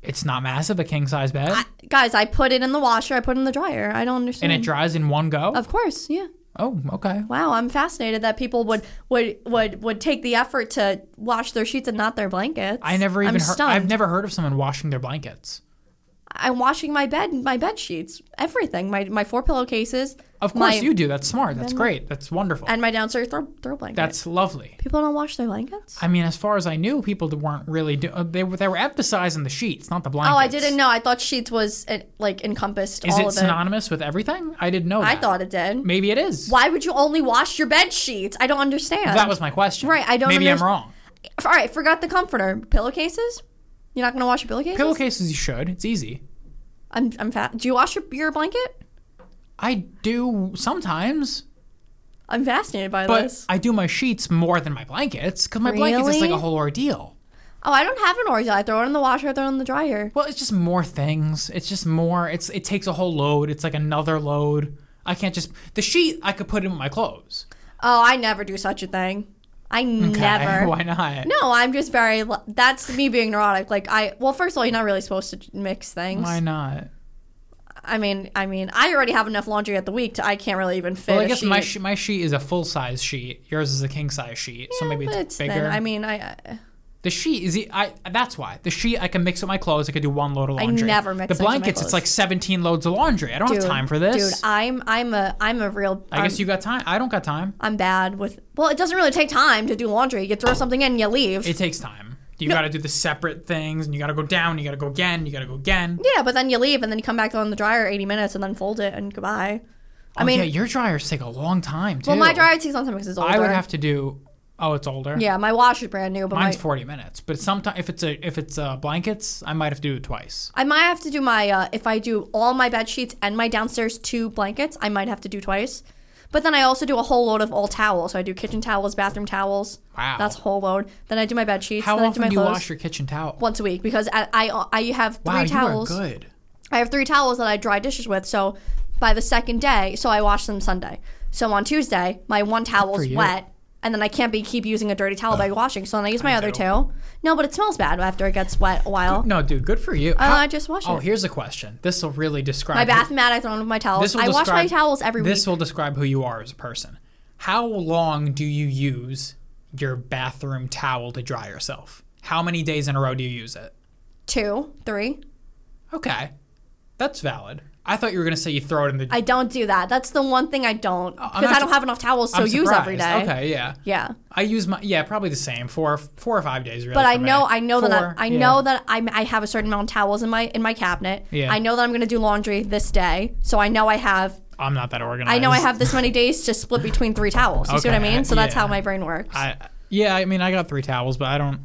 Speaker 1: It's not massive, a king size bed,
Speaker 2: I, guys, I put it in the washer. I put it in the dryer. I don't understand.
Speaker 1: and it dries in one go.
Speaker 2: Mm. of course, yeah.
Speaker 1: oh, okay.
Speaker 2: Wow, I'm fascinated that people would would would would take the effort to wash their sheets and not their blankets.
Speaker 1: I never even
Speaker 2: I'm
Speaker 1: heard.
Speaker 2: Stunned.
Speaker 1: I've never heard of someone washing their blankets.
Speaker 2: I'm washing my bed, my bed sheets, everything, my my four pillowcases.
Speaker 1: Of course
Speaker 2: my-
Speaker 1: you do. That's smart. That's great. That's wonderful.
Speaker 2: and my downstairs throw, throw blanket.
Speaker 1: That's lovely.
Speaker 2: people don't wash their blankets.
Speaker 1: I mean, as far as I knew, people that weren't really do- uh, they were they were emphasizing the sheets, not the blankets.
Speaker 2: oh, I didn't know. I thought sheets was it, like encompassed
Speaker 1: Is
Speaker 2: all
Speaker 1: it
Speaker 2: of
Speaker 1: synonymous with everything? I didn't know.
Speaker 2: I
Speaker 1: that.
Speaker 2: thought it did.
Speaker 1: maybe it is.
Speaker 2: Why would you only wash your bed sheets? I don't understand.
Speaker 1: That was my question.
Speaker 2: Right, I don't
Speaker 1: Maybe
Speaker 2: underst-
Speaker 1: I'm wrong.
Speaker 2: all right. Forgot the comforter, pillowcases. You're not gonna wash your pillowcases.
Speaker 1: Pillowcases, you should. It's easy.
Speaker 2: I'm I'm fat. Do you wash your, your blanket?
Speaker 1: I do sometimes,
Speaker 2: I'm fascinated by
Speaker 1: but
Speaker 2: this.
Speaker 1: I do my sheets more than my blankets because my blankets is like
Speaker 2: Really?
Speaker 1: a whole ordeal.
Speaker 2: Oh, I don't have an orgy. I throw it in the washer. I throw it in the dryer.
Speaker 1: Well, it's just more things. It's just more. It's it takes a whole load. It's like another load. I can't just the sheet. I could put in with my clothes.
Speaker 2: Oh, I never do such a thing. I
Speaker 1: Okay, [laughs]
Speaker 2: never.
Speaker 1: Why not?
Speaker 2: No, I'm just very. l- That's me being neurotic. Like I. Well, first of all, you're not really supposed to mix things.
Speaker 1: Why not?
Speaker 2: I mean, I mean, I already have enough laundry at the week to I can't really even fit.
Speaker 1: Well, I
Speaker 2: a
Speaker 1: guess my
Speaker 2: sheet.
Speaker 1: she- my sheet is a full size sheet. Yours is a king size sheet, so maybe it's,
Speaker 2: But it's
Speaker 1: bigger.
Speaker 2: thin. I mean, I. I
Speaker 1: the sheet is e- I. That's why the sheet I can mix with my clothes. I could do one load of laundry.
Speaker 2: never mix
Speaker 1: the
Speaker 2: things with my
Speaker 1: blankets.
Speaker 2: clothes.
Speaker 1: It's like seventeen loads of laundry. I don't
Speaker 2: dude,
Speaker 1: have time for this.
Speaker 2: Dude, I'm I'm a I'm a real.
Speaker 1: I guess you got time. I don't got time.
Speaker 2: I'm bad with. Well, it doesn't really take time to do laundry. You throw something in, you leave.
Speaker 1: It takes time. You got to do the separate things, and you got to go down. You got to go again. You got to go again.
Speaker 2: yeah, but then you leave, and then you come back throw it in the dryer 80 minutes, and then fold it, and goodbye. I
Speaker 1: Oh,
Speaker 2: mean,
Speaker 1: yeah, your dryers take a long time too.
Speaker 2: well, my dryer takes on time because it's older.
Speaker 1: I would have to do. Oh, it's older.
Speaker 2: Yeah, my wash is brand new, but
Speaker 1: mine's
Speaker 2: my,
Speaker 1: forty minutes. But sometimes if it's a if it's uh, blankets, I might have to do it twice.
Speaker 2: I might have to do my uh, if I do all my bed sheets and my downstairs two blankets, I might have to do twice. But then I also do a whole load of all towels. So I do kitchen towels, bathroom towels.
Speaker 1: Wow.
Speaker 2: that's a whole load. Then I do my bed sheets.
Speaker 1: How
Speaker 2: then I do
Speaker 1: often
Speaker 2: my
Speaker 1: do you
Speaker 2: clothes
Speaker 1: wash your kitchen towel?
Speaker 2: once a week because I I, I have three
Speaker 1: wow,
Speaker 2: towels.
Speaker 1: you are good.
Speaker 2: I have three towels that I dry dishes with. So by the second day, so I wash them Sunday. So on Tuesday, my one towel's
Speaker 1: you.
Speaker 2: wet, and then I can't be keep using a dirty towel by washing. So then I use my other two. No, but it smells bad after it gets wet a while.
Speaker 1: No, dude, good for you.
Speaker 2: Uh, I just wash
Speaker 1: Oh,
Speaker 2: it.
Speaker 1: here's a question. This will really describe
Speaker 2: My
Speaker 1: who-
Speaker 2: bath mat, I throw in with my towels.
Speaker 1: This will
Speaker 2: I wash my
Speaker 1: describe-
Speaker 2: towels every
Speaker 1: This
Speaker 2: week.
Speaker 1: will describe who you are as a person. How long do you use your bathroom towel to dry yourself? How many days in a row do you use it?
Speaker 2: Two, three.
Speaker 1: Okay, that's valid. I thought you were gonna say you throw it in the.
Speaker 2: I don't do that. That's the one thing I don't because I
Speaker 1: not
Speaker 2: don't
Speaker 1: su-
Speaker 2: have enough towels to
Speaker 1: I'm
Speaker 2: use every day.
Speaker 1: surprised. Okay, yeah.
Speaker 2: Yeah.
Speaker 1: I use my yeah probably the same four four or five days really.
Speaker 2: But I
Speaker 1: for me.
Speaker 2: know, I know
Speaker 1: Four,
Speaker 2: that I, I
Speaker 1: yeah.
Speaker 2: know that I'm, I have a certain amount of towels in my in my cabinet.
Speaker 1: Yeah.
Speaker 2: I know that I'm going to do laundry this day, so I know I have
Speaker 1: I'm not that organized.
Speaker 2: I know I have this many days to split between three towels. You see what I
Speaker 1: Okay,
Speaker 2: mean? So that's
Speaker 1: yeah.
Speaker 2: how my brain works.
Speaker 1: I yeah I mean I got three towels but I don't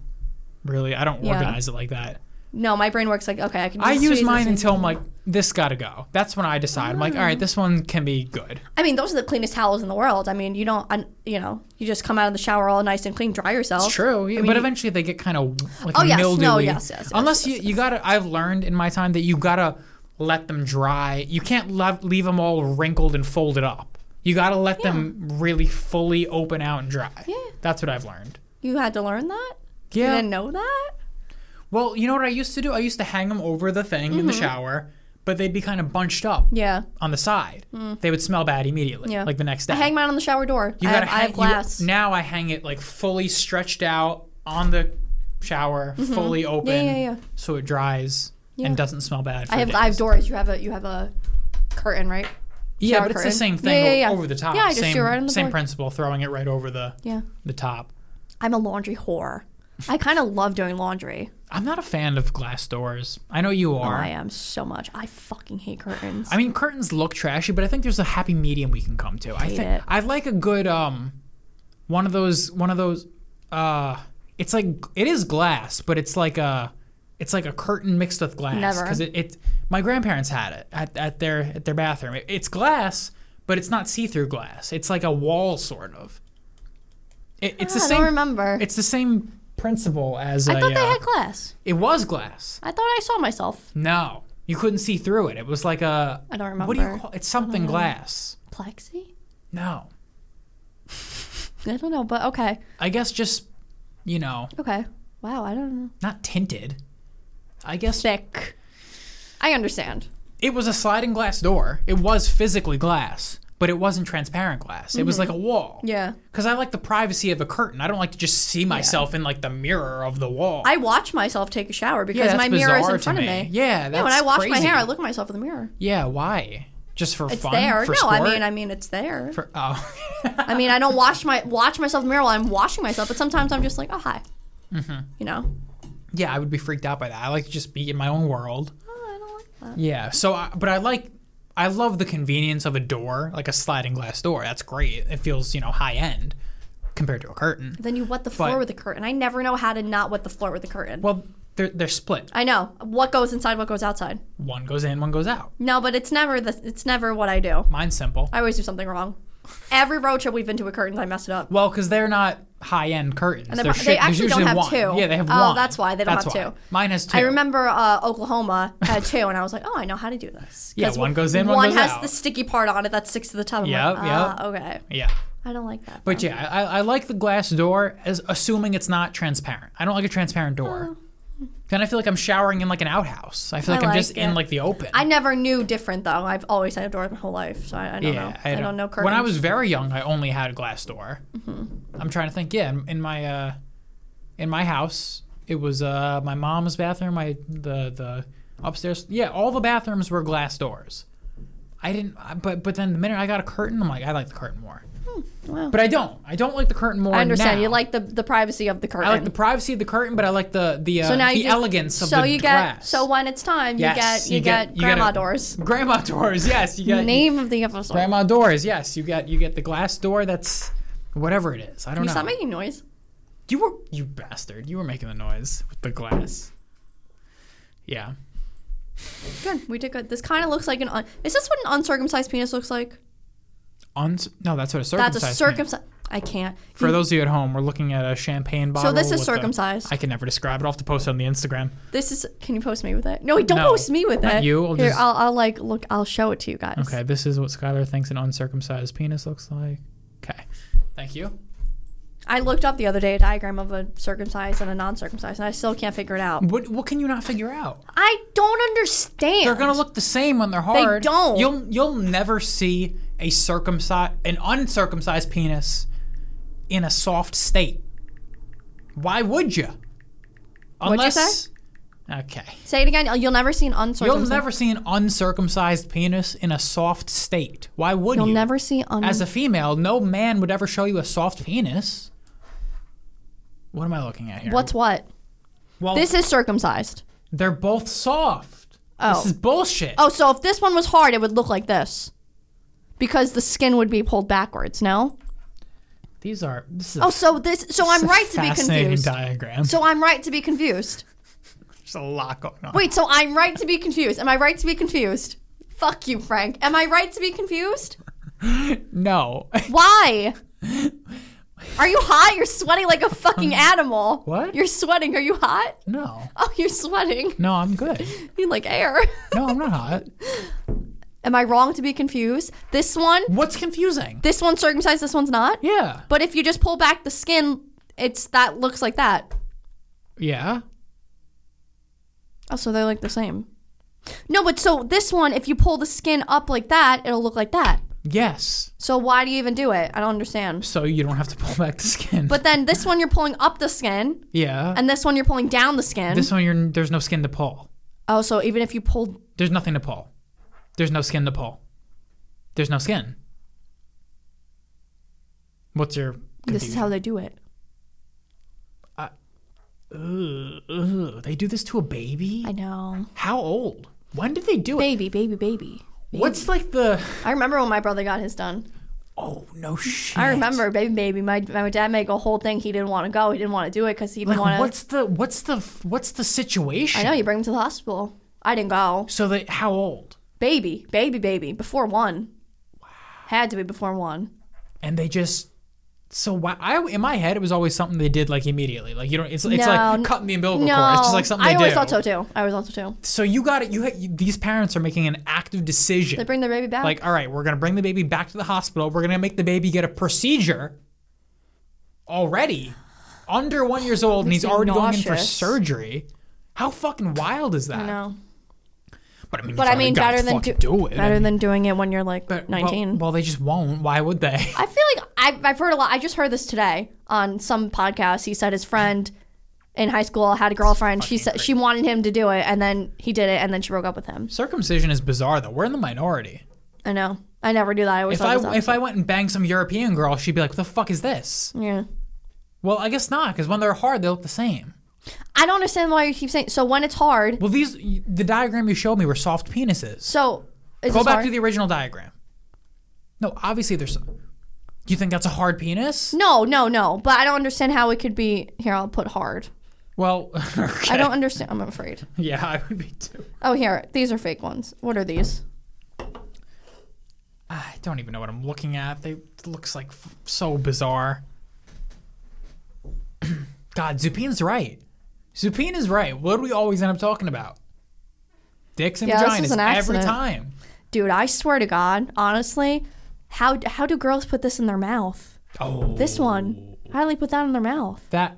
Speaker 1: really I don't
Speaker 2: Yeah.
Speaker 1: organize it like that.
Speaker 2: no, my brain works like okay, I can.
Speaker 1: I
Speaker 2: just
Speaker 1: use
Speaker 2: squeeze
Speaker 1: mine
Speaker 2: this in.
Speaker 1: until I'm like, this gotta go. That's when I decide. I'm like, all
Speaker 2: Mm.
Speaker 1: right, this one can be good.
Speaker 2: I mean, those are the cleanest towels in the world. I mean, you don't, I, you know, you just come out of the shower all nice and clean, dry yourself.
Speaker 1: True, yeah, but eventually they get kind of like
Speaker 2: Oh, yes. No,
Speaker 1: mildewy.
Speaker 2: yes, yes, yes,
Speaker 1: Unless
Speaker 2: yes,
Speaker 1: you you gotta. I've learned in my time that you gotta let them dry. You can't lev- leave them all wrinkled and folded up. You gotta let them really fully open out and dry.
Speaker 2: Yeah.
Speaker 1: That's what I've learned.
Speaker 2: You had to learn that. You
Speaker 1: Yeah.
Speaker 2: didn't know that.
Speaker 1: Well, you know what I used to do? I used to hang them over the thing in the
Speaker 2: Mm-hmm.
Speaker 1: shower, but they'd be kind of bunched up
Speaker 2: Yeah.
Speaker 1: on the side. They would smell bad immediately,
Speaker 2: Mm. Yeah.
Speaker 1: like the next day.
Speaker 2: I hang mine on the shower door.
Speaker 1: You
Speaker 2: I, have,
Speaker 1: gotta
Speaker 2: I
Speaker 1: hang,
Speaker 2: have glass.
Speaker 1: You, now I hang it like fully stretched out on the shower, fully open,
Speaker 2: Mm-hmm. yeah, yeah.
Speaker 1: so it dries
Speaker 2: Yeah.
Speaker 1: and doesn't smell bad. For
Speaker 2: I have
Speaker 1: days.
Speaker 2: I have doors. You have a you have a curtain, right?
Speaker 1: yeah,
Speaker 2: shower
Speaker 1: but it's the
Speaker 2: curtain.
Speaker 1: same thing
Speaker 2: Yeah, yeah,
Speaker 1: o-
Speaker 2: yeah.
Speaker 1: over the top.
Speaker 2: Yeah, I just
Speaker 1: same,
Speaker 2: do it right on the
Speaker 1: same
Speaker 2: board.
Speaker 1: principle, throwing it right over the
Speaker 2: Yeah.
Speaker 1: the top.
Speaker 2: I'm a laundry whore. I kind of love
Speaker 1: [laughs]
Speaker 2: doing laundry.
Speaker 1: I'm not a fan of glass doors. I know you
Speaker 2: Oh,
Speaker 1: are.
Speaker 2: I am so much. I fucking hate curtains.
Speaker 1: I mean, curtains look trashy, but I think there's a happy medium we can come to. I
Speaker 2: Hate
Speaker 1: think
Speaker 2: it.
Speaker 1: I like a good um, one of those one of those. Uh, it's like it is glass, but it's like a it's like a curtain mixed with glass
Speaker 2: Never.
Speaker 1: it, it. My grandparents had it at, at their at their bathroom. It- it's glass, but it's not see through glass. It's like a wall sort of. It, it's the
Speaker 2: I
Speaker 1: same.
Speaker 2: Ah, don't remember.
Speaker 1: It's the same principle as
Speaker 2: I
Speaker 1: a,
Speaker 2: thought they
Speaker 1: uh,
Speaker 2: had glass.
Speaker 1: it was glass.
Speaker 2: I thought I saw myself.
Speaker 1: No, you couldn't see through it. It was like a
Speaker 2: I don't
Speaker 1: what do you
Speaker 2: remember.
Speaker 1: call it's something glass.
Speaker 2: Plexi?
Speaker 1: No.
Speaker 2: I don't know, but okay.
Speaker 1: I guess just you know,
Speaker 2: Okay. Wow, I don't know.
Speaker 1: not tinted. I guess
Speaker 2: Thick. I understand.
Speaker 1: it was a sliding glass door. It was physically glass, but it wasn't transparent glass. It was like a wall.
Speaker 2: Mm-hmm. Yeah.
Speaker 1: Cuz I like the privacy of a curtain. I don't like to just see myself in like the mirror of the wall.
Speaker 2: I watch myself take a shower because
Speaker 1: that's
Speaker 2: my mirror is
Speaker 1: bizarre
Speaker 2: in
Speaker 1: to
Speaker 2: front of me.
Speaker 1: Yeah, that's
Speaker 2: when I wash my
Speaker 1: crazy.
Speaker 2: hair, I look at myself in the mirror.
Speaker 1: Yeah, why? Just for
Speaker 2: It's
Speaker 1: fun?
Speaker 2: there.
Speaker 1: For
Speaker 2: no, I
Speaker 1: sport?
Speaker 2: mean, I mean, it's there.
Speaker 1: For, oh. [laughs]
Speaker 2: I mean, I don't wash my watch myself in the mirror while I'm washing myself, but sometimes I'm just like, oh hi,
Speaker 1: Mm-hmm.
Speaker 2: you know.
Speaker 1: yeah, I would be freaked out by that. I like to just be in my own world.
Speaker 2: Oh, I don't like that.
Speaker 1: Yeah. So, I, but I like, I love the convenience of a door, like a sliding glass door. That's great. It feels, you know, high end compared to a curtain.
Speaker 2: Then you wet the floor
Speaker 1: But-
Speaker 2: with a curtain. I never know how to not wet the floor with a curtain.
Speaker 1: Well, they're they're split.
Speaker 2: I know what goes inside, what goes outside.
Speaker 1: One goes in, one goes out.
Speaker 2: No, but it's never the it's never what I do.
Speaker 1: Mine's simple.
Speaker 2: I always do something wrong. Every road trip we've been to with curtains, I mess it up.
Speaker 1: Well, because they're not high end curtains.
Speaker 2: And they're
Speaker 1: They're
Speaker 2: pro-
Speaker 1: shi-
Speaker 2: they
Speaker 1: there's
Speaker 2: actually don't
Speaker 1: usually
Speaker 2: have
Speaker 1: one.
Speaker 2: two.
Speaker 1: Yeah, they have
Speaker 2: Oh,
Speaker 1: one.
Speaker 2: that's why they don't
Speaker 1: That's
Speaker 2: have
Speaker 1: why.
Speaker 2: two.
Speaker 1: Mine has two.
Speaker 2: I remember uh, Oklahoma had two, and I was like, "Oh, I know how to do this." 'Cause
Speaker 1: Yeah, one goes in, one
Speaker 2: one
Speaker 1: goes
Speaker 2: has
Speaker 1: out.
Speaker 2: the sticky part on it that sticks to the top. I'm
Speaker 1: Yep,
Speaker 2: like,
Speaker 1: yep.
Speaker 2: "Ah, Okay,
Speaker 1: Yeah.
Speaker 2: I don't like that.
Speaker 1: But yeah, I, I like the glass door, as assuming it's not transparent. I don't like a transparent door. Then I feel like I'm showering in like an outhouse. I feel
Speaker 2: Oh. I
Speaker 1: like I'm
Speaker 2: like
Speaker 1: just in
Speaker 2: it.
Speaker 1: like the open.
Speaker 2: I never knew different though. I've always had a door my whole life, so I, I don't know. I, don't, know curtains. Mm-hmm.
Speaker 1: When I was very young, I only had a glass door. I'm trying to think. Yeah, in, in my uh, in my house, it was uh, my mom's bathroom. My the the upstairs. Yeah, all the bathrooms were glass doors. I didn't, I- but but then the minute I got a curtain, I'm like, I like the curtain more.
Speaker 2: wow.
Speaker 1: But I don't. I don't like the curtain more.
Speaker 2: I understand
Speaker 1: now.
Speaker 2: you like the the privacy of the curtain.
Speaker 1: I like the privacy of the curtain, but I like the the uh,
Speaker 2: so now you
Speaker 1: the
Speaker 2: just-
Speaker 1: elegance of
Speaker 2: so
Speaker 1: the
Speaker 2: you get
Speaker 1: glass.
Speaker 2: so when it's time
Speaker 1: Yes,
Speaker 2: you get you,
Speaker 1: you
Speaker 2: get,
Speaker 1: get- you
Speaker 2: grandma
Speaker 1: gotta-
Speaker 2: doors.
Speaker 1: grandma [laughs] doors. Yes, you get
Speaker 2: Name of the episode.
Speaker 1: grandma doors. Yes, you get you get the glass door. That's whatever it is. I don't
Speaker 2: you
Speaker 1: know.
Speaker 2: stop making noise.
Speaker 1: You were you bastard. You were making the noise with the glass. Yeah.
Speaker 2: Good, we did good. This kind of looks like an. Un- Is this what an uncircumcised penis looks like?
Speaker 1: On no, that's what a circumcised.
Speaker 2: That's a
Speaker 1: means.
Speaker 2: circumcised. I can't.
Speaker 1: For those of you at home, we're looking at a champagne bottle.
Speaker 2: this is
Speaker 1: with a-
Speaker 2: circumcised.
Speaker 1: I can never describe it. I'll have to post it on the Instagram.
Speaker 2: This is. Can you post me with it? No, wait, don't
Speaker 1: No,
Speaker 2: post me with
Speaker 1: not
Speaker 2: it.
Speaker 1: you, I'll
Speaker 2: Here,
Speaker 1: just-
Speaker 2: I'll, I'll like look. I'll show it to you guys.
Speaker 1: Okay, this is what Skylar thinks an uncircumcised penis looks like. Okay. Thank you.
Speaker 2: I looked up the other day a diagram of a circumcised and a non-circumcised, and I still can't figure it out.
Speaker 1: What what can you not figure out?
Speaker 2: I don't understand.
Speaker 1: They're gonna look the same when they're hard.
Speaker 2: don't.
Speaker 1: You'll you'll never see a circumcised an uncircumcised penis in a soft state. Why would you?
Speaker 2: What'd you
Speaker 1: Unless
Speaker 2: say?
Speaker 1: okay,
Speaker 2: Say it again. You'll never see an
Speaker 1: you'll
Speaker 2: uncircumcised.
Speaker 1: never see an uncircumcised penis in a soft state. Why would
Speaker 2: You'll
Speaker 1: you?
Speaker 2: never see un.
Speaker 1: As a female, no man would ever show you a soft penis. What am I looking at here?
Speaker 2: What's what?
Speaker 1: well?
Speaker 2: This is circumcised.
Speaker 1: they're both soft.
Speaker 2: Oh.
Speaker 1: This is bullshit.
Speaker 2: Oh, so if this one was hard, it would look like this, because the skin would be pulled backwards. No.
Speaker 1: These are. This is
Speaker 2: Oh, so this. So I'm right to be
Speaker 1: fascinating
Speaker 2: confused.
Speaker 1: diagram.
Speaker 2: So I'm right to be confused.
Speaker 1: There's a lot going on.
Speaker 2: Wait, so I'm right to be confused. Am I right to be confused? Fuck you, Frank. Am I right to be confused?
Speaker 1: No.
Speaker 2: Why? Are you hot? You're sweating like a fucking animal.
Speaker 1: Um, What?
Speaker 2: You're sweating. Are you hot?
Speaker 1: [laughs] no.
Speaker 2: Oh, you're sweating. [laughs]
Speaker 1: No, I'm good.
Speaker 2: You like air. [laughs]
Speaker 1: No, I'm not hot.
Speaker 2: Am I wrong to be confused? This one,
Speaker 1: What's confusing?
Speaker 2: this one's circumcised, this one's not.
Speaker 1: Yeah.
Speaker 2: But if you just pull back the skin, it's that looks like that.
Speaker 1: Yeah.
Speaker 2: Oh, so they're like the same. No, but so this one, if you pull the skin up like that, it'll look like that.
Speaker 1: Yes.
Speaker 2: So why do you even do it? I don't understand.
Speaker 1: So you don't have to pull back the skin.
Speaker 2: But then this one you're pulling up the skin,
Speaker 1: yeah.
Speaker 2: and this one you're pulling down the skin.
Speaker 1: this one, you're there's no skin to pull.
Speaker 2: oh, so even if you pulled,
Speaker 1: There's nothing to pull. There's no skin to pull. There's no skin. What's your?
Speaker 2: this is how they do it.
Speaker 1: Ugh, ugh. They do this to a baby?
Speaker 2: I know.
Speaker 1: How old? When did they do it?
Speaker 2: Baby, baby, baby.
Speaker 1: What's like the.
Speaker 2: I remember when my brother got his done.
Speaker 1: Oh, no shit.
Speaker 2: I remember, baby, baby. My my dad made a whole thing. He didn't want to go. He didn't want to do it because he didn't
Speaker 1: Like,
Speaker 2: want to.
Speaker 1: what's the what's the what's the situation?
Speaker 2: I know you bring him to the hospital. I didn't go.
Speaker 1: So they how old?
Speaker 2: Baby, baby, baby. Before one. Had to be before one.
Speaker 1: And they just so why? I in my head it was always something they did like immediately. Like you don't. It's, it's
Speaker 2: No,
Speaker 1: like
Speaker 2: n-
Speaker 1: cutting the umbilical
Speaker 2: No,
Speaker 1: cord. It's just like something
Speaker 2: I
Speaker 1: they
Speaker 2: always
Speaker 1: do.
Speaker 2: thought so too. I always thought so too.
Speaker 1: So you got it. You, ha- you these parents are making an active decision.
Speaker 2: They bring their baby back.
Speaker 1: like all right, we're gonna bring the baby back to the hospital. We're gonna make the baby get a procedure. Already, under one years old, and
Speaker 2: Makes
Speaker 1: he's
Speaker 2: me
Speaker 1: already going in for
Speaker 2: nauseous.
Speaker 1: surgery. How fucking wild is that?
Speaker 2: you know.
Speaker 1: But I mean,
Speaker 2: But I mean, better than
Speaker 1: do,
Speaker 2: do,
Speaker 1: do it. I
Speaker 2: better
Speaker 1: mean,
Speaker 2: than doing it when you're like
Speaker 1: but- Uh, well-
Speaker 2: 19.
Speaker 1: Well, they just won't. Why would they? [laughs]
Speaker 2: I feel like I've, I've heard a lot. I just heard this today on some podcast. He said his friend in high school had a girlfriend. She said she wanted him to do it, and then he did it, and then she broke up with him.
Speaker 1: Circumcision is bizarre, though. We're in the minority.
Speaker 2: I know. I never do that. I always
Speaker 1: If
Speaker 2: thought it was
Speaker 1: I if I went and banged some European girl, she'd be like, "What the fuck is this?"
Speaker 2: awesome. yeah.
Speaker 1: Well, I guess not, because when they're hard, they look the same.
Speaker 2: I don't understand why you keep saying. So when it's hard,
Speaker 1: Well, these the diagram you showed me were soft penises.
Speaker 2: so is
Speaker 1: Go
Speaker 2: this
Speaker 1: back
Speaker 2: hard?
Speaker 1: to the original diagram. No, obviously there's. Do you think that's a hard penis?
Speaker 2: no, no, no. But I don't understand how it could be. Here, I'll put hard.
Speaker 1: Well, [laughs] okay.
Speaker 2: I don't understand. I'm afraid.
Speaker 1: Yeah, I would be too.
Speaker 2: Oh, here, these are fake ones. What are these?
Speaker 1: I don't even know what I'm looking at. They it looks like f- so bizarre. [clears throat] God, Zupin's right. Zupin is right. What do we always end up talking about? Dicks and
Speaker 2: Yeah, this
Speaker 1: vaginas
Speaker 2: was an
Speaker 1: every
Speaker 2: accident.
Speaker 1: time.
Speaker 2: Dude, I swear to God, honestly, how how do girls put this in their mouth?
Speaker 1: Oh,
Speaker 2: This one. How do they put that in their mouth?
Speaker 1: that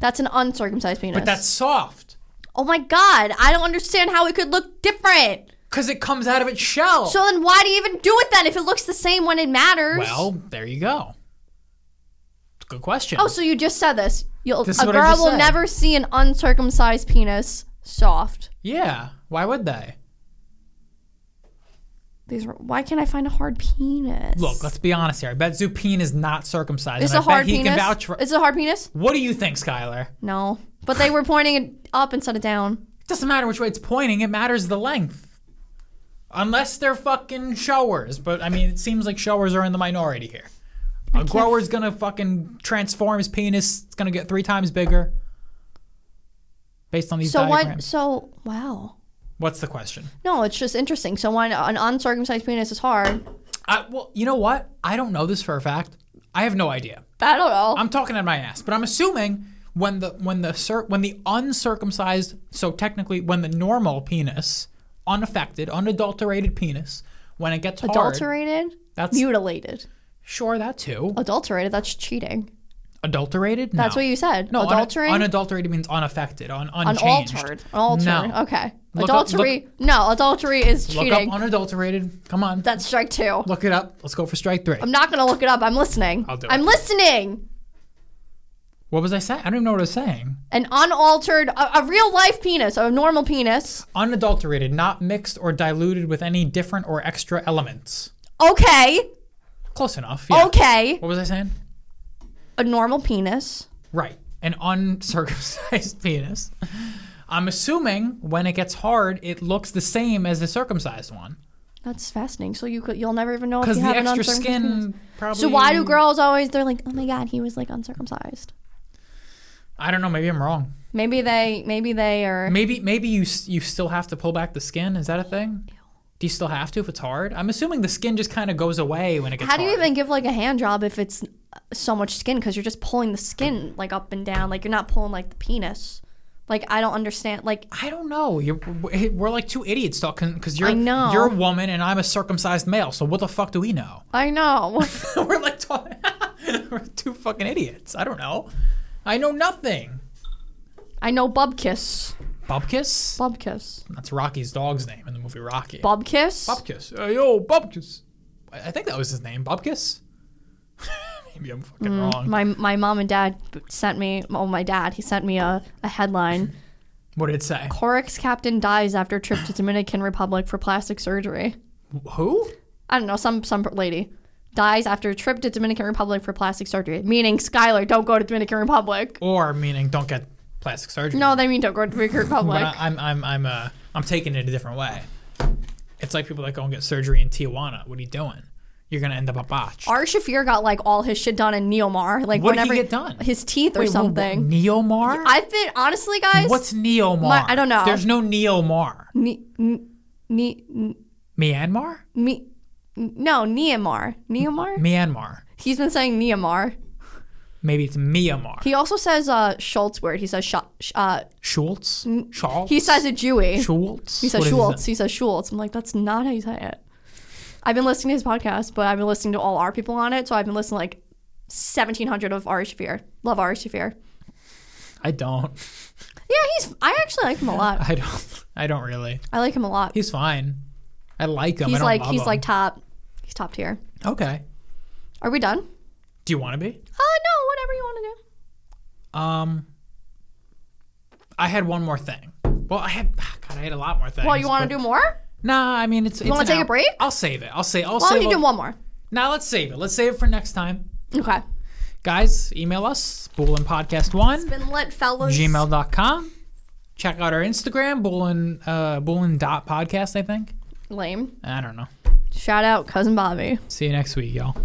Speaker 2: That's an uncircumcised penis.
Speaker 1: but that's soft
Speaker 2: oh my god, I don't understand how it could look different.
Speaker 1: because it comes out of its shell.
Speaker 2: So then why do you even do it then if it looks the same when it matters?
Speaker 1: well, there you go. It's a Good question.
Speaker 2: Oh, so you just said this. You'll
Speaker 1: This is
Speaker 2: a
Speaker 1: what I
Speaker 2: girl
Speaker 1: just
Speaker 2: will
Speaker 1: said.
Speaker 2: never see an uncircumcised penis soft.
Speaker 1: yeah, why would they?
Speaker 2: These are, why can't I find a hard penis?
Speaker 1: Look, let's be honest here. I bet Zupin is not circumcised.
Speaker 2: it's
Speaker 1: and
Speaker 2: a
Speaker 1: I
Speaker 2: hard
Speaker 1: bet he
Speaker 2: penis.
Speaker 1: can vouch for.
Speaker 2: It's a hard penis?
Speaker 1: What do you think, Skylar?
Speaker 2: No. But they were pointing it up instead of down.
Speaker 1: It doesn't matter which way it's pointing, it matters the length. Unless they're fucking showers, but I mean, it seems like showers are in the minority here. A grower's gonna fucking transform his penis, it's gonna get three times bigger. Based on these
Speaker 2: So why
Speaker 1: diagrams.
Speaker 2: so wow.
Speaker 1: What's the question?
Speaker 2: No, it's just interesting. So when an uncircumcised penis is hard,
Speaker 1: I, well, you know what? I don't know this for a fact. I have no idea.
Speaker 2: I don't know.
Speaker 1: I'm talking out my ass, but I'm assuming when the when the cir- when the uncircumcised, so technically when the normal penis, unaffected, unadulterated penis, when it gets hard,
Speaker 2: Adulterated?
Speaker 1: That's-
Speaker 2: mutilated.
Speaker 1: sure that too.
Speaker 2: Adulterated, that's cheating.
Speaker 1: Adulterated? No.
Speaker 2: That's what you said.
Speaker 1: No, un-
Speaker 2: adultering,
Speaker 1: unadulterated means unaffected, un- unchanged.
Speaker 2: unaltered. Unaltered.
Speaker 1: No.
Speaker 2: Okay.
Speaker 1: Look up-
Speaker 2: adultery. no, adultery is
Speaker 1: Look
Speaker 2: cheating.
Speaker 1: up unadulterated. Come on.
Speaker 2: that's strike two.
Speaker 1: Look it up. Let's go for strike three.
Speaker 2: I'm not gonna look it up. I'm listening.
Speaker 1: I'll do
Speaker 2: I'm
Speaker 1: it.
Speaker 2: listening.
Speaker 1: What was I saying? I don't even know what I was saying.
Speaker 2: An unaltered, a, a real life penis, a normal penis.
Speaker 1: Unadulterated, not mixed or diluted with any different or extra elements.
Speaker 2: Okay.
Speaker 1: Close enough. Yeah.
Speaker 2: Okay.
Speaker 1: What was I saying?
Speaker 2: A normal penis.
Speaker 1: Right. An uncircumcised [laughs] penis. I'm assuming when it gets hard, it looks the same as the circumcised one.
Speaker 2: That's fascinating. So you could, you'll never even know if
Speaker 1: Because
Speaker 2: you
Speaker 1: the
Speaker 2: have an
Speaker 1: extra
Speaker 2: uncircumcised penis.
Speaker 1: skin probably.
Speaker 2: So why do girls always? They're like, oh my god, he was like uncircumcised.
Speaker 1: I don't know. Maybe I'm wrong.
Speaker 2: Maybe they, maybe they are.
Speaker 1: Maybe maybe you s- you still have to pull back the skin. Is that a thing? Do you still have to if it's hard? I'm assuming the skin just kind of goes away when it gets
Speaker 2: How do you
Speaker 1: hard.
Speaker 2: even give like a hand job if it's so much skin? Because you're just pulling the skin like up and down. Like you're not pulling like the penis. Like I don't understand. Like
Speaker 1: I don't know. You're, we're like two idiots talking because you're
Speaker 2: I know.
Speaker 1: you're a woman and I'm a circumcised male. So what the fuck do we know?
Speaker 2: I know. [laughs]
Speaker 1: [laughs] we're like talking. [laughs] we're two fucking idiots. I don't know. I know nothing.
Speaker 2: I know Bubkiss.
Speaker 1: Bubkiss?
Speaker 2: Bubkiss.
Speaker 1: That's Rocky's dog's name in the movie Rocky.
Speaker 2: Bubkiss.
Speaker 1: Bubkiss. Hey, yo, Bubkiss. I I think that was his name. Bubkiss? [laughs] Maybe I'm fucking wrong.
Speaker 2: Mm, my my mom and dad sent me. Oh my dad, he sent me a, a headline.
Speaker 1: what did it say?
Speaker 2: Corex captain dies after trip to Dominican Republic for plastic surgery.
Speaker 1: Who?
Speaker 2: I don't know. Some some lady dies after a trip to Dominican Republic for plastic surgery. Meaning Skylar, don't go to Dominican Republic.
Speaker 1: Or meaning don't get plastic surgery.
Speaker 2: No, they mean don't go to Big Republic.
Speaker 1: but I, I'm I'm I'm uh I'm taking it a different way. It's like people that go and get surgery in Tijuana. What are you doing? You're gonna end up a botch.
Speaker 2: Ar Shafir got like all his shit done in Neomar. Like
Speaker 1: What did he
Speaker 2: whenever
Speaker 1: get done?
Speaker 2: his teeth or
Speaker 1: Wait, wh- wh-
Speaker 2: something.
Speaker 1: Neomar.
Speaker 2: I've been honestly, guys.
Speaker 1: What's Neomar?
Speaker 2: My- I don't know.
Speaker 1: There's no Neomar.
Speaker 2: ne- n- ne- n-
Speaker 1: Myanmar.
Speaker 2: me? No, Neomar. Neomar.
Speaker 1: Myanmar.
Speaker 2: He's been saying Neomar.
Speaker 1: Maybe it's Myanmar.
Speaker 2: He also says uh, Schultz word. He says sh- sh- uh,
Speaker 1: Schultz. Schultz.
Speaker 2: he says it Jewy.
Speaker 1: Schultz.
Speaker 2: He says
Speaker 1: What is
Speaker 2: Schultz.
Speaker 1: that?
Speaker 2: He says Schultz. I'm like, that's not how you say it. I've been listening to his podcast, but I've been listening to all our people on it. So I've been listening to like 1,700 of Ari Shafir. Love Ari Shafir.
Speaker 1: I don't. [laughs]
Speaker 2: Yeah, he's. I actually like him a lot.
Speaker 1: I don't. I don't really.
Speaker 2: I like him a lot.
Speaker 1: He's fine. I like him. I
Speaker 2: He's
Speaker 1: don't
Speaker 2: like
Speaker 1: love
Speaker 2: he's
Speaker 1: him.
Speaker 2: like top. He's top tier.
Speaker 1: Okay.
Speaker 2: Are we done? Uh, no,
Speaker 1: Do you want to be?
Speaker 2: whatever you want to do.
Speaker 1: Um. I had one more thing. Well, I had. [sighs] God, I had a lot more things.
Speaker 2: Well, you want to do more?
Speaker 1: Nah, I mean it's. You
Speaker 2: wanna take a break?
Speaker 1: I'll save it. I'll say. I'll
Speaker 2: Why
Speaker 1: save.
Speaker 2: don't you
Speaker 1: it.
Speaker 2: do one more?
Speaker 1: Nah, let's save it. Let's save it for next time,
Speaker 2: Okay.
Speaker 1: guys. Email us boolinpodcast one
Speaker 2: Been lit, fellas.
Speaker 1: gmail.com. Check out our Instagram boolin uh, boolin dot podcast. I think
Speaker 2: Lame.
Speaker 1: I don't know.
Speaker 2: Shout out cousin Bobby.
Speaker 1: See you next week, y'all.